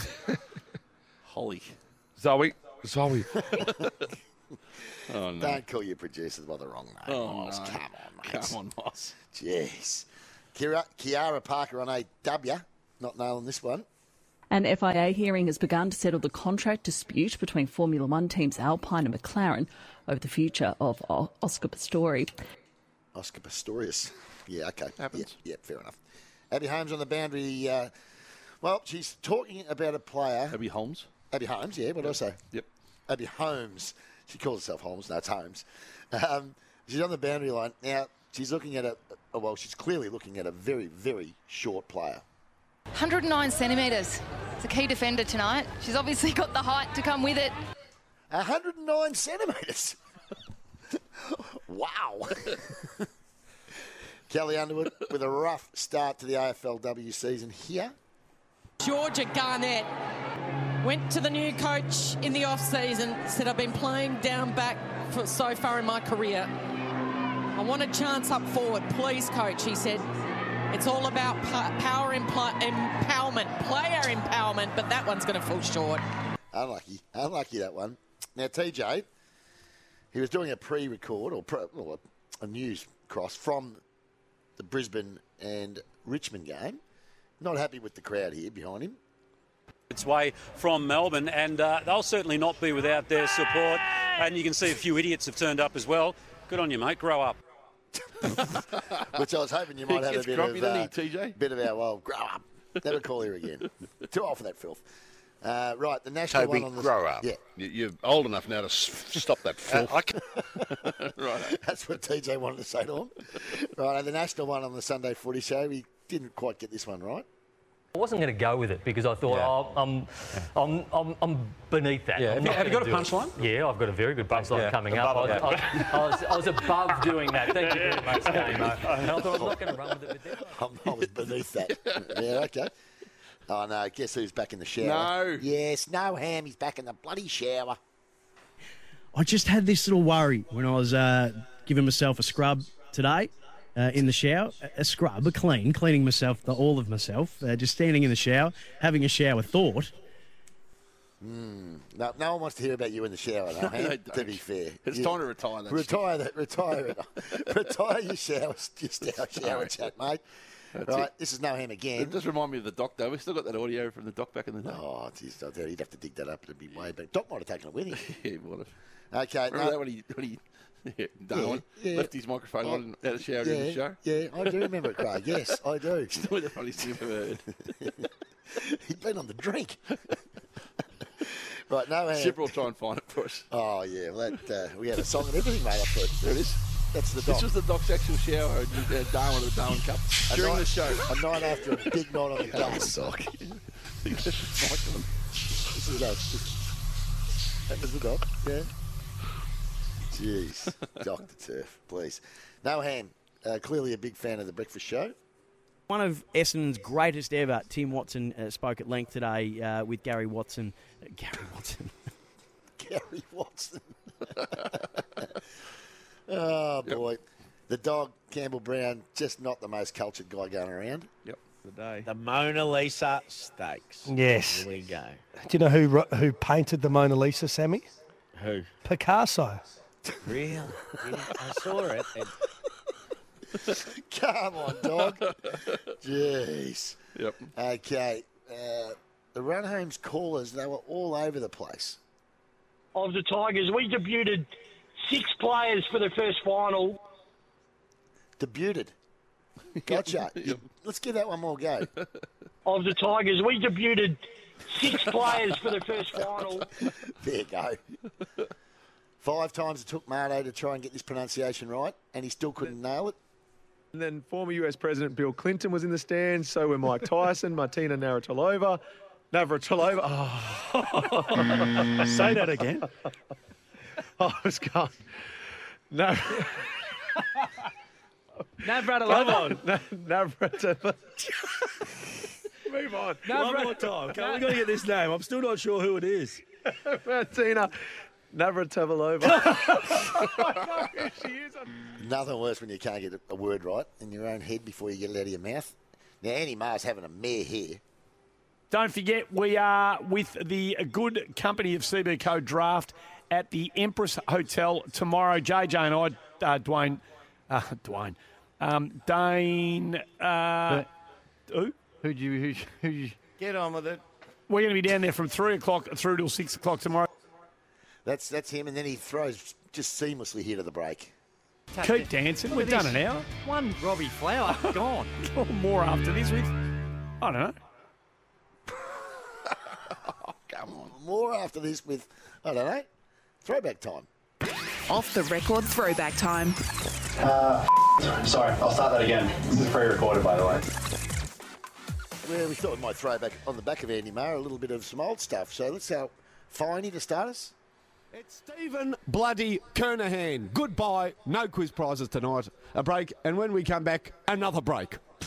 [SPEAKER 5] Holly.
[SPEAKER 36] Zoe. Zoe.
[SPEAKER 5] oh, no.
[SPEAKER 6] Don't call your producers by the wrong name.
[SPEAKER 5] Oh,
[SPEAKER 6] Miles.
[SPEAKER 5] no.
[SPEAKER 6] Come on, mate.
[SPEAKER 5] Come on, Moss.
[SPEAKER 6] Jeez. Kira, Kiara Parker on AW. Not nailing this one.
[SPEAKER 37] An FIA hearing has begun to settle the contract dispute between Formula One teams Alpine and McLaren over the future of O- Oscar Pistori.
[SPEAKER 6] Oscar Pistorius. Yeah, okay. Happens. Yeah, yeah, fair enough. Abby Holmes on the boundary. Uh, well, she's talking about a player.
[SPEAKER 5] Abby Holmes.
[SPEAKER 6] Abby Holmes, yeah, what did I say?
[SPEAKER 5] Yep.
[SPEAKER 6] Abby Holmes. She calls herself Holmes. No, it's Holmes. Um, she's on the boundary line. Now, she's looking at a, a- well, she's clearly looking at a very, very short player.
[SPEAKER 38] 109 centimetres. It's a key defender tonight. She's obviously got the height to come with it.
[SPEAKER 6] 109 centimetres. wow. Kelly Underwood with a rough start to the AFLW season here.
[SPEAKER 39] Georgia Garnett went to the new coach in the off-season, said, I've been playing down back for so far in my career. I want a chance up forward. Please, coach, he said. It's all about pa- power impl- empowerment, player empowerment, but that one's going to fall short.
[SPEAKER 6] Unlucky. Unlucky that one. Now, TJ, he was doing a pre record or pre, well, a, a news cross from the Brisbane and Richmond game. Not happy with the crowd here behind him.
[SPEAKER 40] its way from Melbourne, and uh, they'll certainly not be without their support. And you can see a few idiots have turned up as well. Good on you, mate. Grow up.
[SPEAKER 6] Which I was hoping you
[SPEAKER 40] He
[SPEAKER 6] might have a
[SPEAKER 40] gets
[SPEAKER 6] bit
[SPEAKER 40] grumpy,
[SPEAKER 6] of
[SPEAKER 40] doesn't
[SPEAKER 6] TJ? bit of our well, grow up. Never call her again. Too old for that filth. Uh, right, the national
[SPEAKER 27] Toby,
[SPEAKER 6] one on the
[SPEAKER 27] grow up.
[SPEAKER 6] Yeah,
[SPEAKER 27] You- You're old enough now to s- stop that Uh, filth.
[SPEAKER 6] right. That's what TJ wanted to say to him. Right, the national one on the Sunday Footy Show. He didn't quite get this one right.
[SPEAKER 16] I wasn't going to go with it because I thought, oh, I'm, I'm, I'm, I'm beneath that.
[SPEAKER 40] Yeah.
[SPEAKER 16] I'm
[SPEAKER 40] Have
[SPEAKER 16] not
[SPEAKER 40] you- have you
[SPEAKER 16] gonna
[SPEAKER 40] got a
[SPEAKER 16] do it. Yeah, I've got a very good punchline
[SPEAKER 40] Yeah,
[SPEAKER 16] coming up. I
[SPEAKER 40] above
[SPEAKER 16] was,
[SPEAKER 40] it,
[SPEAKER 16] I, I was, I was above doing that. Thank you very much, Damo. And I thought, I'm not going to run with it.
[SPEAKER 6] I'm, I was beneath that. yeah, okay. Oh no! Guess who's back in the shower?
[SPEAKER 5] No.
[SPEAKER 6] Yes, no ham. He's back in the bloody shower.
[SPEAKER 41] I just had this little worry when I was uh, giving myself a scrub today uh, in the shower. A, a scrub, a clean, cleaning myself, the all of myself, uh, just standing in the shower, having a shower thought.
[SPEAKER 6] Mm. No, no one wants to hear about you in the shower, though,
[SPEAKER 5] No,
[SPEAKER 6] Ham, to
[SPEAKER 5] they don't.
[SPEAKER 6] be fair.
[SPEAKER 5] It's time to retire that
[SPEAKER 6] Retire that. Retire it. retire your shower, your shower, shower
[SPEAKER 5] Sorry.
[SPEAKER 6] chat, mate.
[SPEAKER 5] That's
[SPEAKER 6] right,
[SPEAKER 5] it.
[SPEAKER 6] this is no ham again.
[SPEAKER 5] It does remind me of the doc, though. We've still got that audio from the doc back in the day.
[SPEAKER 6] Oh, geez, I doubt he'd have to dig that up. It'd be way back. Doc might have taken it with him.
[SPEAKER 5] yeah, he would have.
[SPEAKER 6] Okay,
[SPEAKER 5] Remember
[SPEAKER 6] no.
[SPEAKER 5] that when he, when he yeah,
[SPEAKER 6] Yeah,
[SPEAKER 5] Darwin
[SPEAKER 6] yeah.
[SPEAKER 5] left his microphone
[SPEAKER 6] Oh,
[SPEAKER 5] on and had a shower during the show?
[SPEAKER 6] Yeah, I do remember it, Craig. Yes, I do.
[SPEAKER 5] Still the funniest thing I've ever heard.
[SPEAKER 6] He'd been on the drink. right, no hand.
[SPEAKER 5] Shipper will try and find it for us.
[SPEAKER 6] Oh, yeah, well, that, uh, we had a song and everything made up for it.
[SPEAKER 5] There it is.
[SPEAKER 6] That's the
[SPEAKER 5] This
[SPEAKER 6] doc.
[SPEAKER 5] was the doc's actual shower at uh, Darwin at the Darwin Cup
[SPEAKER 6] A
[SPEAKER 5] during
[SPEAKER 6] night-
[SPEAKER 5] the show.
[SPEAKER 6] A night after a big night on the dock.
[SPEAKER 5] sock.
[SPEAKER 6] This is us. That was the doc, yeah. Jeez, Dr. Turf, please. No hand. Uh, clearly a big fan of the breakfast show.
[SPEAKER 41] One of Essendon's greatest ever, Tim Watson, uh, spoke at length today uh, with Gary Watson. Uh, Gary Watson.
[SPEAKER 6] Gary Watson. oh boy, the dog Campbell Brown just not the most cultured guy going around.
[SPEAKER 5] Yep,
[SPEAKER 6] the day.
[SPEAKER 24] The Mona Lisa steaks.
[SPEAKER 13] Yes.
[SPEAKER 24] Here we go.
[SPEAKER 13] Do you know who wro- who painted the Mona Lisa, Sammy?
[SPEAKER 24] Who?
[SPEAKER 13] Picasso.
[SPEAKER 24] Really? Yeah, I saw it. It-
[SPEAKER 6] Come on, dog. Jeez.
[SPEAKER 5] Yep.
[SPEAKER 6] Okay. Uh, the Runholm's callers, they were all over the place.
[SPEAKER 13] of the Tigers. We debuted six players for the first final.
[SPEAKER 6] Debuted. Gotcha. Let's give that one more go.
[SPEAKER 13] Of the Tigers, we debuted six players for the first final.
[SPEAKER 6] There you go. Five times it took Mardo to try and get this pronunciation right, and he still couldn't nail it.
[SPEAKER 19] And then former US President Bill Clinton was in the stands. So were Mike Tyson, Martina Navratilova. Navratilova.
[SPEAKER 24] Mm.
[SPEAKER 19] Oh.
[SPEAKER 13] Say that again.
[SPEAKER 19] I was going. No.
[SPEAKER 24] Navratilova.
[SPEAKER 19] Navratilova. Move on.
[SPEAKER 24] One more time. Okay, we got to get this name. I'm still not sure who it is.
[SPEAKER 19] Martina Navratilova.
[SPEAKER 6] Nothing worse when you can't get a word right in your own head before you get it out of your mouth. Now, Andy Marr's having a mare here.
[SPEAKER 42] Don't forget, we are with the good company of CB Co Draft at the Empress Hotel tomorrow. JJ and I, uh, Dwayne, uh, Dwayne, um, Dane, uh, who? Who do you, who, who you?
[SPEAKER 24] Get on with it.
[SPEAKER 42] We're going to be down there from three o'clock through till six o'clock tomorrow.
[SPEAKER 6] That's that's him, and then he throws just seamlessly here to the break.
[SPEAKER 42] Keep dancing. We've done an hour.
[SPEAKER 24] One Robbie Flower gone.
[SPEAKER 42] More after this with, I don't know.
[SPEAKER 6] Come on. More after this with, I don't know, throwback time.
[SPEAKER 43] Off the record throwback time.
[SPEAKER 44] Uh, sorry, I'll start that again. This is pre-recorded, by the way.
[SPEAKER 6] Well, we thought we might throw back on the back of Andy Marr a little bit of some old stuff. So let's how Finey to start us.
[SPEAKER 45] It's Stephen Bloody Kernahan. Goodbye. No quiz prizes tonight. A break, and when we come back, another break.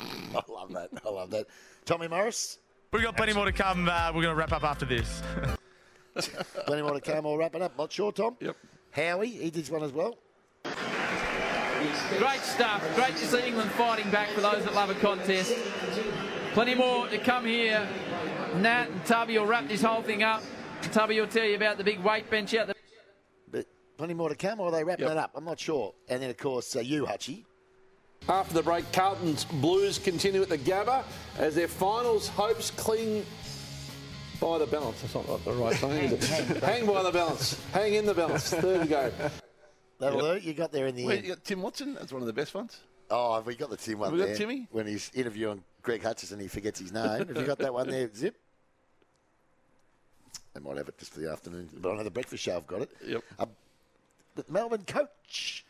[SPEAKER 6] I love that. I love that. Tommy Morris.
[SPEAKER 10] We've got plenty more to come. Uh, we're going to wrap up after this.
[SPEAKER 6] Plenty more to come. I'll wrap it up. Not sure, Tom. Yep. Howie, he did one as well.
[SPEAKER 14] Great stuff. Great to see England fighting back for those that love a contest. Plenty more to come here. Nat and Tubby will wrap this whole thing up. Tubby will tell you about the big weight bench out the.
[SPEAKER 6] But plenty more to come, or are they wrapping it up? I'm not sure. And then, of course, uh, you, Hutchie.
[SPEAKER 5] After the break, Carlton's Blues continue at the Gabba as their finals hopes cling by the balance. That's not the right saying, is it? Hang by the balance. Hang in the balance. There we go.
[SPEAKER 6] That'll do. You got there in the
[SPEAKER 5] Wait,
[SPEAKER 6] end.
[SPEAKER 5] you got Tim Watson? That's one of the best ones.
[SPEAKER 6] Oh, have we got the Tim one
[SPEAKER 5] Have we got
[SPEAKER 6] there?
[SPEAKER 5] Timmy?
[SPEAKER 6] When he's interviewing Greg Hutchison, he forgets his name. Have you got that one there, Zip? They might have it just for the afternoon. But I know the breakfast show, I've got it. Yep. Um, but Melbourne coach.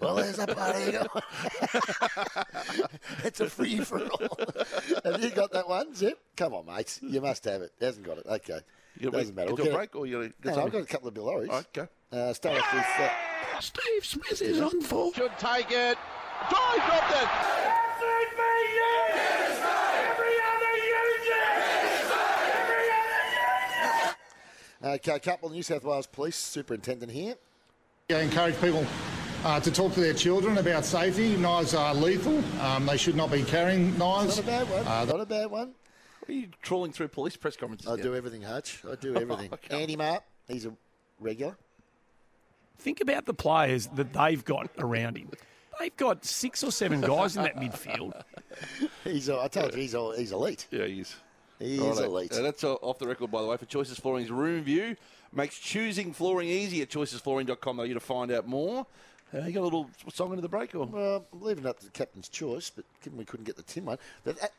[SPEAKER 6] Well, there's a party. it's a free for all. have you got that one, Zip? Come on, mate. You must have it. He hasn't got it. Okay.
[SPEAKER 5] You gotta
[SPEAKER 6] Doesn't
[SPEAKER 5] wait-
[SPEAKER 6] matter.
[SPEAKER 5] get
[SPEAKER 6] We'll
[SPEAKER 5] to
[SPEAKER 6] get it.
[SPEAKER 5] a break or you gotta get
[SPEAKER 6] no, no, I've
[SPEAKER 5] something?
[SPEAKER 6] got a couple of Bill Orries.
[SPEAKER 5] All right, go.
[SPEAKER 6] Uh, start off with. Uh,
[SPEAKER 46] Steve Smith is on full. Should take it. Drive, dropped it.
[SPEAKER 6] Okay, couple New South Wales Police Superintendent here.
[SPEAKER 7] Yeah, encourage people uh, to talk to their children about safety. Knives are lethal. Um, they should not be carrying knives.
[SPEAKER 6] Not a bad one.
[SPEAKER 7] Uh,
[SPEAKER 6] Not a bad one.
[SPEAKER 5] What are you trawling through police press conferences?
[SPEAKER 6] I
[SPEAKER 5] now?
[SPEAKER 6] do everything, Hutch. I do everything. Andy Mark, he's a regular.
[SPEAKER 42] Think about the players that they've got around him.
[SPEAKER 8] They've got six or seven guys in that midfield.
[SPEAKER 6] He's, I told you, he's, all, he's elite.
[SPEAKER 5] Yeah, he is.
[SPEAKER 6] He
[SPEAKER 5] Righto.
[SPEAKER 6] is elite.
[SPEAKER 5] Uh, that's uh, off the record, by the way, for Choices Flooring's room view. Makes choosing flooring easy at choicesflooring.com.au to find out more. Uh, you got a little song into the break, or?
[SPEAKER 6] Well, I'm leaving it up to the captain's choice, but given we couldn't get the Tim one, but that,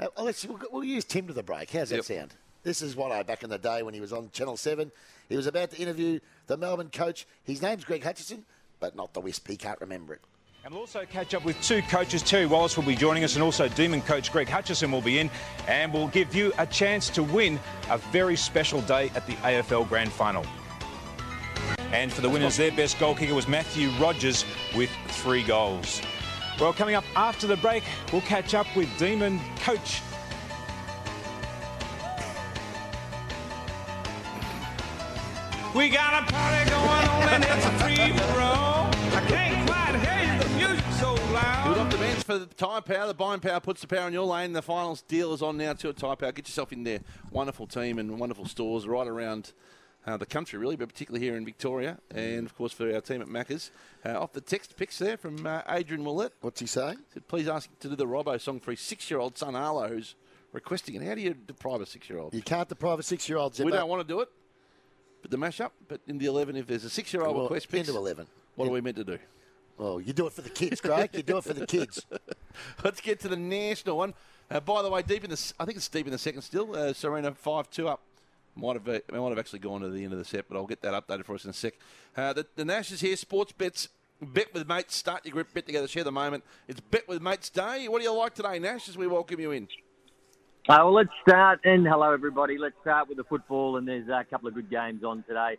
[SPEAKER 6] uh, uh, let's we'll, go- we'll use Tim to the break. How's that sound? This is one back in the day when he was on Channel Seven. He was about to interview the Melbourne coach. His name's Greg Hutchison, but not the Wisp. He can't remember it.
[SPEAKER 15] And we'll also catch up with two coaches. Terry Wallace will be joining us, and also Demon coach Greg Hutchison will be in, and we'll give you a chance to win a very special day at the AFL Grand Final. And for the winners, their best goal kicker was Matthew Rogers with three goals. Well, coming up after the break, we'll catch up with Demon coach We got a party going on and it's free for all. I can't quite hear you, the music's so loud.
[SPEAKER 5] Good off the bench for the tyre power. The buying power puts the power in your lane. The finals deal is on now too at tyre power. Get yourself in there. Wonderful team and wonderful stores right around uh, the country, really, but particularly here in Victoria. And of course, for our team at Macca's. Uh, off the text pics there from uh, Adrian Willett.
[SPEAKER 6] What's he saying?
[SPEAKER 5] said, Please ask him to do the Robbo song for his six year old son, Arlo, who's requesting it. How do you deprive a six year old?
[SPEAKER 6] You can't deprive a six-year-old.
[SPEAKER 5] We don't want to do it, but the mashup. But in the 11, if there's a six year old
[SPEAKER 6] Well,
[SPEAKER 5] request
[SPEAKER 6] into
[SPEAKER 5] pics,
[SPEAKER 6] 11.
[SPEAKER 5] what are we meant to do?
[SPEAKER 6] Well, Oh, you do it for the kids, Greg. You do it for the kids.
[SPEAKER 5] Let's get to the national one. Uh, by the way, deep in the, s- I think it's deep in the second still. Uh, Serena five two up. Might have uh, might have actually gone to the end of the set, but I'll get that updated for us in a sec. Uh, the, the Nash is here. Sports bets. Bet with mates. Start your grip. Bet together. Share the moment. It's bet with mates day. What do you like today, Nash? As we welcome you in.
[SPEAKER 16] Uh, well, let's start, and hello everybody. Let's start with the football, and there's uh, a couple of good games on today,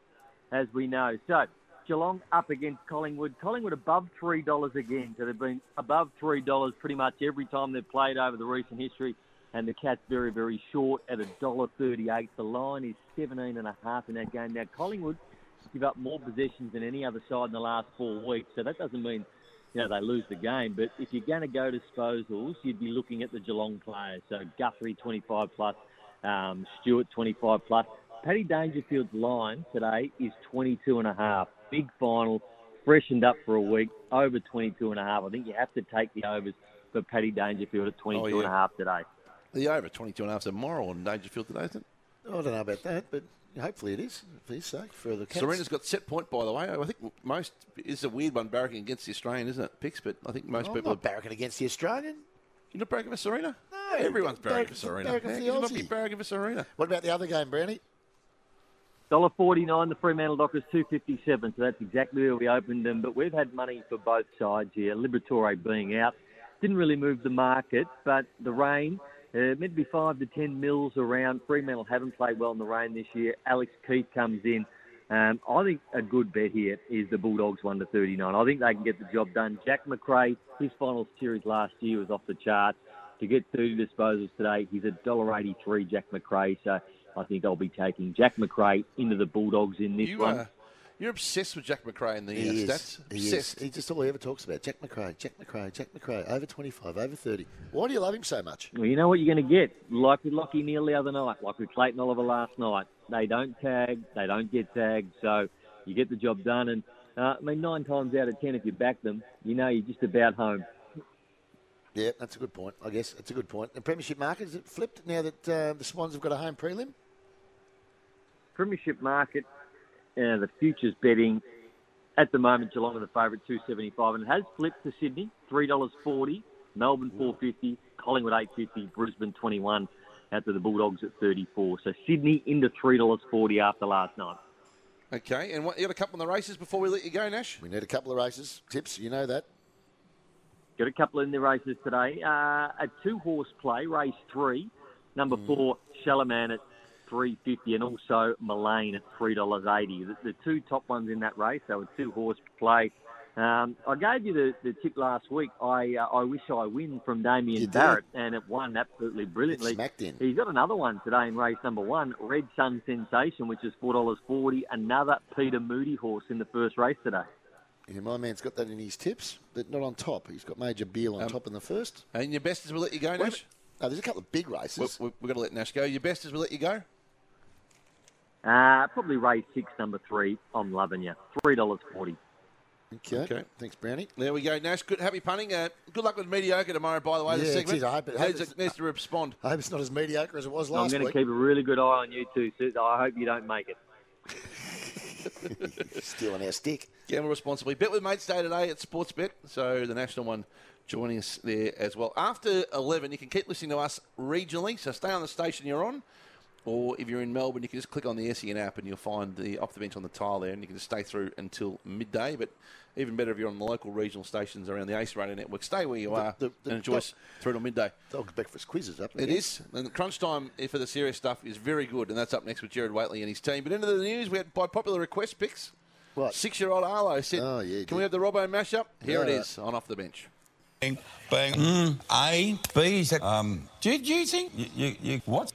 [SPEAKER 16] as we know. So, Geelong up against Collingwood. Collingwood above three dollars again. So they've been above three dollars pretty much every time they've played over the recent history, and the Cats very very short at a dollar thirty-eight. The line is seventeen and a half in that game. Now Collingwood give up more possessions than any other side in the last four weeks, so that doesn't mean you know, they lose the game. But if you're going to go disposals, you'd be looking at the Geelong players. So Guthrie, 25 plus, um, Stewart, 25 plus. Paddy Dangerfield's line today is 22 and a half. Big final, freshened up for a week, over 22 and a half. I think you have to take the overs for Paddy Dangerfield at 22 and a
[SPEAKER 5] Oh, yeah.
[SPEAKER 16] half today.
[SPEAKER 5] The over 22 and a half is a moral on Dangerfield today, isn't it?
[SPEAKER 6] I don't know about that, but hopefully it is. For his sake, for the Cats.
[SPEAKER 5] Serena's got set point, by the way. I think most is a weird one barracking against the Australian, isn't it? Picks, but I think most
[SPEAKER 6] I'm
[SPEAKER 5] people
[SPEAKER 6] not barracking against the Australian.
[SPEAKER 5] You're not barracking for Serena. No, everyone's barracking for Serena.
[SPEAKER 6] Barracking for the
[SPEAKER 5] Yeah, 'cause you might be
[SPEAKER 6] Aussie.
[SPEAKER 5] barracking for Serena.
[SPEAKER 6] What about the other game, Brownie?
[SPEAKER 16] Dollar forty nine, the Fremantle Dockers two fifty seven. So that's exactly where we opened them. But we've had money for both sides here. Liberatore being out didn't really move the market, but the rain uh, meant to be five to ten mils around. Fremantle haven't played well in the rain this year. Alex Keith comes in. Um, I think a good bet here is the Bulldogs one to thirty nine. I think they can get the job done. Jack McRae, his final series last year was off the charts. To get thirty disposals today, he's a dollar eighty three. Jack McRae. So. I think I'll be taking Jack McRae into the Bulldogs in this
[SPEAKER 5] You uh,
[SPEAKER 16] one.
[SPEAKER 5] are- You're obsessed with Jack McRae and the
[SPEAKER 6] He
[SPEAKER 5] uh,
[SPEAKER 6] is.
[SPEAKER 5] stats.
[SPEAKER 6] He is.
[SPEAKER 5] obsessed.
[SPEAKER 6] He just all he ever talks about Jack McRae, Jack McRae, Jack McRae. Over twenty five, over thirty. Why do you love him so much?
[SPEAKER 16] Well, you know what you're going to get. Like with Lockie Neal the other night, like with Clayton Oliver last night. They don't tag, they don't get tagged, so you get the job done. And uh, I mean, nine times out of ten, if you back them, you know you're just about home.
[SPEAKER 6] Yeah, that's a good point. I guess that's a good point. The premiership market is it flipped now that uh, the Swans have got a home prelim?
[SPEAKER 16] Premiership market, uh, the futures betting at the moment, Geelong are the favourite, two seventy five, and it has flipped to Sydney, three dollars forty, Melbourne four fifty, Collingwood eight fifty, Brisbane twenty one, out to the Bulldogs at thirty four. So Sydney into three dollars forty after last night.
[SPEAKER 5] Okay, and what, you got a couple of the races before we let you go, Nash?
[SPEAKER 6] We need a couple of races. Tips, you know that.
[SPEAKER 16] Got a couple in the races today. Uh, a two horse play, race three, number
[SPEAKER 6] Hmm.
[SPEAKER 16] four, Shalaman at three fifty, and also Mullane at three dollars eighty. The, the two top ones in that race. They were two horse play. Um, I gave you the, the tip last week. I uh, I wish I win from Damien Barrett, and it won absolutely brilliantly.
[SPEAKER 6] It smacked in.
[SPEAKER 16] He's got another one today in race number one, Red Sun Sensation, which is four dollars forty. Another Peter Moody horse in the first race today.
[SPEAKER 6] Yeah, my man's got that in his tips, but not on top. He's got Major Beale on top in the first.
[SPEAKER 5] Um, And your best is we'll let you go, Nash?
[SPEAKER 6] No, there's a couple of big races.
[SPEAKER 5] We're, we're going to let Nash go. Your best is we'll let you go.
[SPEAKER 16] Uh, probably race six, number three. I'm loving you. Three dollars forty.
[SPEAKER 6] Okay. Thanks, Brownie.
[SPEAKER 5] There we go, Nash. Good, happy punting. Uh, good luck with mediocre tomorrow. By the way,
[SPEAKER 6] Yeah,
[SPEAKER 5] the
[SPEAKER 6] it
[SPEAKER 5] segment
[SPEAKER 6] is. I hope it-
[SPEAKER 5] needs,
[SPEAKER 6] hope it's-
[SPEAKER 5] needs to respond.
[SPEAKER 6] I hope it's not as mediocre as it was
[SPEAKER 16] I'm
[SPEAKER 6] last
[SPEAKER 16] going to
[SPEAKER 6] week.
[SPEAKER 16] keep a really good eye on you too, Sus. I hope you don't make it.
[SPEAKER 6] Stealing our stick.
[SPEAKER 5] Gamble responsibly. Bet with mates day today at Sportsbet. So the national one joining us there as well. After 11, you can keep listening to us regionally. So stay on the station you're on. Or if you're in Melbourne, you can just click on the SEN app and you'll find the off the bench on the tile there, and you can just stay through until midday. But even better if you're on the local regional stations around the Ace Radio Network, stay where you are and enjoy us through till midday.
[SPEAKER 6] Dog breakfast quizzes up.
[SPEAKER 5] it is. And the crunch time for the serious stuff is very good, and that's up next with Jared Waitley and his team. But into the news, we had by popular request picks. Six year old Arlo said,
[SPEAKER 6] Oh,
[SPEAKER 5] Can we have the Robbo mashup? Here it
[SPEAKER 17] Yeah.
[SPEAKER 5] is on Off the Bench.
[SPEAKER 17] Bang, bang. Mm, A, B. sec- Um, do, do you think you, you, you what?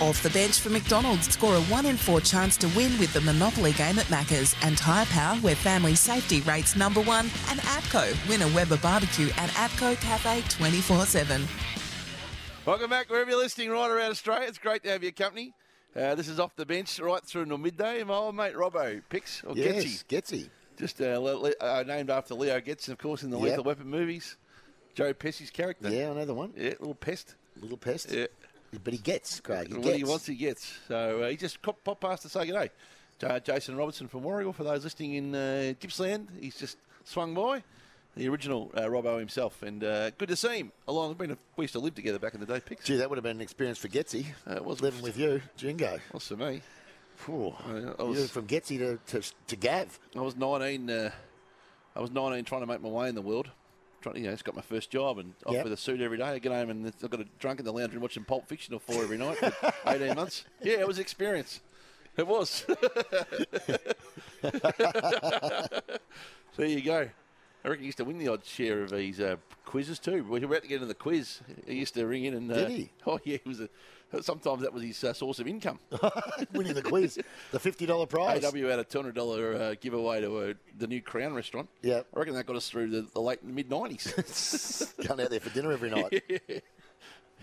[SPEAKER 4] Off the bench for McDonald's, score a 1 in 4 chance to win with the Monopoly game at Macca's and Tyre Power, where family safety rates number one, and APCO, win a Weber barbecue at APCO Cafe 24 7.
[SPEAKER 5] Welcome back, wherever you're listening, right around Australia. It's great to have your company. Uh, this is Off the Bench, right through until midday. And my old mate Robbo picks, or
[SPEAKER 6] Yes,
[SPEAKER 5] Getsy.
[SPEAKER 6] Getsy.
[SPEAKER 5] Just uh, Le- Le- uh, named after Leo Getz, of course, in the
[SPEAKER 6] Yep.
[SPEAKER 5] Lethal Weapon movies. Joe Pesci's character.
[SPEAKER 6] Yeah, another one.
[SPEAKER 5] Yeah, little pest.
[SPEAKER 6] Little pest.
[SPEAKER 5] Yeah.
[SPEAKER 6] But he gets, Craig. He
[SPEAKER 5] What
[SPEAKER 6] gets.
[SPEAKER 5] he wants, he gets. So uh, he just cop- popped past to say good day. J- Jason Robertson from Warrigal, for those listening in uh, Gippsland, he's just swung by. The original uh, Robbo himself, and uh, good to see him. Along, we used to live together back in the day. Picks.
[SPEAKER 6] Gee, that would have been an experience for Getsy.
[SPEAKER 5] Uh, it was
[SPEAKER 6] Living with you, Jingo.
[SPEAKER 5] Was for me.
[SPEAKER 6] Phew.
[SPEAKER 5] Oh, I was-
[SPEAKER 6] You went from Getsy to, to, to Gav.
[SPEAKER 5] I was 19. Uh, I was 19, trying to make my way in the world. Trying, you know, just got my first job and off
[SPEAKER 6] Yep.
[SPEAKER 5] with a suit every day. I get home and I got a drunk in the lounge and watching Pulp Fiction or four every night. For 18 months. Yeah, it was an experience. It was. there you go. I reckon he used to win the odd share of these uh, quizzes too. We were about to get into the quiz. He used to ring in and. Uh,
[SPEAKER 6] Did he?
[SPEAKER 5] Oh yeah, he was. A, sometimes that was his uh, source of income.
[SPEAKER 6] Winning the quiz. the $50 prize.
[SPEAKER 5] AW had a two hundred dollar uh, giveaway to uh, the new Crown restaurant.
[SPEAKER 6] Yep.
[SPEAKER 5] I reckon that got us through the, the late mid nineties.
[SPEAKER 6] Going out there for dinner every night.
[SPEAKER 5] yeah.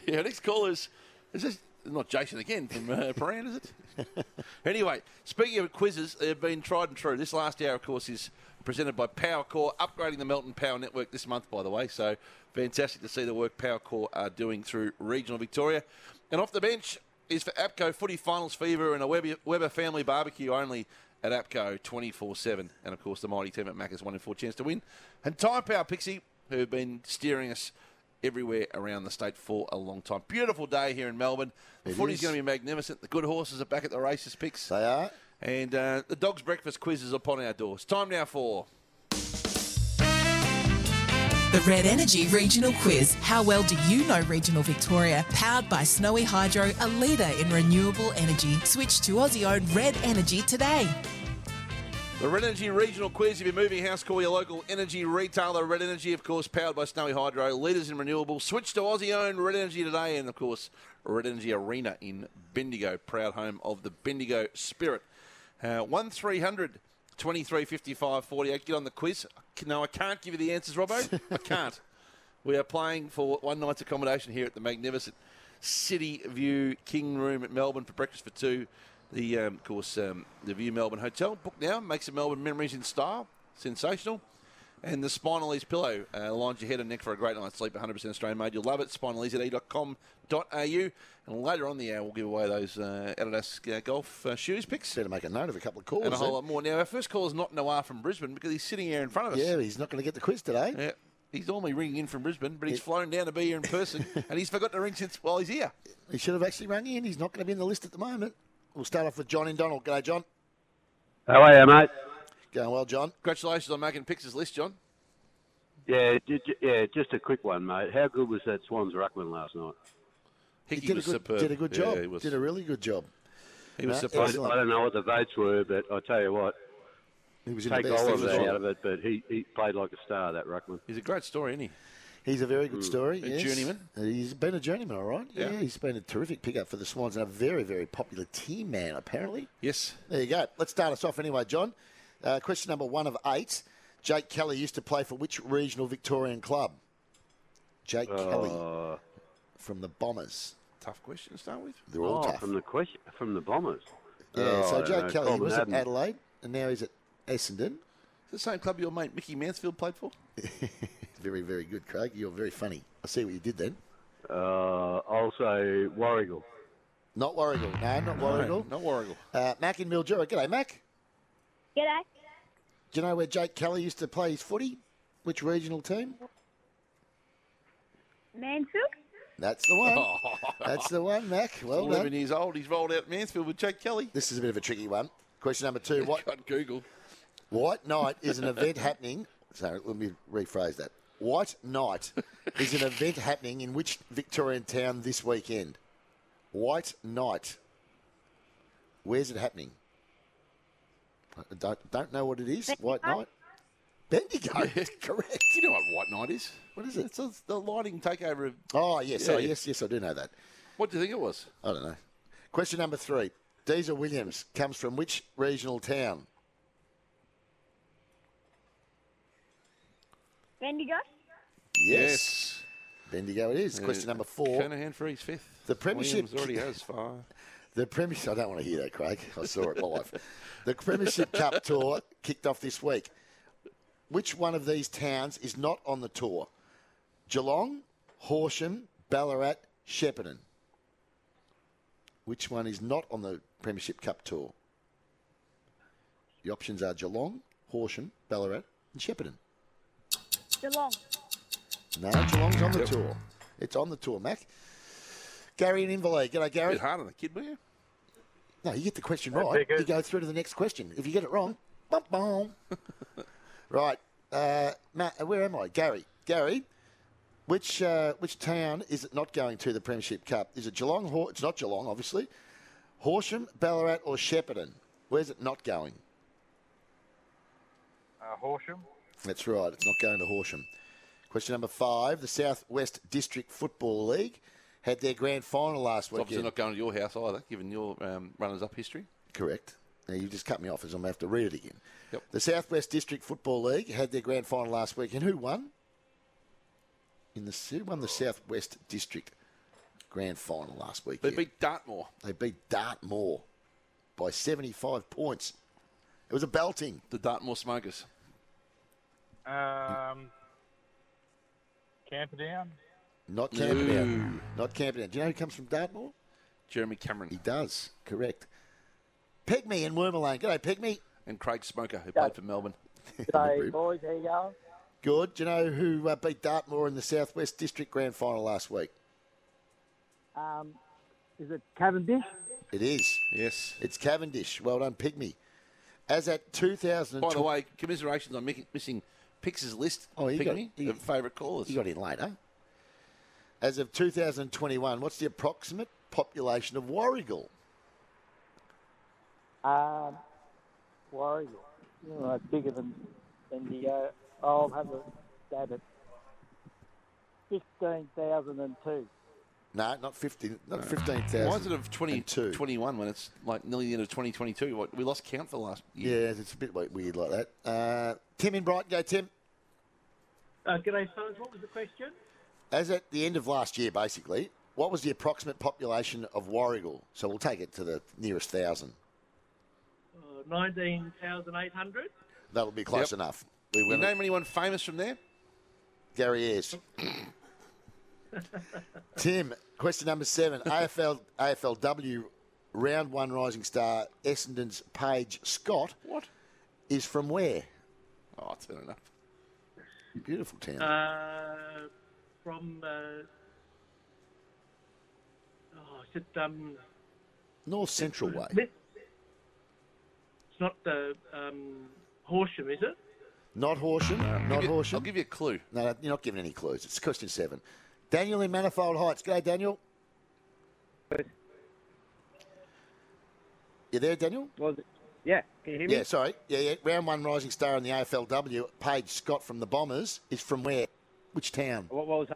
[SPEAKER 5] yeah. Next call is is this not Jason again from uh, Paran, is it? anyway, speaking of quizzes, they've been tried and true. This last hour, of course, is presented by Power Core, upgrading the Melton Power Network this month, by the way. So fantastic to see the work Power Core are doing through regional Victoria. And off the bench is for APCO Footy Finals Fever and a Weber, Weber Family Barbecue only at APCO 24 7. And of course, the mighty team at Mac has one in four chance to win. And Time Power Pixie, who've been steering us everywhere around the state for a long time. Beautiful day here in Melbourne. The
[SPEAKER 6] It
[SPEAKER 5] footy's
[SPEAKER 6] is.
[SPEAKER 5] going to be magnificent. The good horses are back at the races picks. They
[SPEAKER 6] are.
[SPEAKER 5] And uh, the dog's breakfast quiz is upon our doors. Time now for.
[SPEAKER 4] The Red Energy Regional Quiz. How well do you know regional Victoria? Powered by Snowy Hydro, a leader in renewable energy. Switch to Aussie owned Red Energy today.
[SPEAKER 5] The Red Energy Regional Quiz. If you're moving house, call your local energy retailer. Red Energy, of course, powered by Snowy Hydro, leaders in renewables. Switch to Aussie owned Red Energy today, and of course, Red Energy Arena in Bendigo, proud home of the Bendigo Spirit. Uh, 1300 23 55 48. Get on the quiz. No, I can't give you the answers, Robbo. I can't. We are playing for one night's accommodation here at the magnificent City View King Room at Melbourne for breakfast for two. The, um, of course, um, the View Melbourne Hotel. Book now. Make some Melbourne memories in style. Sensational. And the Spinal Ease pillow uh, lines your head and neck for a great night's sleep. 100% Australian made. You'll love it. E SpinalEase.com.au. And later on the hour, we'll give away those uh, Adidas uh, golf uh, shoes picks.
[SPEAKER 6] Better make a note of a couple of calls.
[SPEAKER 5] and a
[SPEAKER 6] then.
[SPEAKER 5] whole lot more. Now, our first call is not Noir from Brisbane because he's sitting here in front of us.
[SPEAKER 6] Yeah, but he's not going to get the quiz today.
[SPEAKER 5] Yeah. He's normally ringing in from Brisbane, but he's flown down to be here in person, and he's forgot to ring since while he's here.
[SPEAKER 6] He should have actually rung in. He's not going to be in the list at the moment. We'll start off with John in Donald. G'day, John.
[SPEAKER 17] How are you, mate?
[SPEAKER 6] Going well, John.
[SPEAKER 5] Congratulations on making Pix's list, John.
[SPEAKER 17] Yeah, ju- ju- yeah, just a quick one, mate. How good was that Swans Ruckman last night?
[SPEAKER 5] Hickey
[SPEAKER 6] did
[SPEAKER 5] was
[SPEAKER 6] a good,
[SPEAKER 5] superb.
[SPEAKER 6] Did a good
[SPEAKER 17] Yeah,
[SPEAKER 6] job.
[SPEAKER 17] he was.
[SPEAKER 6] Did a really good job. No,
[SPEAKER 17] I,
[SPEAKER 6] excellent.
[SPEAKER 17] I don't know what the votes were, but I tell you what,
[SPEAKER 6] He was in the
[SPEAKER 17] take
[SPEAKER 6] best
[SPEAKER 17] all of
[SPEAKER 6] position.
[SPEAKER 17] that out of it, but he, he played like a star. That Ruckman. Hmm.
[SPEAKER 5] He's a great story, isn't he?
[SPEAKER 6] He's a very good story.
[SPEAKER 5] A
[SPEAKER 6] yes. Uh,
[SPEAKER 5] journeyman?
[SPEAKER 6] He's been a journeyman, all right.
[SPEAKER 5] Yeah.
[SPEAKER 6] Yeah. he's been a terrific pickup for the Swans and a very, very popular team man, apparently.
[SPEAKER 5] Yes.
[SPEAKER 6] There you go. Let's start us off anyway, John. Uh, question number one of eight. Jake Kelly used to play for which regional Victorian club?
[SPEAKER 18] Uh,
[SPEAKER 6] Jake Kelly from the Bombers.
[SPEAKER 5] Tough question to start with.
[SPEAKER 6] They're all
[SPEAKER 18] oh,
[SPEAKER 6] tough.
[SPEAKER 18] from the question, from the bombers.
[SPEAKER 6] Yeah,
[SPEAKER 18] Oh, I
[SPEAKER 6] so
[SPEAKER 18] don't
[SPEAKER 6] Jake
[SPEAKER 18] know.
[SPEAKER 6] Kelly he
[SPEAKER 18] Colin
[SPEAKER 6] was at
[SPEAKER 18] Haddon.
[SPEAKER 6] Adelaide and now he's at Essendon.
[SPEAKER 5] Is it the same club your mate Mickey Mansfield played for?
[SPEAKER 6] Very, very good, Craig. You're very funny. I see what you did then.
[SPEAKER 18] Uh, also, Warrigal.
[SPEAKER 6] Not Warrigal. No, not Warrigal.
[SPEAKER 5] Not Warrigal.
[SPEAKER 6] Uh, Mac in Mildura. G'day, Mac.
[SPEAKER 10] G'day.
[SPEAKER 6] Do you know where Jake Kelly used to play his footy? Which regional team?
[SPEAKER 10] Mansfield?
[SPEAKER 6] That's the one. That's the one, Mac. Well done.
[SPEAKER 5] 11 years old. He's rolled out Mansfield with Jake Kelly.
[SPEAKER 6] This is a bit of a tricky one. Question number two. What?
[SPEAKER 5] Google.
[SPEAKER 6] White night is an event happening. Sorry, let me rephrase that. White night is an event happening in which Victorian town this weekend? White night. Where's it happening? I don't, don't know what it is. White night. Bendigo. Correct.
[SPEAKER 5] You know what White Night is?
[SPEAKER 6] What is it?
[SPEAKER 5] It's a, the lighting takeover of.
[SPEAKER 6] Oh yes, oh
[SPEAKER 5] Yeah.
[SPEAKER 6] yes, yes, I do know that.
[SPEAKER 5] What do you think it was?
[SPEAKER 6] I don't know. Question number three. Deezer Williams comes from which regional town?
[SPEAKER 10] Bendigo?
[SPEAKER 6] Yes. Bendigo it is.
[SPEAKER 5] Yeah.
[SPEAKER 6] Question number four.
[SPEAKER 5] Kernahan for his fifth.
[SPEAKER 6] The Premiership
[SPEAKER 5] Williams already has five.
[SPEAKER 6] The Premiership. I don't want to hear that, Craig. I saw it live. the Premiership Cup tour kicked off this week. Which one of these towns is not on the tour? Geelong, Horsham, Ballarat, Shepparton. Which one is not on the Premiership Cup tour? The options are Geelong, Horsham, Ballarat, and Shepparton.
[SPEAKER 10] Geelong.
[SPEAKER 6] No, Geelong's on the
[SPEAKER 5] Yep.
[SPEAKER 6] tour. It's on the tour, Mac. Gary and Inverleigh. G'day, Gary.
[SPEAKER 5] bit hard on the kid, were you?
[SPEAKER 6] No, you get the question
[SPEAKER 5] That'd
[SPEAKER 6] right.
[SPEAKER 5] be good.
[SPEAKER 6] You go through to the next question. If you get it wrong, bum bum. right, uh, Matt, where am I? Gary, Gary, which uh, which town is it not going to the Premiership Cup? Is it Geelong? Hor- it's not Geelong, obviously. Horsham, Ballarat, or Shepparton? Where's it not going?
[SPEAKER 19] Uh, Horsham.
[SPEAKER 6] That's right. It's not going to Horsham. Question number five: The Southwest District Football League had their grand final last
[SPEAKER 5] It's obviously
[SPEAKER 6] weekend.
[SPEAKER 5] not going to your house either, given your um, runners up history.
[SPEAKER 6] Correct. Now you just cut me off as I'm going to have to read it again. The Southwest District Football League had their grand final last week, and who won? In the who won the Southwest District grand final last week.
[SPEAKER 5] They beat Dartmoor.
[SPEAKER 6] They beat Dartmoor by 75 points. It was a belting.
[SPEAKER 5] The Dartmoor Smokers.
[SPEAKER 19] Um, Camperdown.
[SPEAKER 6] Not Camperdown. Not Camperdown. Do you know who comes from Dartmoor?
[SPEAKER 5] Jeremy Cameron. He
[SPEAKER 6] does. Correct. Pygmy and Wormalane. G'day, Pygmy.
[SPEAKER 5] And Craig Smoker, who played for Melbourne.
[SPEAKER 6] G'day,
[SPEAKER 10] boys. How you going?
[SPEAKER 6] Good. Do you know who uh, beat Dartmoor in the Southwest District grand final last week?
[SPEAKER 10] Um, is it Cavendish?
[SPEAKER 6] It is.
[SPEAKER 5] Yes.
[SPEAKER 6] It's Cavendish. Well done, Pygmy. As at 2000.
[SPEAKER 5] By the way, commiserations on mi- missing Pix's list.
[SPEAKER 6] Oh, you got-
[SPEAKER 5] Pickney, the favourite callers.
[SPEAKER 6] You got in later. As of 2021, what's the approximate population of Warrigal?
[SPEAKER 10] Um, Warrigal. You know, it's bigger than Bendigo. I'll have a stab at 15,002.
[SPEAKER 6] No, not 50, not
[SPEAKER 5] No.
[SPEAKER 6] 15,000.
[SPEAKER 5] Why is it of 2021 when it's like nearly the end of 2022? What, we lost count for the last year.
[SPEAKER 6] Yeah, it's a bit like- weird like that. Uh, Tim in Brighton, go Tim.
[SPEAKER 20] Uh, g'day, sons. What was the question?
[SPEAKER 6] As at the end of last year, basically, what was the approximate population of Warrigal? So we'll take it to the nearest thousand.
[SPEAKER 20] Uh, 19,800.
[SPEAKER 6] That'll be close
[SPEAKER 5] Yep.
[SPEAKER 6] enough. We
[SPEAKER 5] You
[SPEAKER 6] win.
[SPEAKER 5] name anyone famous from there?
[SPEAKER 6] Gary Ayres. Tim, question number seven. AFL AFLW round one rising star Essendon's Paige Scott.
[SPEAKER 5] What?
[SPEAKER 6] Is from where?
[SPEAKER 5] Oh, it's fair enough.
[SPEAKER 6] Beautiful town.
[SPEAKER 20] Uh, from. Uh, oh, is it. Um,
[SPEAKER 6] North Central Way.
[SPEAKER 20] Smith? It's not the. Um, Horsham, is it?
[SPEAKER 6] Not Horsham. not Horsham. I'll
[SPEAKER 5] give you a clue.
[SPEAKER 6] No, you're not giving any clues. It's question seven. Daniel in Manifold Heights. G'day, Daniel. You there, Daniel?
[SPEAKER 13] Yeah, can you hear me?
[SPEAKER 6] Yeah, sorry. Yeah, yeah. Round one rising star in the AFLW, Paige Scott from the Bombers, is from where? Which town?
[SPEAKER 19] What, what was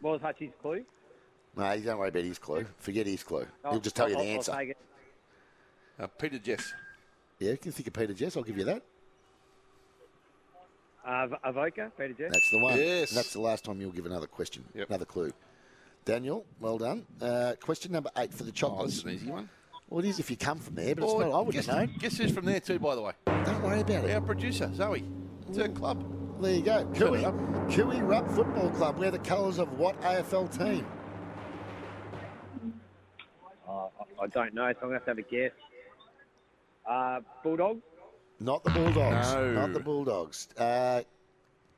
[SPEAKER 19] what was Hutchie's clue?
[SPEAKER 6] No, don't worry about his clue. Forget his clue.
[SPEAKER 19] I'll-
[SPEAKER 6] He'll just tell you
[SPEAKER 19] Oh, I'll-
[SPEAKER 6] the
[SPEAKER 19] I'll
[SPEAKER 6] answer.
[SPEAKER 19] take it.
[SPEAKER 5] Uh, Peter Jess.
[SPEAKER 6] Yeah, you can think of Peter Jess. I'll give you that.
[SPEAKER 19] Uh, V- Avoca, Peter Jess.
[SPEAKER 6] That's the one. And that's the last time you'll give another question, another clue. Daniel, well done. Uh, question number eight for the chocolates.
[SPEAKER 5] Oh, that's an easy one.
[SPEAKER 6] Well, it is if you come from there, but
[SPEAKER 5] Oh,
[SPEAKER 6] it's not. I wouldn't
[SPEAKER 5] guess,
[SPEAKER 6] know.
[SPEAKER 5] Guess who's from there too, by the way?
[SPEAKER 6] Don't worry about it.
[SPEAKER 5] Our producer, Zoe. It's her club.
[SPEAKER 6] There you go.
[SPEAKER 5] Turn it
[SPEAKER 6] Cooey, Cooey Rub Football Club. We're the colours of what AFL team?
[SPEAKER 19] Oh, I- I don't know, so I'm gonna have to have a guess. Uh, Bulldog.
[SPEAKER 6] Not the Bulldogs.
[SPEAKER 19] No.
[SPEAKER 6] Not the Bulldogs. Uh,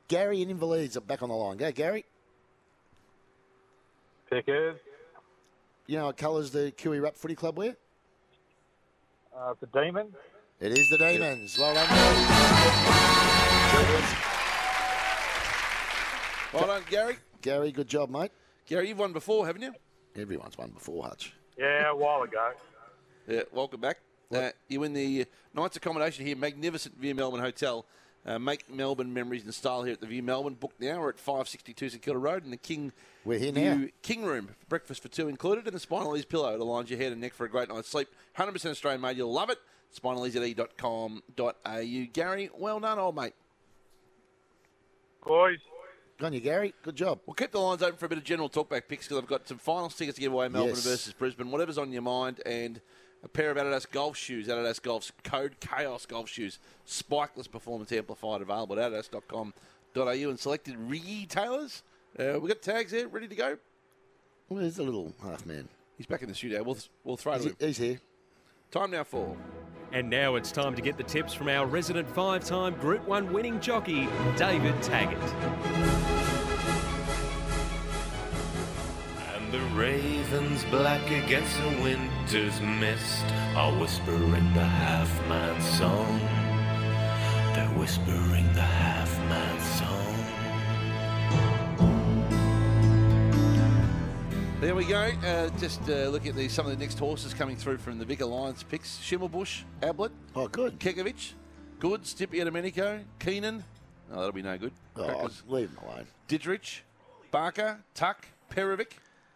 [SPEAKER 6] Gary and Invalids are back on the line. Go, Gary.
[SPEAKER 13] Pickers,
[SPEAKER 6] You know what colours the Kiwi Rap Footy Club wear?
[SPEAKER 13] uh, the Demon.
[SPEAKER 6] It is the Demons. Well done. mate.
[SPEAKER 5] Well done, Gary.
[SPEAKER 6] Gary, good job, mate.
[SPEAKER 5] Gary, you've won before, haven't you?
[SPEAKER 6] Everyone's won before, Hutch.
[SPEAKER 13] Yeah, a while ago.
[SPEAKER 5] Yeah, welcome back. Uh, you win the uh, night's accommodation here, magnificent View Melbourne Hotel. Uh, make Melbourne memories in style here at the View Melbourne. Book now. We're at 562 St Kilda Road in the King
[SPEAKER 6] We're here
[SPEAKER 5] View
[SPEAKER 6] now.
[SPEAKER 5] King Room. Breakfast for two included, and the Spinal Ease pillow that aligns your head and neck for a great night's sleep. 100% Australian made. You'll love it. E SpinalEaseAT.com.au. Gary, well done, old mate.
[SPEAKER 13] Boys.
[SPEAKER 6] Gone you, Gary. Good job.
[SPEAKER 5] We'll keep the lines open for a bit of general talkback picks because I've got some finals tickets to give away Melbourne
[SPEAKER 6] Yes.
[SPEAKER 5] versus Brisbane, whatever's on your mind, and a pair of Adidas golf shoes, Adidas Golf's Code Chaos golf shoes, spikeless performance amplified available at adidas.com.au and selected retailers. Uh, we got tags there, ready to go.
[SPEAKER 6] Well, there's a little half man.
[SPEAKER 5] He's back in the studio. We'll, we'll throw
[SPEAKER 6] He's,
[SPEAKER 5] to him.
[SPEAKER 6] he's here.
[SPEAKER 5] Time now for.
[SPEAKER 22] And now it's time to get the tips from our resident five time Group 1 winning jockey, David Taggart.
[SPEAKER 23] And the ravens black against the winter's mist are whispering the half man song. They're whispering the half man song.
[SPEAKER 5] There we go. Uh, just uh, look at the, some of the next horses coming through from the Vic Alliance picks. Schimmelbusch, Ablett.
[SPEAKER 6] Oh, good.
[SPEAKER 5] Kekovic. Good. Stippy Domenico. Keenan. Oh, that'll be no good.
[SPEAKER 6] Oh,
[SPEAKER 5] Crackers.
[SPEAKER 6] leave him alone.
[SPEAKER 5] Didrich. Barker. Tuck. Perovic.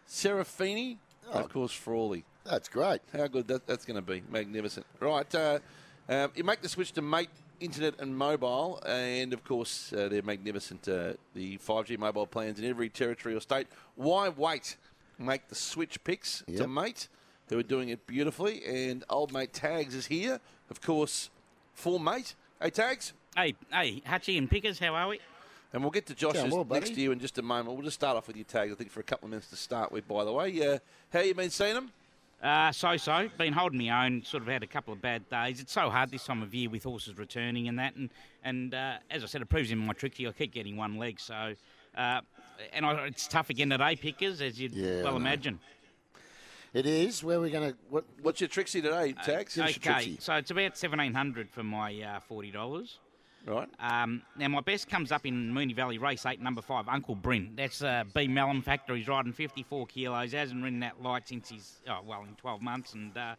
[SPEAKER 5] Serafini. and of course, Frawley.
[SPEAKER 6] Oh, That's great.
[SPEAKER 5] How good that, that's going to be. Magnificent. Right. Uh, uh, you make the switch to Mate Internet and Mobile, and of course, uh, they're magnificent. Uh, the 5G mobile plans in every territory or state. Why wait? Make the switch picks to
[SPEAKER 6] Yep.
[SPEAKER 5] Mate, who are doing it beautifully, and Old Mate Tags is here, of course, for Mate. Hey, Tags.
[SPEAKER 24] Hey, hey, Hutchie and Pickers, how are we?
[SPEAKER 5] And we'll get to Josh's
[SPEAKER 24] Yeah, well, buddy.
[SPEAKER 5] next to you in just a moment. We'll just start off with your tags, I think, for a couple of minutes to start with, by the way. Uh, how you been seeing them?
[SPEAKER 24] Uh, so so. Been holding my own. Sort of had a couple of bad days. It's so hard this time of year with horses returning and that. And and uh, as I said, it proves in my tricky. I keep getting one leg. So, uh, and I, it's tough again today, Pickers, as you'd
[SPEAKER 6] Yeah, I
[SPEAKER 24] well
[SPEAKER 6] know.
[SPEAKER 24] imagine.
[SPEAKER 6] It is. Where are we going to. What, Uh,
[SPEAKER 5] What's your Trixie today, Tags?
[SPEAKER 24] Uh, Okay, so it's about seventeen hundred for my uh, forty dollars.
[SPEAKER 5] Right.
[SPEAKER 24] Um, now my best comes up in Mooney Valley Race Eight, Number Five, Uncle Bryn. That's uh, B Mellon Factor. He's riding fifty-four kilos. Hasn't ridden that light since he's oh, well in twelve months, and uh,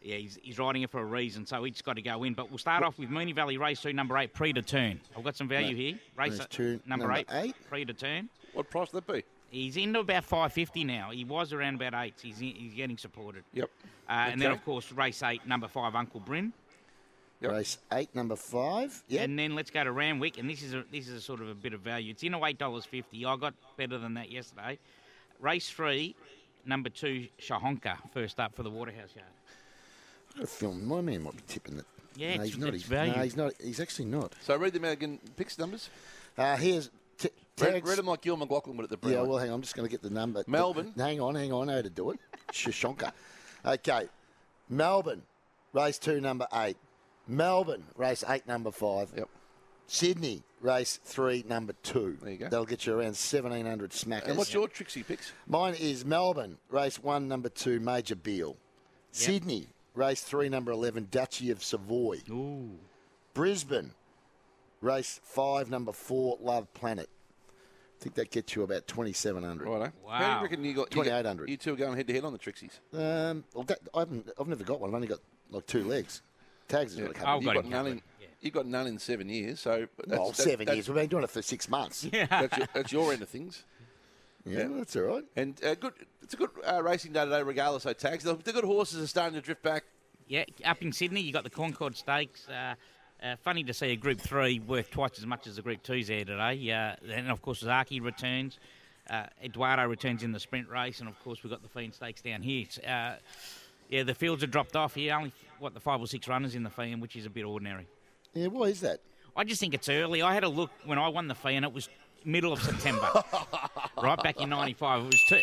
[SPEAKER 24] yeah, he's, he's riding it for a reason. So he's got to go in. But we'll start off with Mooney Valley Race Two, Number Eight, pre to turn. I've got some value
[SPEAKER 5] No.
[SPEAKER 24] here. Race
[SPEAKER 5] Race two,
[SPEAKER 24] number,
[SPEAKER 5] number
[SPEAKER 24] eight, pre to turn.
[SPEAKER 5] What price would that be?
[SPEAKER 24] He's into about five fifty now. He was around about eight. He's in, he's getting supported.
[SPEAKER 5] Yep.
[SPEAKER 24] Uh, And then
[SPEAKER 6] Okay.
[SPEAKER 24] of course race eight, number five, Uncle Bryn.
[SPEAKER 6] Race eight, number five. Yep.
[SPEAKER 24] And then let's go to Ramwick, and this is a, this is a sort of a bit of value. It's in a eight dollars fifty. I got better than that yesterday. Race three, number two, Shahonka, first up for the Waterhouse Yard.
[SPEAKER 6] I've got to film. My man might be tipping it.
[SPEAKER 24] Yeah, it's-
[SPEAKER 6] he's not.
[SPEAKER 24] it's
[SPEAKER 6] he's,
[SPEAKER 24] value.
[SPEAKER 6] No, he's not. He's actually not.
[SPEAKER 5] So read them out again. Picks numbers.
[SPEAKER 6] Uh, here's t-
[SPEAKER 5] Read,
[SPEAKER 6] tags.
[SPEAKER 5] read them like Gil McLaughlin would at the break.
[SPEAKER 6] yeah, well, hang on. I'm just going to get the number.
[SPEAKER 5] Melbourne.
[SPEAKER 6] hang on, hang on. I know how to do it. Shishonka. Okay. Melbourne, race two, number eight. Melbourne, race eight, number five.
[SPEAKER 5] Yep.
[SPEAKER 6] Sydney, race three, number two. There you
[SPEAKER 5] go.
[SPEAKER 6] That'll get you around 1,700 smackers.
[SPEAKER 5] and what's your Trixie picks?
[SPEAKER 6] Mine is Melbourne, race one, number two, Major Beale. Sydney, race three, number 11, Duchy of Savoy.
[SPEAKER 24] Ooh.
[SPEAKER 6] Brisbane, race five, number four, Love Planet. I think that gets you about 2,700.
[SPEAKER 5] Righto. How do you reckon you got? you got-
[SPEAKER 6] 2,800.
[SPEAKER 5] You two are going head to head on the Trixies.
[SPEAKER 24] Oh,
[SPEAKER 6] Um, well, that, I haven't, I've never got one. I've only got like two legs. Tags has got a couple.
[SPEAKER 5] You've got none in- You've got none in seven years, so that's,
[SPEAKER 6] well,
[SPEAKER 5] that-
[SPEAKER 6] seven
[SPEAKER 5] that's-
[SPEAKER 6] years. We've been doing it for six months.
[SPEAKER 5] that's, your, that's your end of things.
[SPEAKER 6] Yeah, that's all right.
[SPEAKER 5] And uh, good, it's a good uh, racing day today, regardless. So tags, the, the good horses are starting to drift back.
[SPEAKER 24] Yeah, up in Sydney, you got the Concord Stakes. Uh, uh, funny to see a Group 3 worth twice as much as the Group 2s there today. Uh, and of course, Zaki returns. Uh, Eduardo returns in the sprint race. And of course, we've got the Fiend Stakes down here. Uh, yeah, the fields are dropped off here. Only, what, the five or six runners in the Fiend, which is a bit ordinary.
[SPEAKER 6] Yeah, why is that?
[SPEAKER 24] I just think it's early. I had a look when I won the fee, and it was middle of September, right back in '95. It was too,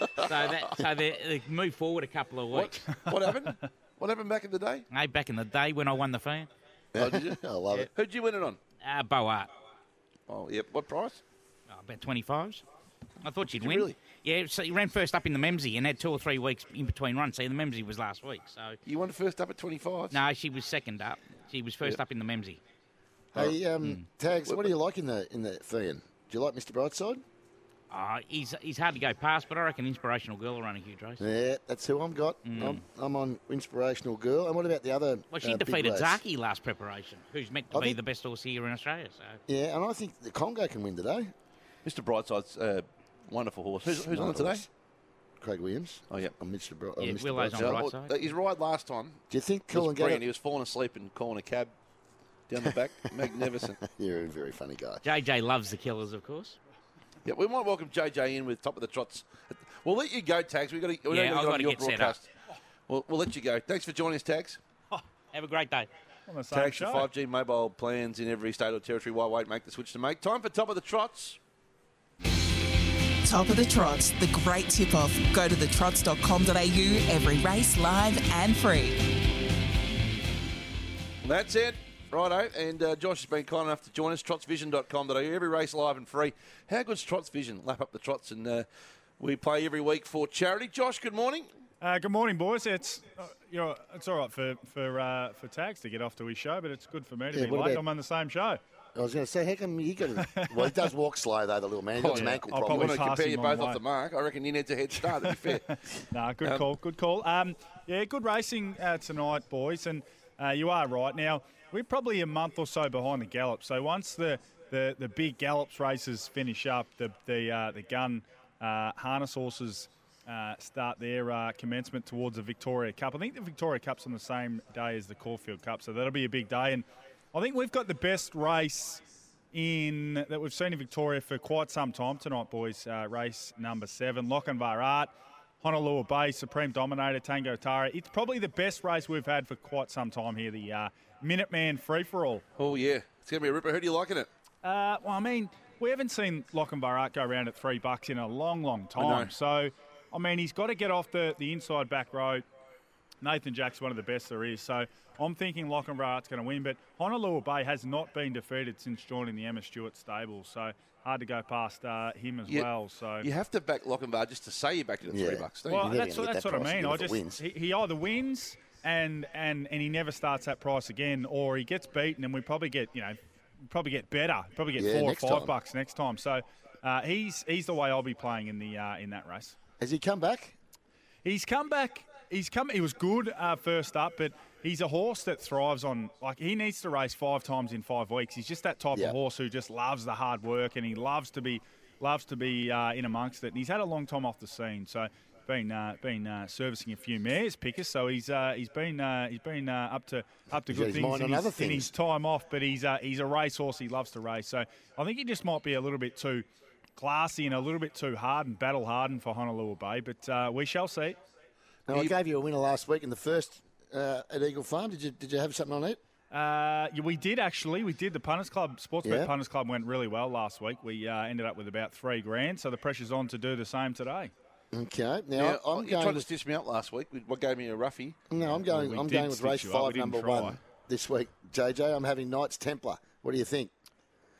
[SPEAKER 24] uh, so that so they, they moved forward a couple of weeks.
[SPEAKER 5] What happened? what happened back in the day?
[SPEAKER 24] Hey, back in the day when I won the fee.
[SPEAKER 5] Oh, did you?
[SPEAKER 6] I love
[SPEAKER 5] it. Who'd you win it on?
[SPEAKER 24] Uh, Boart.
[SPEAKER 5] Oh, yep. What price?
[SPEAKER 24] Oh, about twenty fives. I thought you'd
[SPEAKER 5] Did you
[SPEAKER 24] win.
[SPEAKER 5] really?
[SPEAKER 24] Yeah, so you ran first up in the Memsey and had two or three weeks in between runs. See, the Memsey was last week, so
[SPEAKER 5] you won first up at twenty five.
[SPEAKER 24] No, she was second up. She was first
[SPEAKER 6] Yeah.
[SPEAKER 24] up in the Memsey.
[SPEAKER 6] Hey, um, Tags, what do you like in the in the Fian? Do you like Mr. Brightside?
[SPEAKER 24] Oh, he's he's hard to go past, but I reckon inspirational girl will run a huge race.
[SPEAKER 6] Yeah, that's who I'm got. I'm, I'm on Inspirational Girl. And what about the other?
[SPEAKER 24] Well, she
[SPEAKER 6] uh, big
[SPEAKER 24] defeated
[SPEAKER 6] race?
[SPEAKER 24] Zaki last preparation, who's meant to
[SPEAKER 6] I
[SPEAKER 24] be
[SPEAKER 6] think-
[SPEAKER 24] the best horse here in Australia. So
[SPEAKER 6] Yeah, and I think the Congo can win today.
[SPEAKER 5] Mr. Brightside's uh, wonderful horse. Who's, who's on it today?
[SPEAKER 6] Craig Williams.
[SPEAKER 5] Oh yeah,
[SPEAKER 6] I'm Mr. Bro-
[SPEAKER 24] Yeah,
[SPEAKER 6] I'm Mr.
[SPEAKER 24] Willow's on
[SPEAKER 6] Brightside.
[SPEAKER 24] right
[SPEAKER 5] Well, His ride last time.
[SPEAKER 6] Do you think
[SPEAKER 5] was
[SPEAKER 6] Colin
[SPEAKER 5] brilliant.
[SPEAKER 6] Gaddard?
[SPEAKER 5] He was falling asleep and calling a cab down the back. Magnificent.
[SPEAKER 6] You're a very funny guy.
[SPEAKER 24] JJ loves the killers, of course.
[SPEAKER 5] Yeah, we might welcome JJ in with top of the trots. We'll let you go, Tags. We got to. We
[SPEAKER 24] Yeah,
[SPEAKER 5] don't
[SPEAKER 24] I've
[SPEAKER 5] gotta
[SPEAKER 24] gotta
[SPEAKER 5] your
[SPEAKER 24] get set up.
[SPEAKER 5] broadcast. We'll, we'll let you go. Thanks for joining us, Tags.
[SPEAKER 24] Have a great day.
[SPEAKER 5] Tags for 5G mobile plans in every state or territory. Why wait? Make the switch to make. Time for top of the trots.
[SPEAKER 4] Top of the Trots, the great tip off. Go to thetrots.com.au, every race live and free.
[SPEAKER 5] That's it. Righto. And uh, Josh has been kind enough to join us. Trotsvision.com.au. Every race live and free. How good's Trots Vision? Lap up the trots and uh, we play every week for charity. Josh, good morning.
[SPEAKER 1] Uh, good morning, boys. It's uh, you're, it's all right for for uh, for tags to get off to his show, but it's good for me to
[SPEAKER 6] Yeah,
[SPEAKER 1] be
[SPEAKER 6] what
[SPEAKER 1] late.
[SPEAKER 6] about-
[SPEAKER 1] I'm on the same show.
[SPEAKER 6] I was going to say, how come you got? a- well, he does walk slow though, the little man. He has got
[SPEAKER 1] Oh,
[SPEAKER 6] an
[SPEAKER 1] yeah.
[SPEAKER 6] ankle
[SPEAKER 1] I'll
[SPEAKER 6] problem.
[SPEAKER 1] probably
[SPEAKER 5] I compare
[SPEAKER 1] him
[SPEAKER 5] you
[SPEAKER 1] on
[SPEAKER 5] both
[SPEAKER 1] the
[SPEAKER 5] off
[SPEAKER 1] way.
[SPEAKER 5] the mark. I reckon you need to head start, to be fair.
[SPEAKER 1] Nah, good
[SPEAKER 5] Um,
[SPEAKER 1] call, good call. Um, yeah, good racing uh, tonight, boys, and uh, you are right. Now we're probably a month or so behind the gallop. So once the the, the big gallops races finish up, the the uh, the gun uh, harness horses. Uh, start their uh, commencement towards the Victoria Cup. I think the Victoria Cup's on the same day as the Caulfield Cup, so that'll be a big day. And I think we've got the best race in that we've seen in Victoria for quite some time tonight, boys. Uh, race number seven, Lochinvar Art, Honolulu Bay, Supreme Dominator, Tango Tara. It's probably the best race we've had for quite some time here. The uh, Minuteman free for all.
[SPEAKER 5] Oh, yeah. It's going to be a ripper. Who do you like in it?
[SPEAKER 1] Uh, well, I mean, we haven't seen Lochinvar Art go around at three bucks in a long, long time.
[SPEAKER 5] know.
[SPEAKER 1] So, I mean, he's got to get off the, the inside back row. Nathan Jack's one of the best there is. So, I'm thinking Lochinvar Art's going to win. But Honolulu Bay has not been defeated since joining the Emma Stewart stable. So, hard to go past uh, him as
[SPEAKER 5] You-
[SPEAKER 1] well. So,
[SPEAKER 5] You have to back Lochinvar just to say you backed it at three bucks, don't
[SPEAKER 1] well,
[SPEAKER 5] you?
[SPEAKER 1] that's, what, that's what I mean. I just He, he either wins and, and and he never starts that price again, or he gets beaten, and we probably get you know probably get better, probably get
[SPEAKER 6] Yeah,
[SPEAKER 1] four or
[SPEAKER 6] next
[SPEAKER 1] five
[SPEAKER 6] time.
[SPEAKER 1] bucks next time. So uh, he's he's the way I'll be playing in the uh, in that race.
[SPEAKER 6] Has he come back?
[SPEAKER 1] He's come back. He's come. He was good uh, first up, but he's a horse that thrives on like he needs to race five times in five weeks. He's just that type
[SPEAKER 6] Yeah.
[SPEAKER 1] of horse who just loves the hard work and he loves to be loves to be uh, in amongst it. And he's had a long time off the scene, so been uh, been uh, servicing a few mares, Pickers. So he's uh, he's been uh, he's been uh, up to up to
[SPEAKER 6] He's got
[SPEAKER 1] good
[SPEAKER 6] his
[SPEAKER 1] things,
[SPEAKER 6] mind
[SPEAKER 1] in,
[SPEAKER 6] on
[SPEAKER 1] his,
[SPEAKER 6] other
[SPEAKER 1] in his
[SPEAKER 6] things.
[SPEAKER 1] time off. But he's uh, he's a racehorse. He loves to race. So I think he just might be a little bit too. Classy and a little bit too hard and battle hardened for Honolulu Bay, but uh, we shall see.
[SPEAKER 6] Now, I gave you a winner last week in the first uh, at Eagle Farm. Did you did you have something on it?
[SPEAKER 1] Uh, yeah, we did actually. We did. The Punters Club, Sportsbet
[SPEAKER 6] Yeah.
[SPEAKER 1] Punters Club went really well last week. We uh, ended up with about three grand, so the pressure's on to do the same today.
[SPEAKER 6] Okay. Now,
[SPEAKER 5] Now,
[SPEAKER 6] I'm
[SPEAKER 5] you
[SPEAKER 6] going
[SPEAKER 5] tried to
[SPEAKER 6] with-
[SPEAKER 5] stitch me up last week. What gave me a roughie?
[SPEAKER 6] No, I'm going. I'm going with race five, number one this week. JJ, I'm having Knights Templar. What do you think?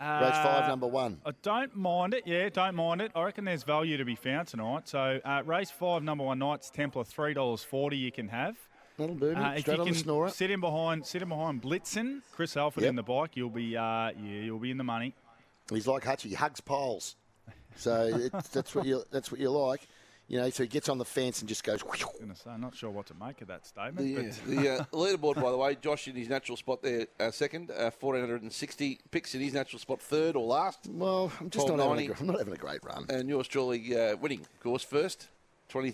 [SPEAKER 6] race
[SPEAKER 1] Uh,
[SPEAKER 6] five, number one.
[SPEAKER 1] I don't mind it. Yeah, don't mind it. I reckon there's value to be found tonight. So uh, race five, number one, Knights Templar, three dollars forty. You can have.
[SPEAKER 6] That'll do me.
[SPEAKER 1] Uh, if
[SPEAKER 6] Straight
[SPEAKER 1] you
[SPEAKER 6] on
[SPEAKER 1] can
[SPEAKER 6] the snorer.
[SPEAKER 1] sit in behind, sit in behind Blitzen, Chris Alford in the bike. You'll be, uh, yeah, you'll be in the money.
[SPEAKER 6] He's like Hutchie. He hugs poles. So it's, that's what you that's what you like. You know, so he gets on the fence and just goes.
[SPEAKER 1] Gonna say, I'm not sure what to make of that statement.
[SPEAKER 5] The, uh,
[SPEAKER 1] but
[SPEAKER 5] the uh, leaderboard, by the way, Josh in his natural spot there, uh, second, uh, 1460. Picks in his natural spot, third or last.
[SPEAKER 6] Well, I'm just not having, a, gr-
[SPEAKER 5] 1290.
[SPEAKER 6] I'm not having a great run.
[SPEAKER 5] And yours truly uh, winning, of course, first. 20,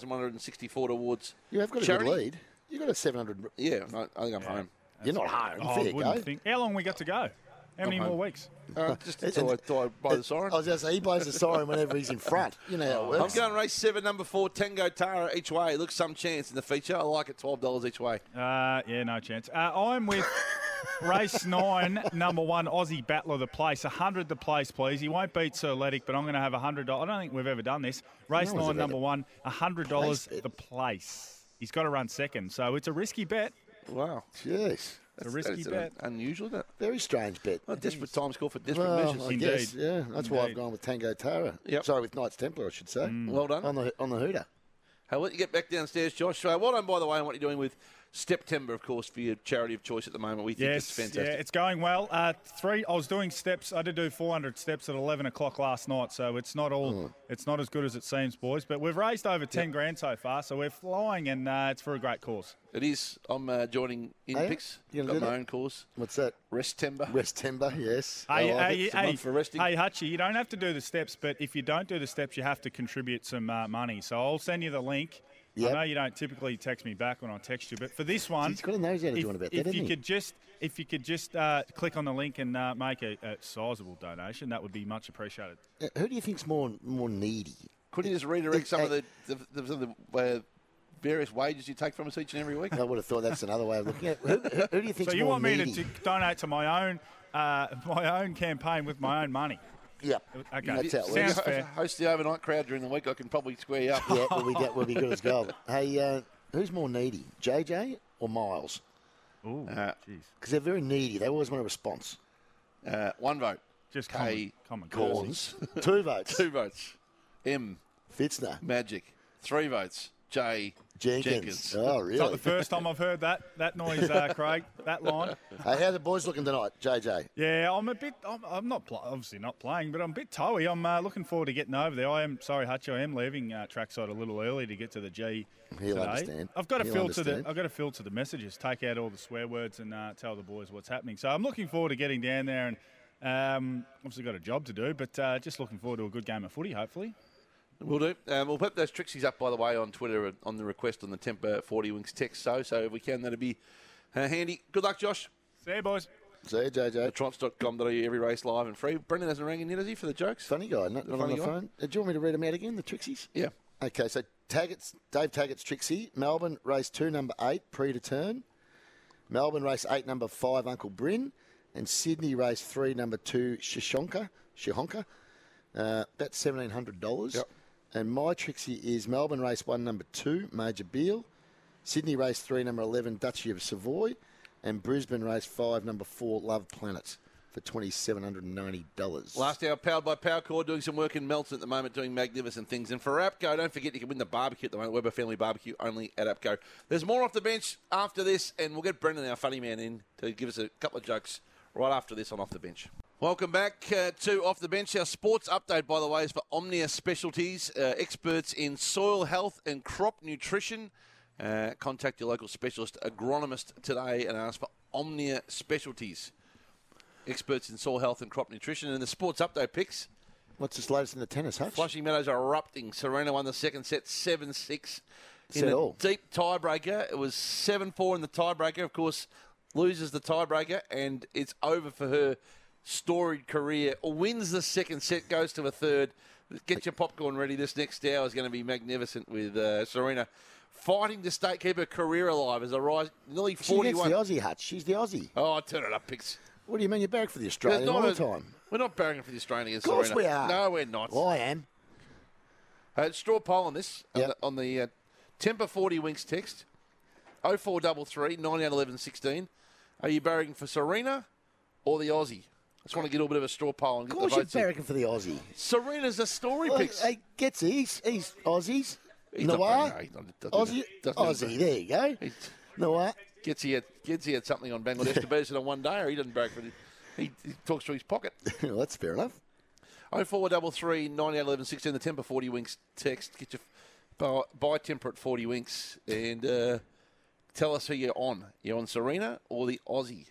[SPEAKER 5] 2,164 towards
[SPEAKER 6] You have got a
[SPEAKER 5] charity.
[SPEAKER 6] good lead. You got a 700.
[SPEAKER 5] Yeah, I, I think I'm home.
[SPEAKER 6] You're not home.
[SPEAKER 1] Oh,
[SPEAKER 6] Fair
[SPEAKER 1] I wouldn't
[SPEAKER 6] go.
[SPEAKER 1] think. How long we got to go? How many
[SPEAKER 6] Come
[SPEAKER 1] more
[SPEAKER 6] home.
[SPEAKER 1] weeks?
[SPEAKER 5] Uh, just until I die by the siren.
[SPEAKER 6] I was going to say, he blows the siren whenever he's in front. You know how it
[SPEAKER 5] Oh, I'm
[SPEAKER 6] works.
[SPEAKER 5] going race seven, number four, Tango Tara each way. Looks some chance in the feature. I like it, twelve dollars each way.
[SPEAKER 1] Uh, yeah, no chance. Uh, I'm with race nine, number one, Aussie Battler the Place. 100 the place, please. He won't beat Sir Leddick, but I'm going to have $100. I don't think we've ever done this. Race
[SPEAKER 6] No one's
[SPEAKER 1] nine,
[SPEAKER 6] ever
[SPEAKER 1] number
[SPEAKER 6] done
[SPEAKER 1] one,
[SPEAKER 6] Place
[SPEAKER 1] $100 the place. He's got to run second, so it's a risky bet.
[SPEAKER 5] Wow.
[SPEAKER 6] Jeez.
[SPEAKER 1] It's a risky bet.
[SPEAKER 5] unusual, that.
[SPEAKER 6] Very strange bet. Mm.
[SPEAKER 5] A desperate times call for desperate
[SPEAKER 6] well,
[SPEAKER 5] measures.
[SPEAKER 6] I guess, yeah. That's why I've gone with Tango Tara.
[SPEAKER 5] Yep.
[SPEAKER 6] Sorry, with Knights Templar, I should say.
[SPEAKER 1] Mm.
[SPEAKER 5] Well done.
[SPEAKER 6] On the, on the hooter.
[SPEAKER 5] Hey, I'll let you get back downstairs, Josh. So, well done, by the way, on what you're doing with September, of course, for your charity of choice at the moment. We think it's fantastic.
[SPEAKER 1] Yeah, it's going well. Uh, three. I was doing steps. I did do 400 steps at 11 o'clock last night, so it's not all. It's not as good as it seems, boys. But we've raised over 10 grand so far, so we're flying, and uh, it's for a great cause.
[SPEAKER 5] It is. I'm uh, joining
[SPEAKER 1] Are
[SPEAKER 5] in
[SPEAKER 1] you?
[SPEAKER 5] picks.
[SPEAKER 1] You gonna
[SPEAKER 5] Got
[SPEAKER 1] do
[SPEAKER 5] my
[SPEAKER 1] that?
[SPEAKER 5] own course.
[SPEAKER 6] What's that?
[SPEAKER 5] Rest timber.
[SPEAKER 6] Rest timber, yes.
[SPEAKER 1] Hey,
[SPEAKER 5] I like
[SPEAKER 1] hey,
[SPEAKER 5] it. It's a
[SPEAKER 1] hey,
[SPEAKER 5] month for resting.
[SPEAKER 1] hey, Hutchie, you don't have to do the steps, but if you don't do the steps, you have to contribute some uh, money. So I'll send you the link. I
[SPEAKER 6] Yep.
[SPEAKER 1] know you don't typically text me back when I text you, but for this one,
[SPEAKER 6] He's got a nose out of
[SPEAKER 1] if,
[SPEAKER 6] doing about
[SPEAKER 1] if
[SPEAKER 6] that, isn't
[SPEAKER 1] you
[SPEAKER 6] he?
[SPEAKER 1] could just if you could just uh, click on the link and uh, make a, a sizable donation, that would be much appreciated.
[SPEAKER 6] Uh, Who do you think's more more needy?
[SPEAKER 5] Could you just redirect some of the, the, the, some of the uh, various wages you take from us each and every week?
[SPEAKER 6] I would have thought that's another way of looking at it. Who, who, who do you think's
[SPEAKER 1] so you
[SPEAKER 6] more
[SPEAKER 1] want me to,
[SPEAKER 6] needy?
[SPEAKER 1] to donate to my own uh, my own campaign with my own money?
[SPEAKER 6] Yeah.
[SPEAKER 1] Okay.
[SPEAKER 6] That's how it
[SPEAKER 1] Sounds
[SPEAKER 6] works.
[SPEAKER 1] fair.
[SPEAKER 5] Host the overnight crowd during the week. I can probably square you up.
[SPEAKER 6] yeah, we'll be, good- we'll be good as gold. Hey, uh, who's more needy, JJ or Miles?
[SPEAKER 1] Ooh,
[SPEAKER 5] jeez.
[SPEAKER 6] Because they're very needy. They always want a response.
[SPEAKER 5] Uh, one vote.
[SPEAKER 1] Just
[SPEAKER 5] K.
[SPEAKER 1] common,
[SPEAKER 6] Gorns. Two votes.
[SPEAKER 5] Two votes. M.
[SPEAKER 6] Fitzner.
[SPEAKER 5] Magic. Three votes. J.
[SPEAKER 6] Jenkins.
[SPEAKER 5] Jenkins.
[SPEAKER 6] Oh,
[SPEAKER 1] It's not
[SPEAKER 6] really?
[SPEAKER 1] the first time I've heard that that noise, uh, Craig. That line.
[SPEAKER 6] Hey, how the boys looking tonight, JJ?
[SPEAKER 1] Yeah, I'm a bit. I'm, I'm not pl- obviously not playing, but I'm a bit toey. I'm uh, looking forward to getting over there. I am sorry, Hutch. I am leaving uh, trackside a little early to get to the G.
[SPEAKER 6] He'll
[SPEAKER 1] today.
[SPEAKER 6] understand.
[SPEAKER 1] I've got to
[SPEAKER 6] He'll
[SPEAKER 1] filter
[SPEAKER 6] understand.
[SPEAKER 1] the. I've got to filter the messages, take out all the swear words, and uh, tell the boys what's happening. So I'm looking forward to getting down there, and um, obviously got a job to do, but uh, just looking forward to a good game of footy. Hopefully,
[SPEAKER 5] We'll do. Um, we'll put those Trixies up, by the way, on Twitter on the request on the Temper 40 Wings text. So, so if we can, that'd be uh, handy. Good luck, Josh.
[SPEAKER 1] See you, boys.
[SPEAKER 6] See you, JJ.
[SPEAKER 5] Triumphs.com.au, every race live and free. Brendan hasn't rang in yet, has he, for the jokes?
[SPEAKER 6] Funny guy, not, not on
[SPEAKER 5] funny
[SPEAKER 6] the
[SPEAKER 5] guy?
[SPEAKER 6] phone. Uh, do you want me to read them out again, the Trixies?
[SPEAKER 5] Yeah.
[SPEAKER 6] Okay, so Taggart's, Dave Taggart's Trixie, Melbourne race two, number eight, pre to turn. Melbourne race eight, number five, Uncle Bryn. And Sydney race three, number two, Shishonka. Shihonka. Uh, that's $1,700. And my Trixie is Melbourne race one, number two, Major Beale. Sydney race three, number 11, Duchy of Savoy. And Brisbane race five, number four, Love Planet for $2,790.
[SPEAKER 5] Last hour, powered by PowerCore, doing some work in Melton at the moment, doing magnificent things. And for APCO, don't forget you can win the barbecue at the moment, Weber Family Barbecue, only at APCO. There's more off the bench after this, and we'll get Brendan, our funny man, in to give us a couple of jokes right after this on Off the Bench. Welcome back uh, to Off the Bench. Our sports update, by the way, is for Omnia Specialties, uh, experts in soil health and crop nutrition. Uh, contact your local specialist agronomist today and ask for Omnia Specialties experts in soil health and crop nutrition. And the sports update picks.
[SPEAKER 6] What's this latest in the tennis, Hutch?
[SPEAKER 5] Flushing Meadows are erupting. Serena won the second set 7 6 in
[SPEAKER 6] Set
[SPEAKER 5] a
[SPEAKER 6] all.
[SPEAKER 5] deep tiebreaker. It was 7 4 in the tiebreaker. Of course, loses the tiebreaker, and it's over for her storied career. Wins the second set, goes to a third. Get your popcorn ready. This next hour is going to be magnificent with uh, Serena fighting to stay, keep her career alive as a rise nearly
[SPEAKER 6] She gets
[SPEAKER 5] 41.
[SPEAKER 6] the Aussie, Hutch. She's the Aussie.
[SPEAKER 5] Oh, turn it up, picks.
[SPEAKER 6] What do you mean you're back for the
[SPEAKER 5] There's
[SPEAKER 6] Australian all
[SPEAKER 5] not
[SPEAKER 6] the
[SPEAKER 5] a-
[SPEAKER 6] time?
[SPEAKER 5] We're not barring for the Australian against
[SPEAKER 6] Of course
[SPEAKER 5] Serena.
[SPEAKER 6] we are.
[SPEAKER 5] No, we're not.
[SPEAKER 6] Well, I am.
[SPEAKER 5] Uh, straw poll on this on the, on the uh, temper forty winks text. 0433 9811 16. Are you barring for Serena or the Aussie? I just want to get a bit of a straw poll and
[SPEAKER 6] Of
[SPEAKER 5] get the
[SPEAKER 6] course you're
[SPEAKER 5] votes. in.
[SPEAKER 6] barracking for the Aussie.
[SPEAKER 5] Serena's a story
[SPEAKER 6] Well,
[SPEAKER 5] picks.
[SPEAKER 6] He gets it. He's, he's Aussies.
[SPEAKER 5] He's not
[SPEAKER 6] Noir.
[SPEAKER 5] barring- no, he doesn't-
[SPEAKER 6] Aussie.
[SPEAKER 5] doesn't-
[SPEAKER 6] Aussie. There you go. Noir.
[SPEAKER 5] Gets he had gets he had something on Bangladesh to beat us in a one day, or he doesn't barrack for the, he, he talks through his pocket.
[SPEAKER 6] Well, That's fair enough.
[SPEAKER 5] Oh four double three ninety eight eleven sixteen. The temper forty winks text. Get your buy, buy temper at forty winks and uh, tell us who you're on. You're on Serena or the Aussie.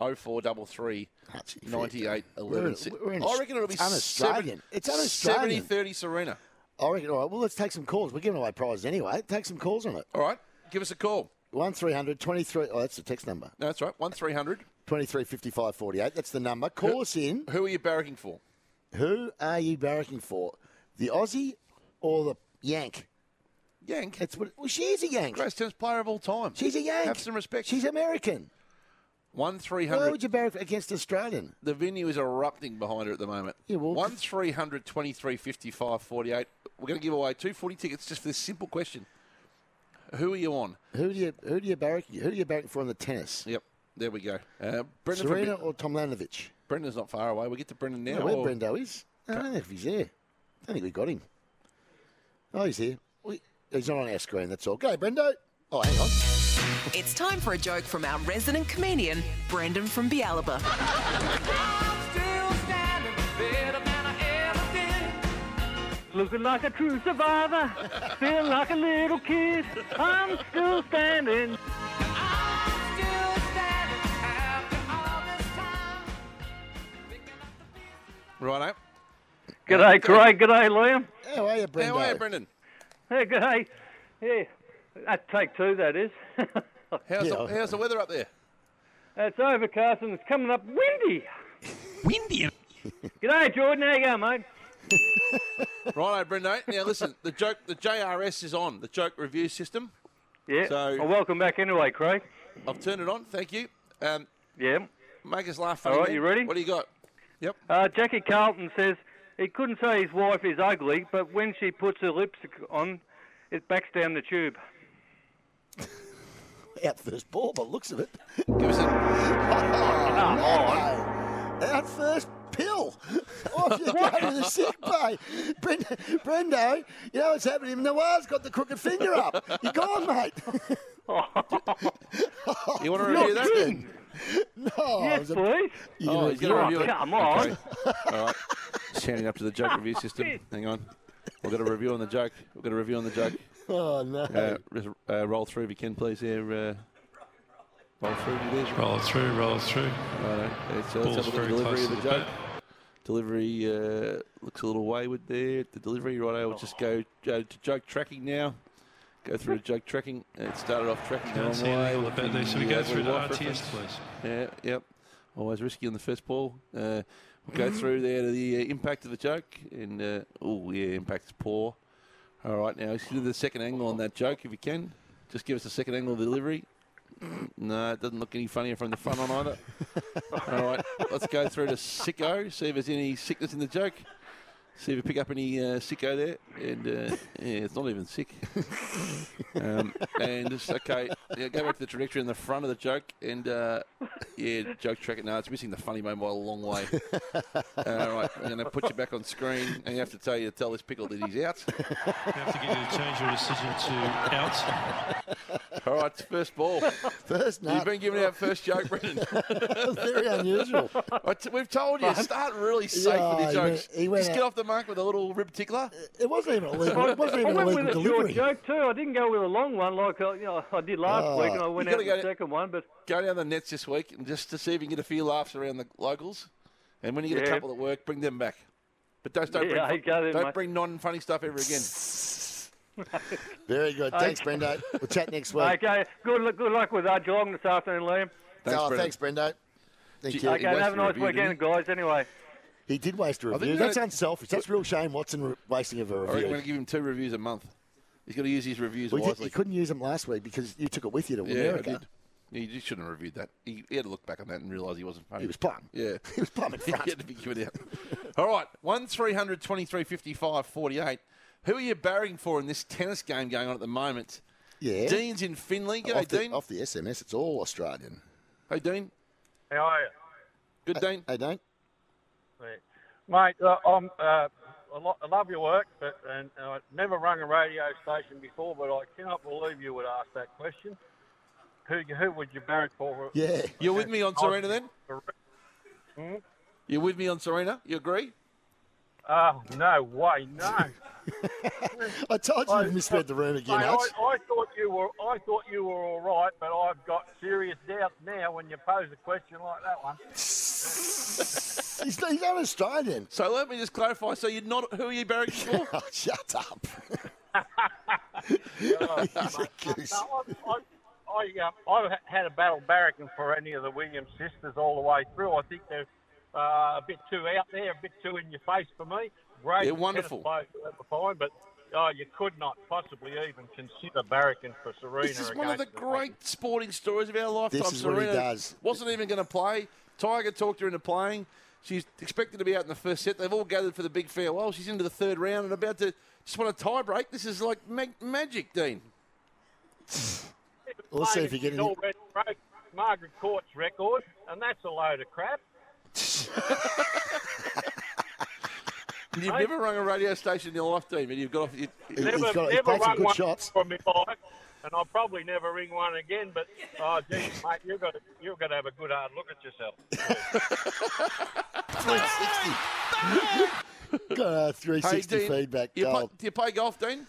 [SPEAKER 5] Oh four double three
[SPEAKER 6] Ah,
[SPEAKER 5] ninety eight eleven.
[SPEAKER 6] We're in-
[SPEAKER 5] I reckon it'll be
[SPEAKER 6] it's un-Australian. It's un-Australian.
[SPEAKER 5] 70 30 Serena.
[SPEAKER 6] I reckon. All right. Well, let's take some calls. We're giving away prizes anyway. Take some calls on it.
[SPEAKER 5] All right. Give us a call.
[SPEAKER 6] One 23 Oh, that's the text number.
[SPEAKER 5] No, that's right. One three hundred.
[SPEAKER 6] 23 55 48. That's the number. Call us in.
[SPEAKER 5] Who are you barracking for?
[SPEAKER 6] Who are you barracking for? The Aussie or the Yank?
[SPEAKER 5] Yank.
[SPEAKER 6] That's what. Well, she is a Yank.
[SPEAKER 5] Greatest tennis player of all time.
[SPEAKER 6] She's a Yank.
[SPEAKER 5] Have some respect.
[SPEAKER 6] She's American.
[SPEAKER 5] One three
[SPEAKER 6] Why would
[SPEAKER 5] hundred.
[SPEAKER 6] you barrack against Australian?
[SPEAKER 5] The venue is erupting behind her at the moment. Yeah, well, one 23 55 48. We're going to give away two forty tickets just for this simple question. Who are you on?
[SPEAKER 6] Who do you who do you barrack who do you barrack for in the tennis?
[SPEAKER 5] Yep, there we go. Uh, Brendan from
[SPEAKER 6] Serena
[SPEAKER 5] Bi-
[SPEAKER 6] or Tomlanovich?
[SPEAKER 5] Brendan's not far away. We get to Brendan now.
[SPEAKER 6] No, where
[SPEAKER 5] or-
[SPEAKER 6] Brendo is? I don't know if he's there. I don't think we got him. Oh, he's here. We, he's not on our screen. That's all. Go, Brendo. Oh, hang on.
[SPEAKER 2] It's time for a joke from our resident comedian, Brendan from Bialaba.
[SPEAKER 3] Looking like a true survivor, feeling like a little kid. I'm still standing.
[SPEAKER 5] Righto. uh,
[SPEAKER 3] G'day, Craig. G'day, Liam.
[SPEAKER 6] How are you,
[SPEAKER 5] How are you, Brendan?
[SPEAKER 3] Hey, g'day. Yeah, that take two. That is.
[SPEAKER 5] How's, the, how's the weather up there?
[SPEAKER 3] It's overcast and it's coming up windy.
[SPEAKER 5] Windy.
[SPEAKER 3] G'day, Jordan. How you going, mate?
[SPEAKER 5] Righto, Brendo. Now listen, the joke, the JRS is on the joke review system.
[SPEAKER 3] Yeah.
[SPEAKER 5] So-
[SPEAKER 3] well, welcome back anyway, Craig.
[SPEAKER 5] I've turned it on. Thank you. Um,
[SPEAKER 3] yeah.
[SPEAKER 5] Make us laugh.
[SPEAKER 3] All
[SPEAKER 5] funny
[SPEAKER 3] right,
[SPEAKER 5] man.
[SPEAKER 3] you ready?
[SPEAKER 5] What do you got? Yep.
[SPEAKER 3] Uh, Jackie Carlton says he couldn't say his wife is ugly, but when she puts her lipstick on, it backs down the tube.
[SPEAKER 6] Out first ball, by the looks of it. Ah,
[SPEAKER 5] Give us a.
[SPEAKER 6] Out first pill. Off you go to the sick bay. Brendo, Brendo, you know what's happening? Nawaz got the crooked finger up. You're gone, mate.
[SPEAKER 5] You want to review that?
[SPEAKER 6] No.
[SPEAKER 3] Yes, please.
[SPEAKER 5] Oh,
[SPEAKER 6] know,
[SPEAKER 5] he's going
[SPEAKER 6] you're
[SPEAKER 5] to
[SPEAKER 6] on.
[SPEAKER 5] review it.
[SPEAKER 6] Come on.
[SPEAKER 5] Okay. All right. Standing up to the joke review system. Hang on. We've got a review on the joke. We've got a review on the joke.
[SPEAKER 6] Oh, no.
[SPEAKER 5] Uh, res- uh, roll through if you can, please. There. Uh, roll through. There's
[SPEAKER 7] Roll through, roll through.
[SPEAKER 5] Righto. It's, uh,
[SPEAKER 7] Ball's
[SPEAKER 5] let's have a
[SPEAKER 7] very
[SPEAKER 5] look at the
[SPEAKER 7] close
[SPEAKER 5] delivery of
[SPEAKER 7] to
[SPEAKER 5] the,
[SPEAKER 7] the
[SPEAKER 5] joke. Delivery uh, looks a little wayward there. The delivery, righto. We'll just go uh, to joke tracking now. Go through to joke tracking. It started off tracking the
[SPEAKER 7] Can't
[SPEAKER 5] wrong
[SPEAKER 7] see
[SPEAKER 5] way.
[SPEAKER 7] anything on the
[SPEAKER 5] with
[SPEAKER 7] back there. Should we
[SPEAKER 5] the,
[SPEAKER 7] go
[SPEAKER 5] uh,
[SPEAKER 7] through to
[SPEAKER 5] wife
[SPEAKER 7] RTS,
[SPEAKER 5] reference.
[SPEAKER 7] please?
[SPEAKER 5] Yeah, yep. Always risky on the first ball. Uh, we'll go through there to the uh, impact of the joke. And, uh, oh, yeah, impact's poor. All right, now, let's do the second angle on that joke if you can. Just give us a second angle of the delivery. No, it doesn't look any funnier from the front on either. All right, let's go through to sicko. See if there's any sickness in the joke. See if you pick up any uh, sicko there. And uh, yeah, it's not even sick. um, and just okay, yeah, go back to the trajectory in the front of the joke. And uh, yeah, joke track it. No, it's missing the funny moment by a long way. All right, I'm going to put you back on screen, and you have to tell you to tell this pickle that he's out.
[SPEAKER 7] We have to get you to change your decision to out.
[SPEAKER 5] All right, it's first ball.
[SPEAKER 6] First
[SPEAKER 5] You've
[SPEAKER 6] nut.
[SPEAKER 5] been giving out first joke, Brendan.
[SPEAKER 6] Very unusual.
[SPEAKER 5] I t- we've told you, start really safe with
[SPEAKER 6] Yeah,
[SPEAKER 5] your
[SPEAKER 6] he
[SPEAKER 5] jokes.
[SPEAKER 6] went- he went
[SPEAKER 5] Just
[SPEAKER 6] out-
[SPEAKER 5] get off the mark with a little rib tickler.
[SPEAKER 6] It wasn't even illegal. It wasn't
[SPEAKER 3] I
[SPEAKER 6] even
[SPEAKER 3] went
[SPEAKER 6] illegal
[SPEAKER 3] with a
[SPEAKER 6] delivery.
[SPEAKER 3] short joke too. I didn't go with a long one like uh, you know I did last
[SPEAKER 6] Ah.
[SPEAKER 5] Oh.
[SPEAKER 3] week, and I
[SPEAKER 5] You
[SPEAKER 3] went
[SPEAKER 5] gotta
[SPEAKER 3] out with
[SPEAKER 5] go
[SPEAKER 3] the
[SPEAKER 5] to-
[SPEAKER 3] second one. But
[SPEAKER 5] Go down the nets this week and just to see if you can get a few laughs around the locals. And when you get a
[SPEAKER 3] Yeah.
[SPEAKER 5] couple at work, bring them back. But don't, don't,
[SPEAKER 3] Yeah, I
[SPEAKER 5] bring,
[SPEAKER 3] got it,
[SPEAKER 5] don't
[SPEAKER 3] mate.
[SPEAKER 5] bring non-funny stuff ever again.
[SPEAKER 6] Very good. Thanks, Brendo. We'll chat next week.
[SPEAKER 3] okay, good luck, good luck with uh, Geelong this afternoon, Liam.
[SPEAKER 6] Oh, thanks, Brendo. Thank you.
[SPEAKER 3] Okay, have a nice weekend, guys. Anyway.
[SPEAKER 6] He did waste a
[SPEAKER 5] think
[SPEAKER 6] review.
[SPEAKER 5] we're
[SPEAKER 6] That's
[SPEAKER 5] gonna-
[SPEAKER 6] unselfish. That's real Shane Watson re- wasting of a
[SPEAKER 5] I reckon we're
[SPEAKER 6] review.
[SPEAKER 5] going to give him two reviews a month. He's got to use his reviews
[SPEAKER 6] We did,
[SPEAKER 5] wisely.
[SPEAKER 6] you couldn't use him last week because you took it with you to
[SPEAKER 5] yeah, I
[SPEAKER 6] America.
[SPEAKER 5] did. Yeah, you shouldn't have reviewed that. He, he had to look back on that and realise he wasn't funny.
[SPEAKER 6] He was plumb.
[SPEAKER 5] Yeah.
[SPEAKER 6] He was plumb in front.
[SPEAKER 5] he had to be given out. All right, 1 300 23 55 48. Who are you barring for in this tennis game going on at the moment?
[SPEAKER 6] Yeah.
[SPEAKER 5] Dean's in Finley. G'day,
[SPEAKER 6] off, the,
[SPEAKER 5] Dean.
[SPEAKER 6] off the SMS, it's all Australian.
[SPEAKER 5] Hey, Dean.
[SPEAKER 13] How are you?
[SPEAKER 5] Good, Dean.
[SPEAKER 6] Hey, Dean.
[SPEAKER 13] Mate, uh, I'm, uh, I, lo- I love your work, but and, and I never rung a radio station before, but I cannot believe you would ask that question. Who, who would you barrack for?
[SPEAKER 6] Yeah.
[SPEAKER 5] You're with me on Serena then?
[SPEAKER 13] Hmm?
[SPEAKER 5] You're with me on Serena? You agree?
[SPEAKER 13] Oh, no way, no.
[SPEAKER 6] I told you you misread the room again,
[SPEAKER 13] Mate, I,
[SPEAKER 6] Hutch.
[SPEAKER 13] I thought you were I thought you were all right, but I've got serious doubts now when you pose a question like that one.
[SPEAKER 6] He's not, he's not Australian.
[SPEAKER 5] So let me just clarify. So you're not who are you barracking for?
[SPEAKER 6] Shut up. He's a goose.
[SPEAKER 13] No, I, I, I, um, I've had a battle barracking for any of the Williams sisters all the way through. I think they're uh, a bit too out there, a bit too in your face for me. Great,
[SPEAKER 5] They're wonderful.
[SPEAKER 13] tennis bloke, that's fine, but oh, you could not possibly even consider barracking for Serena.
[SPEAKER 5] This is one of the
[SPEAKER 13] against
[SPEAKER 5] great sporting stories of our lifetime.
[SPEAKER 6] This is what
[SPEAKER 5] Serena
[SPEAKER 6] he does.
[SPEAKER 5] wasn't even going to play. Tiger talked her into playing. She's expected to be out in the first set. They've all gathered for the big farewell. She's into the third round and about to just want a tie break. This is like mag- magic, Dean.
[SPEAKER 6] We'll see if you get
[SPEAKER 13] She's
[SPEAKER 6] any.
[SPEAKER 13] already broke Margaret Court's record, and that's a load of crap.
[SPEAKER 5] You've never rung a radio station in your life, Dean, and you've got off. You,
[SPEAKER 13] never never rung one from my life, and I'll probably never ring one again. But oh, geez, mate, you've got to, you've got to have a good hard look at yourself.
[SPEAKER 6] 360. Got uh, 360
[SPEAKER 5] Dean,
[SPEAKER 6] feedback
[SPEAKER 5] you
[SPEAKER 6] goal.
[SPEAKER 5] play- do you play golf, Dean?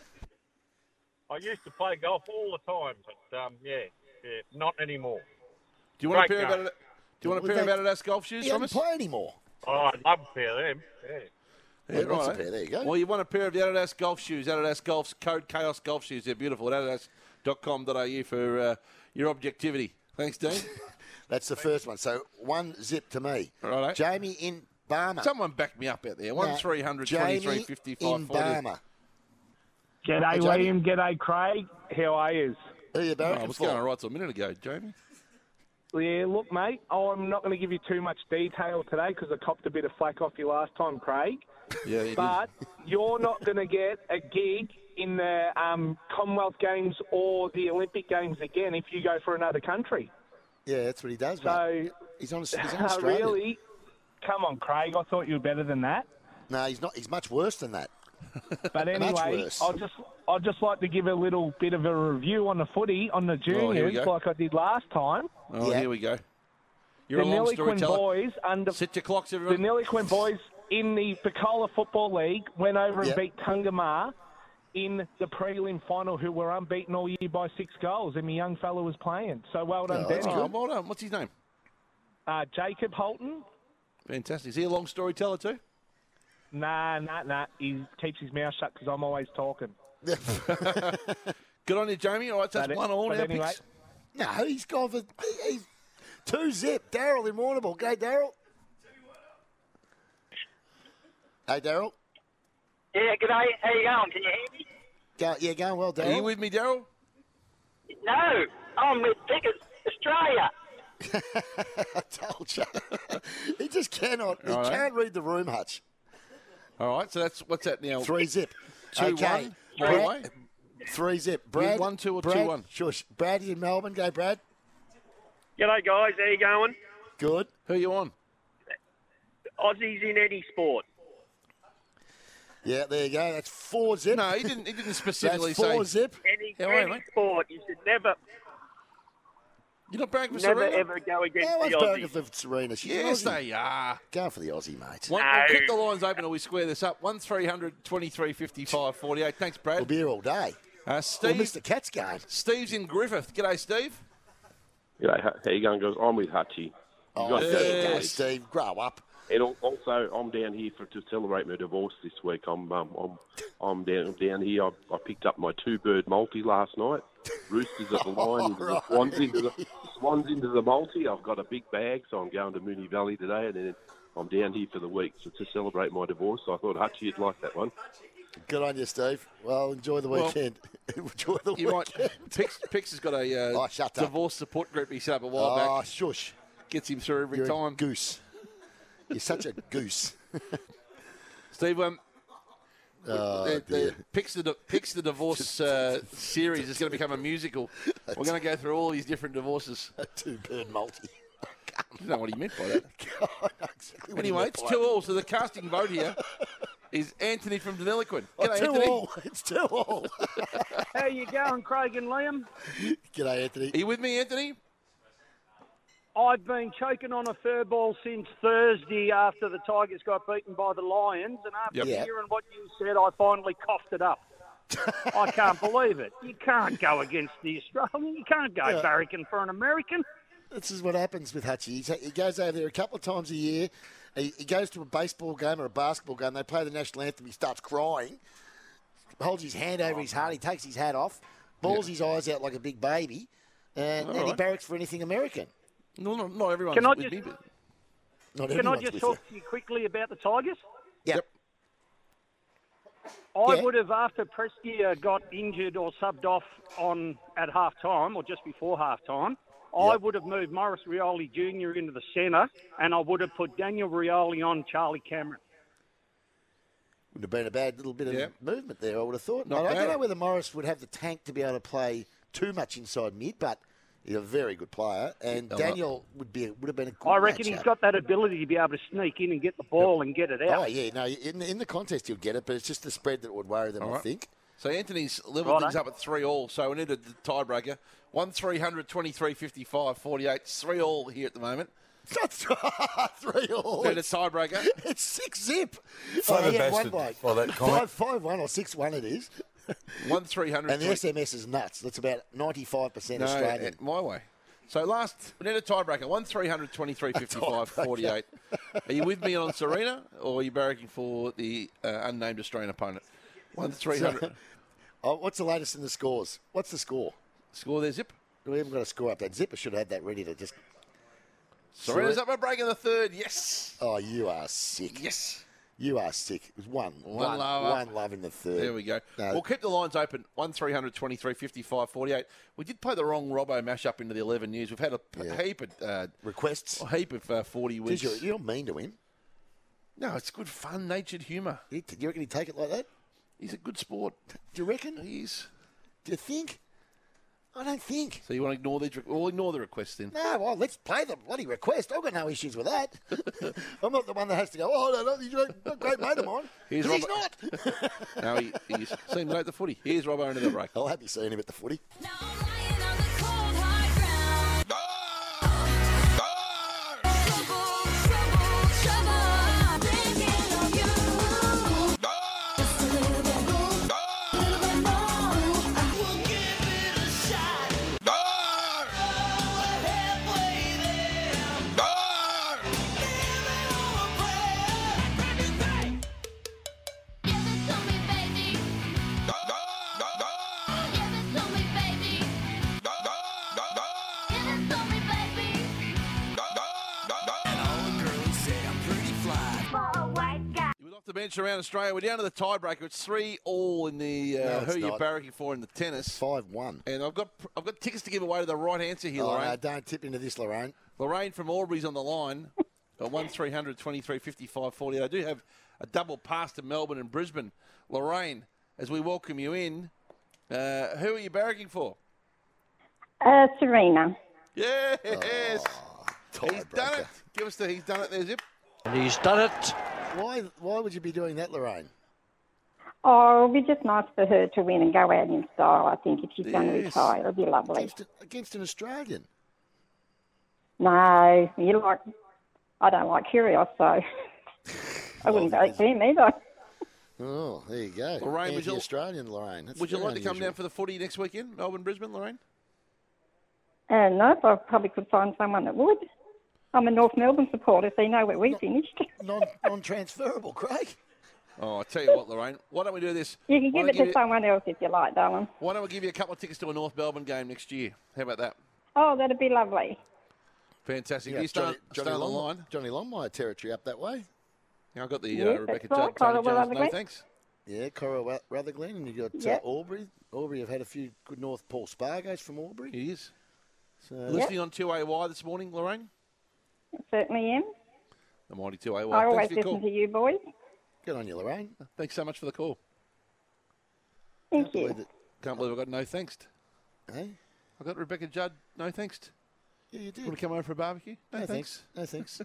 [SPEAKER 13] I used to play golf all the time, but um, yeah, yeah, not anymore.
[SPEAKER 5] Do you want
[SPEAKER 13] Great
[SPEAKER 5] a pair of
[SPEAKER 13] game.
[SPEAKER 5] Adidas, Do you want a pair of Adidas golf shoes
[SPEAKER 6] He
[SPEAKER 5] from
[SPEAKER 6] doesn't
[SPEAKER 5] us?
[SPEAKER 6] play anymore.
[SPEAKER 13] Oh, I'd love a pair of them. Yeah.
[SPEAKER 5] Yeah,
[SPEAKER 6] That's a
[SPEAKER 5] right.
[SPEAKER 6] pair, there you go.
[SPEAKER 5] Well, you want a pair of the Adidas golf shoes, Adidas Golf's Code Chaos golf shoes. They're beautiful at adidas.com.au for uh, your objectivity. Thanks, Dean.
[SPEAKER 6] That's the first one. So one zip to me.
[SPEAKER 5] Righto.
[SPEAKER 6] Jamie in Barmer.
[SPEAKER 5] Someone back me up out there.
[SPEAKER 6] No,
[SPEAKER 5] 1300 23
[SPEAKER 6] Jamie
[SPEAKER 5] 55
[SPEAKER 6] in Barmer.
[SPEAKER 47] G'day,
[SPEAKER 5] Hey, Jamie.
[SPEAKER 47] William. G'day, Craig. How are you?
[SPEAKER 6] Who are you
[SPEAKER 5] I was Oh, going all right till a minute ago, Jamie.
[SPEAKER 47] Yeah, look, mate, I'm not going to give you too much detail today because I copped a bit of flack off you last time, Craig.
[SPEAKER 5] Yeah, you
[SPEAKER 47] But you're not going to get a gig in the um, Commonwealth Games or the Olympic Games again if you go for another country.
[SPEAKER 6] Yeah, that's what he does,
[SPEAKER 47] So,
[SPEAKER 6] mate. He's on, he's on Australian.
[SPEAKER 47] really, come on, Craig. I thought you were better than that.
[SPEAKER 6] No, he's not. He's much worse than that.
[SPEAKER 47] But anyway,
[SPEAKER 6] worse.
[SPEAKER 47] I'll just I'd just like to give a little bit of a review on the footy on the
[SPEAKER 5] Oh, here we
[SPEAKER 47] juniors,
[SPEAKER 5] go.
[SPEAKER 47] like I did last time.
[SPEAKER 5] Oh, here we go. You're
[SPEAKER 47] the
[SPEAKER 5] a long
[SPEAKER 47] Niliquin
[SPEAKER 5] storyteller.
[SPEAKER 47] boys under
[SPEAKER 5] Set your clocks,
[SPEAKER 47] the
[SPEAKER 5] everyone.
[SPEAKER 47] Niliquin boys in the Pecola Football League went over
[SPEAKER 5] Yep.
[SPEAKER 47] and beat Tungamar in the prelim final, who were unbeaten all year by six goals, and my young fella was playing. So well done,
[SPEAKER 5] Oh, that's
[SPEAKER 47] Denny.
[SPEAKER 5] good. Well done. What's his name?
[SPEAKER 47] Uh, Jacob Holton.
[SPEAKER 5] Fantastic. Is he a long storyteller too?
[SPEAKER 47] Nah, nah, nah. He keeps his mouth shut because I'm always talking.
[SPEAKER 5] Good on you, Jamie. All right, so
[SPEAKER 47] But
[SPEAKER 5] that's
[SPEAKER 47] it-
[SPEAKER 5] one all
[SPEAKER 47] but
[SPEAKER 5] our
[SPEAKER 47] anyway-
[SPEAKER 5] picks.
[SPEAKER 6] No, he's gone for he- he's two zip. Daryl in Warrnambool. Go, Daryl. Hey, Daryl.
[SPEAKER 8] Yeah, g'day. How you going? Can you hear me?
[SPEAKER 6] Go, yeah, going well, Daryl.
[SPEAKER 5] Are you with me, Daryl?
[SPEAKER 8] No, I'm with Dickers, Australia.
[SPEAKER 6] I told you. he just cannot. He
[SPEAKER 5] Righto.
[SPEAKER 6] can't read the room, Hutch.
[SPEAKER 5] All right, so that's what's that now?
[SPEAKER 6] Three zip.
[SPEAKER 5] Two
[SPEAKER 6] okay.
[SPEAKER 5] one. One
[SPEAKER 6] Brad-
[SPEAKER 5] away.
[SPEAKER 6] Three zip.
[SPEAKER 5] You
[SPEAKER 6] Brad.
[SPEAKER 5] one, two, or two,
[SPEAKER 6] Brad,
[SPEAKER 5] one?
[SPEAKER 6] Shush. Brad you in Melbourne. Go, Brad.
[SPEAKER 8] G'day, guys. How you going?
[SPEAKER 6] Good.
[SPEAKER 5] Who are you on?
[SPEAKER 8] Aussies in any sport.
[SPEAKER 6] Yeah, there you go. That's four zip.
[SPEAKER 5] No, he didn't. He didn't specifically
[SPEAKER 6] That's four
[SPEAKER 5] say.
[SPEAKER 6] zip.
[SPEAKER 8] Any,
[SPEAKER 5] How are you,
[SPEAKER 8] any
[SPEAKER 5] mate?
[SPEAKER 8] sport. You should never,
[SPEAKER 5] You're not bragging for
[SPEAKER 8] never
[SPEAKER 5] Serena?
[SPEAKER 8] ever go against
[SPEAKER 6] No one's
[SPEAKER 8] the
[SPEAKER 6] going
[SPEAKER 8] Aussies.
[SPEAKER 6] for Serena. She's an Aussie.
[SPEAKER 5] Yes, they are.
[SPEAKER 6] Go for the Aussie, mate.
[SPEAKER 5] One, we'll keep the lines open or we square this up. 1300 23 55 48. Thanks, Brad.
[SPEAKER 6] We'll be here all day.
[SPEAKER 5] Uh,
[SPEAKER 6] We'll
[SPEAKER 5] Steve,
[SPEAKER 6] miss the Cats game.
[SPEAKER 5] Steve's in Griffith. G'day, Steve.
[SPEAKER 29] G'day, how how you going, guys? I'm with Hutchie.
[SPEAKER 6] Oh,
[SPEAKER 29] You guys go
[SPEAKER 6] there you go,
[SPEAKER 29] please.
[SPEAKER 6] Steve. Grow up.
[SPEAKER 29] And al- also, I'm down here for, to celebrate my divorce this week. I'm um, I'm I'm down I'm down here. I, I picked up my two bird multi last night. Roosters at the line, into the swans into the swans into the multi. I've got a big bag, so I'm going to Mooney Valley today, and then I'm down here for the week so to celebrate my divorce. So I thought Hutchie would like that one.
[SPEAKER 6] Good on you, Steve. Well, enjoy the
[SPEAKER 5] Well,
[SPEAKER 6] weekend. enjoy the
[SPEAKER 5] You might.
[SPEAKER 6] weekend.
[SPEAKER 5] Pix, Pix has got a uh,
[SPEAKER 6] Oh, shut up.
[SPEAKER 5] divorce support group he set up a while
[SPEAKER 6] Ah,
[SPEAKER 5] back.
[SPEAKER 6] shush.
[SPEAKER 5] Gets him through every
[SPEAKER 6] You're a
[SPEAKER 5] time.
[SPEAKER 6] goose. You're such a goose.
[SPEAKER 5] Steve, um,
[SPEAKER 6] Oh,
[SPEAKER 5] the, the
[SPEAKER 6] dear.
[SPEAKER 5] Pix the, Pix the divorce uh, series is going to become a musical. We're going to go through all these different divorces.
[SPEAKER 6] A two bird multi.
[SPEAKER 5] I don't know what he meant by that.
[SPEAKER 6] exactly what he
[SPEAKER 5] anyway,
[SPEAKER 6] meant
[SPEAKER 5] it's
[SPEAKER 6] by
[SPEAKER 5] two
[SPEAKER 6] it.
[SPEAKER 5] all. So the casting vote here is Anthony from Deniliquin.
[SPEAKER 6] Oh,
[SPEAKER 5] G'day,
[SPEAKER 6] two
[SPEAKER 5] Anthony.
[SPEAKER 6] all. It's two all.
[SPEAKER 8] How you going, Craig and Liam?
[SPEAKER 6] G'day, Anthony.
[SPEAKER 5] Are you with me, Anthony?
[SPEAKER 13] I've been choking on a fur ball since Thursday after the Tigers got beaten by the Lions, and after Yep. Yeah. hearing what you said, I finally coughed it up. I can't believe it. You can't go against the Australian. You can't go
[SPEAKER 6] Yeah.
[SPEAKER 13] Barrican for an American.
[SPEAKER 6] This is what happens with Hutchie. He's, he goes over there a couple of times a year. He, he goes to a baseball game or a basketball game. They play the national anthem. He starts crying, holds his hand
[SPEAKER 5] Oh,
[SPEAKER 6] over his heart. He takes his hat off, balls his eyes out like a big baby, and
[SPEAKER 5] All
[SPEAKER 6] then he
[SPEAKER 5] right.
[SPEAKER 6] barracks for anything American.
[SPEAKER 5] No, no, not everyone's
[SPEAKER 13] Can I with just- me,
[SPEAKER 6] Not
[SPEAKER 13] Can I
[SPEAKER 6] everyone's
[SPEAKER 13] just
[SPEAKER 6] with
[SPEAKER 13] talk to you quickly about the Tigers?
[SPEAKER 6] Yep.
[SPEAKER 13] I
[SPEAKER 6] Yeah.
[SPEAKER 13] would have, after Prestia got injured or subbed off on at half time or just before half time, I
[SPEAKER 6] Yep.
[SPEAKER 13] would have moved Morris Rioli Jr. into the centre and I would have put Daniel Rioli on Charlie Cameron.
[SPEAKER 6] Would have been a bad little bit of
[SPEAKER 13] Yep.
[SPEAKER 6] movement there, I would have thought.
[SPEAKER 13] Not
[SPEAKER 6] I
[SPEAKER 13] bad.
[SPEAKER 6] don't know whether Morris would have the tank to be able to play too much inside mid, but he's a very good player, and
[SPEAKER 13] Yeah, I like-
[SPEAKER 6] Daniel would be would have been a good.
[SPEAKER 13] I reckon
[SPEAKER 6] matchup.
[SPEAKER 13] he's got that ability to be able to sneak in and get the ball and get it out.
[SPEAKER 6] Oh yeah, no, in in the contest he'll get it, but it's just the spread that would worry them.
[SPEAKER 5] All
[SPEAKER 6] I
[SPEAKER 5] right.
[SPEAKER 6] think.
[SPEAKER 5] So Anthony's level
[SPEAKER 6] Righto.
[SPEAKER 5] things up at three all. So we need a tiebreaker. One 300, 23, 55, 48. It's three all here at the moment.
[SPEAKER 6] That's three all.
[SPEAKER 5] Need a tiebreaker.
[SPEAKER 6] it's six zip.
[SPEAKER 5] Son
[SPEAKER 6] Oh,
[SPEAKER 5] of a
[SPEAKER 6] yeah, one
[SPEAKER 5] bastard.
[SPEAKER 6] bloke.
[SPEAKER 5] Well, that comment-
[SPEAKER 6] five five one or six one it is.
[SPEAKER 5] One three hundred.
[SPEAKER 6] And the SMS is nuts. That's about ninety five percent
[SPEAKER 5] No,
[SPEAKER 6] Australian.
[SPEAKER 5] it- my way. So last, we need a tiebreaker. One 300, 23, 55, 48. Are you with me on Serena or are you barracking for the uh, unnamed Australian opponent? One 300.
[SPEAKER 6] Oh, what's the latest in the scores? What's the score?
[SPEAKER 5] Score there, Zip.
[SPEAKER 6] We haven't got a score up that Zip. I should have had that ready to just.
[SPEAKER 5] Serena's up a break in the third. Yes.
[SPEAKER 6] Oh, you are sick.
[SPEAKER 5] Yes.
[SPEAKER 6] You are sick. It was one, one,
[SPEAKER 5] One
[SPEAKER 6] one
[SPEAKER 5] low up.
[SPEAKER 6] love in the third.
[SPEAKER 5] There we go.
[SPEAKER 6] No.
[SPEAKER 5] We'll keep the lines open. 1 300 23 55 48. We did play the wrong Robbo mashup into the 11 news. We've had a p- heap of uh,
[SPEAKER 6] requests,
[SPEAKER 5] a heap of uh, 40 wins.
[SPEAKER 6] Did you, you're mean to him.
[SPEAKER 5] No, it's good, fun natured humour.
[SPEAKER 6] Do you reckon he'd take it like that?
[SPEAKER 5] He's a good sport.
[SPEAKER 6] Do you reckon?
[SPEAKER 5] He is.
[SPEAKER 6] Do you think? I don't think.
[SPEAKER 5] So you want to ignore the we'll ignore the request then.
[SPEAKER 6] No, well, let's play the bloody request. I've got no issues with that. I'm not the one that has to go, oh, no, no, you're a great mate of mine.
[SPEAKER 5] Here's
[SPEAKER 6] He's
[SPEAKER 5] Robbo-
[SPEAKER 6] not.
[SPEAKER 5] No, he, he's seen late the footy. Here's Robbo into the break.
[SPEAKER 6] I'll have you seen him at the footy.
[SPEAKER 5] We're off the bench around Australia. We're down to the tiebreaker. It's three all in the uh,
[SPEAKER 6] No, it's
[SPEAKER 5] who you're
[SPEAKER 6] not.
[SPEAKER 5] barracking for in the tennis.
[SPEAKER 6] Five one.
[SPEAKER 5] And I've got I've got tickets to give away to the right answer here,
[SPEAKER 6] Oh,
[SPEAKER 5] Lorraine.
[SPEAKER 6] no, don't tip into this, Lorraine.
[SPEAKER 5] Lorraine from Aubrey's on the line. Got one 300, 23, 55, 40. I do have a double pass to Melbourne and Brisbane. Lorraine, as we welcome you in, uh, who are you barracking for?
[SPEAKER 29] Uh, Serena.
[SPEAKER 5] Yes,
[SPEAKER 6] Oh,
[SPEAKER 5] he's done it. Give us the he's done it. There, Zip.
[SPEAKER 6] And he's done it. Why, why would you be doing that, Lorraine?
[SPEAKER 29] Oh, it'll be just nice for her to win and go out in style, I think, if she's going to
[SPEAKER 6] Yes.
[SPEAKER 29] retire. It'll be lovely.
[SPEAKER 6] Against, against an Australian.
[SPEAKER 29] No, you like, I don't like Curios, so I wouldn't vote for him either.
[SPEAKER 6] Oh, there you go.
[SPEAKER 5] Lorraine, would you-
[SPEAKER 6] Australian Lorraine. That's
[SPEAKER 5] Would you
[SPEAKER 6] very
[SPEAKER 5] like to come
[SPEAKER 6] unusual.
[SPEAKER 5] down for the footy next weekend, Melbourne, Brisbane, Lorraine?
[SPEAKER 29] Uh, no, but I probably could find someone that would. I'm a North Melbourne supporter, so you know where we finished.
[SPEAKER 6] Non, non-transferable, Craig.
[SPEAKER 5] Oh, I tell you what, Lorraine. Why don't we do this?
[SPEAKER 29] You can
[SPEAKER 5] Why
[SPEAKER 29] give
[SPEAKER 5] don't
[SPEAKER 29] it
[SPEAKER 5] I
[SPEAKER 29] to
[SPEAKER 5] you-
[SPEAKER 29] someone else if you like, darling.
[SPEAKER 5] Why don't we give you a couple of tickets to a North Melbourne game next year? How about that?
[SPEAKER 29] Oh, that'd be lovely.
[SPEAKER 5] Fantastic.
[SPEAKER 6] Yeah,
[SPEAKER 5] you start,
[SPEAKER 6] Johnny,
[SPEAKER 5] start on the
[SPEAKER 6] Long-
[SPEAKER 5] line.
[SPEAKER 6] Johnny Longmire territory up that way.
[SPEAKER 5] Yeah, I got the
[SPEAKER 29] Yeah,
[SPEAKER 5] uh,
[SPEAKER 29] that's
[SPEAKER 5] Rebecca
[SPEAKER 29] right,
[SPEAKER 5] right,
[SPEAKER 29] Carla,
[SPEAKER 5] Jones.
[SPEAKER 29] we'll have a
[SPEAKER 5] No,
[SPEAKER 29] great-
[SPEAKER 5] thanks.
[SPEAKER 6] Yeah, Cora Wa- Rutherglen, and you got
[SPEAKER 29] Yeah.
[SPEAKER 6] uh, Aubrey. Aubrey have had a few good North Paul Spargos from Aubrey.
[SPEAKER 5] He is.
[SPEAKER 6] So
[SPEAKER 5] Listening on 2AY this morning, Lorraine?
[SPEAKER 29] Certainly am.
[SPEAKER 5] The mighty
[SPEAKER 29] I
[SPEAKER 5] 2AY. Thanks
[SPEAKER 29] always
[SPEAKER 5] for your
[SPEAKER 29] listen
[SPEAKER 5] call.
[SPEAKER 29] to you boys.
[SPEAKER 6] Good on you, Lorraine.
[SPEAKER 5] Thanks so much for the call.
[SPEAKER 29] Thank
[SPEAKER 5] Can't
[SPEAKER 29] you.
[SPEAKER 5] believe, it. Can't believe I got no thanks.
[SPEAKER 6] Hey?
[SPEAKER 5] I got Rebecca Judd, no thanks.
[SPEAKER 6] Yeah, you did.
[SPEAKER 5] Want to come over for a barbecue? No,
[SPEAKER 6] Mm. No
[SPEAKER 5] thanks.
[SPEAKER 6] thanks. No thanks.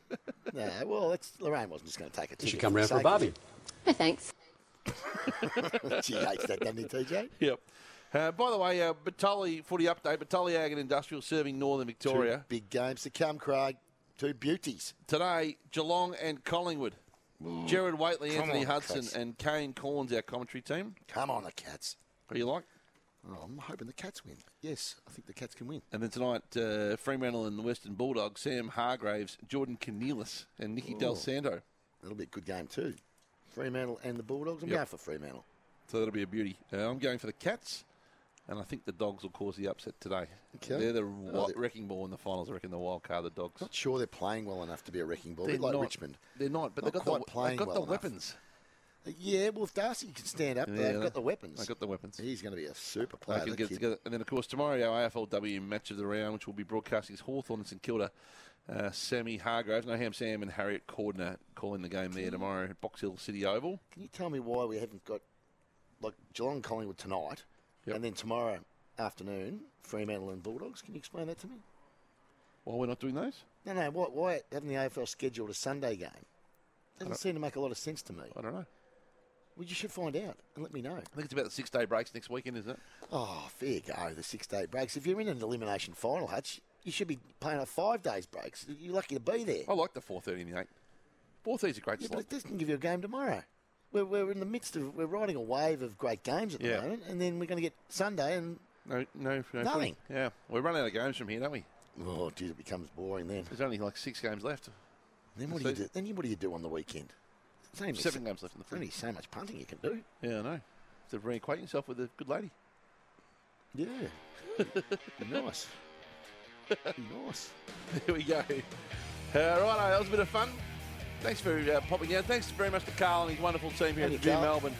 [SPEAKER 6] no, well, that's Lorraine wasn't just going to take it.
[SPEAKER 5] You should come round for a
[SPEAKER 6] Barbie.
[SPEAKER 48] No, thanks.
[SPEAKER 6] she hates that, doesn't he, TJ?
[SPEAKER 5] Yep. Uh, by the way, uh, Batoli footy update. Batoli Ag and Industrial serving Northern Victoria.
[SPEAKER 6] Two big games to come, Craig. Two beauties.
[SPEAKER 5] Today, Geelong and Collingwood. Jared Waitley,
[SPEAKER 6] Come
[SPEAKER 5] Anthony
[SPEAKER 6] on,
[SPEAKER 5] Hudson,
[SPEAKER 6] Cats.
[SPEAKER 5] and Kane Corns, our commentary team.
[SPEAKER 6] Come on, the Cats.
[SPEAKER 5] Who do you like?
[SPEAKER 6] Oh, I'm hoping the Cats win. Yes, I think the Cats can win.
[SPEAKER 5] And then tonight, uh, Fremantle and the Western Bulldogs, Sam Hargraves, Jordan Canelis, and Nicky
[SPEAKER 6] Ooh.
[SPEAKER 5] Del Santo.
[SPEAKER 6] That'll be a good game, too. Fremantle and the Bulldogs. I'm
[SPEAKER 5] Yep.
[SPEAKER 6] going for Fremantle.
[SPEAKER 5] So that'll be a beauty. Uh, I'm going for the Cats, and I think the Dogs will cause the upset today.
[SPEAKER 6] Okay.
[SPEAKER 5] They're the
[SPEAKER 6] Oh,
[SPEAKER 5] wi-
[SPEAKER 6] they-
[SPEAKER 5] wrecking ball in the finals, I reckon, the wild card, the Dogs.
[SPEAKER 6] Not sure they're playing well enough to be a wrecking ball.
[SPEAKER 5] They're
[SPEAKER 6] They're like
[SPEAKER 5] not.
[SPEAKER 6] Richmond.
[SPEAKER 5] They're not, but
[SPEAKER 6] Not
[SPEAKER 5] they've got
[SPEAKER 6] quite
[SPEAKER 5] the,
[SPEAKER 6] playing
[SPEAKER 5] they've got
[SPEAKER 6] well
[SPEAKER 5] the
[SPEAKER 6] enough. Uh,
[SPEAKER 5] weapons.
[SPEAKER 6] Yeah, well, if Darcy can stand up,
[SPEAKER 5] Yeah,
[SPEAKER 6] they've got the weapons.
[SPEAKER 5] They've got the weapons.
[SPEAKER 6] He's going to be a super
[SPEAKER 5] They
[SPEAKER 6] player.
[SPEAKER 5] can
[SPEAKER 6] that
[SPEAKER 5] get it
[SPEAKER 6] kid.
[SPEAKER 5] together. And then, of course, tomorrow our AFLW match of the round, which will be broadcasting is Hawthorn and St Kilda. Uh, Sammy Hargraves, Noham Sam and Harriet Cordner calling the game there tomorrow at Box Hill City Oval.
[SPEAKER 6] Can you tell me why we haven't got like Geelong Collingwood tonight, and then tomorrow afternoon Fremantle and Bulldogs? Can you explain that to me?
[SPEAKER 5] Why we're not doing those?
[SPEAKER 6] No, no. Why, why haven't the AFL scheduled a Sunday game? Doesn't
[SPEAKER 5] don't-
[SPEAKER 6] seem to make a lot of sense to me.
[SPEAKER 5] I don't know.
[SPEAKER 6] Well, you should find out and let me know.
[SPEAKER 5] I think it's about the six day breaks next weekend, isn't it?
[SPEAKER 6] Oh, fair go. The six-day breaks. If you're in an elimination final, Hutch, you should be playing a five days breaks. You're lucky to be there.
[SPEAKER 5] I like the 4.30 and the 8. 4.30 is a great
[SPEAKER 6] Yeah, but
[SPEAKER 5] slot.
[SPEAKER 6] it doesn't give you a game tomorrow. We're, we're in the midst of we're riding a wave of great games at
[SPEAKER 5] Yeah.
[SPEAKER 6] the moment, and then we're going to get Sunday and
[SPEAKER 5] No, no, no
[SPEAKER 6] Nothing.
[SPEAKER 5] footy. Yeah, we run out of games from here, don't we?
[SPEAKER 6] Oh, geez, it becomes boring then.
[SPEAKER 5] There's only like six games left.
[SPEAKER 6] Then what do you do? Then you- what do you do on the weekend? Same
[SPEAKER 5] Seven games left in the
[SPEAKER 6] There's only
[SPEAKER 5] footy.
[SPEAKER 6] so much punting you can do.
[SPEAKER 5] Yeah, I know. To reacquaint yourself with a good lady.
[SPEAKER 6] Yeah. nice. nice.
[SPEAKER 5] There we go. Uh, righto, that was a bit of fun. Thanks for uh, popping down. Thanks very much to Carl and his wonderful team here
[SPEAKER 6] Thank
[SPEAKER 5] at
[SPEAKER 6] you,
[SPEAKER 5] New
[SPEAKER 6] Carl.
[SPEAKER 5] Melbourne.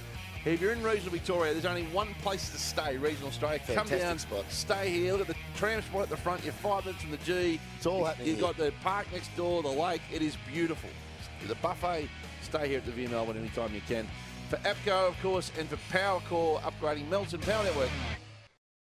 [SPEAKER 5] If you're in regional Victoria, there's only one place to stay, regional Australia. Come
[SPEAKER 6] Fantastic
[SPEAKER 5] down,
[SPEAKER 6] spot.
[SPEAKER 5] stay here. Look at the tram spot at the front. You're five minutes from the G. It's
[SPEAKER 6] all happening
[SPEAKER 5] You've
[SPEAKER 6] here.
[SPEAKER 5] got the park next door, the lake. It is beautiful. The buffet. Stay here at the V Melbourne anytime you can. For APCO, of course, and for PowerCore, upgrading Melton Power Network.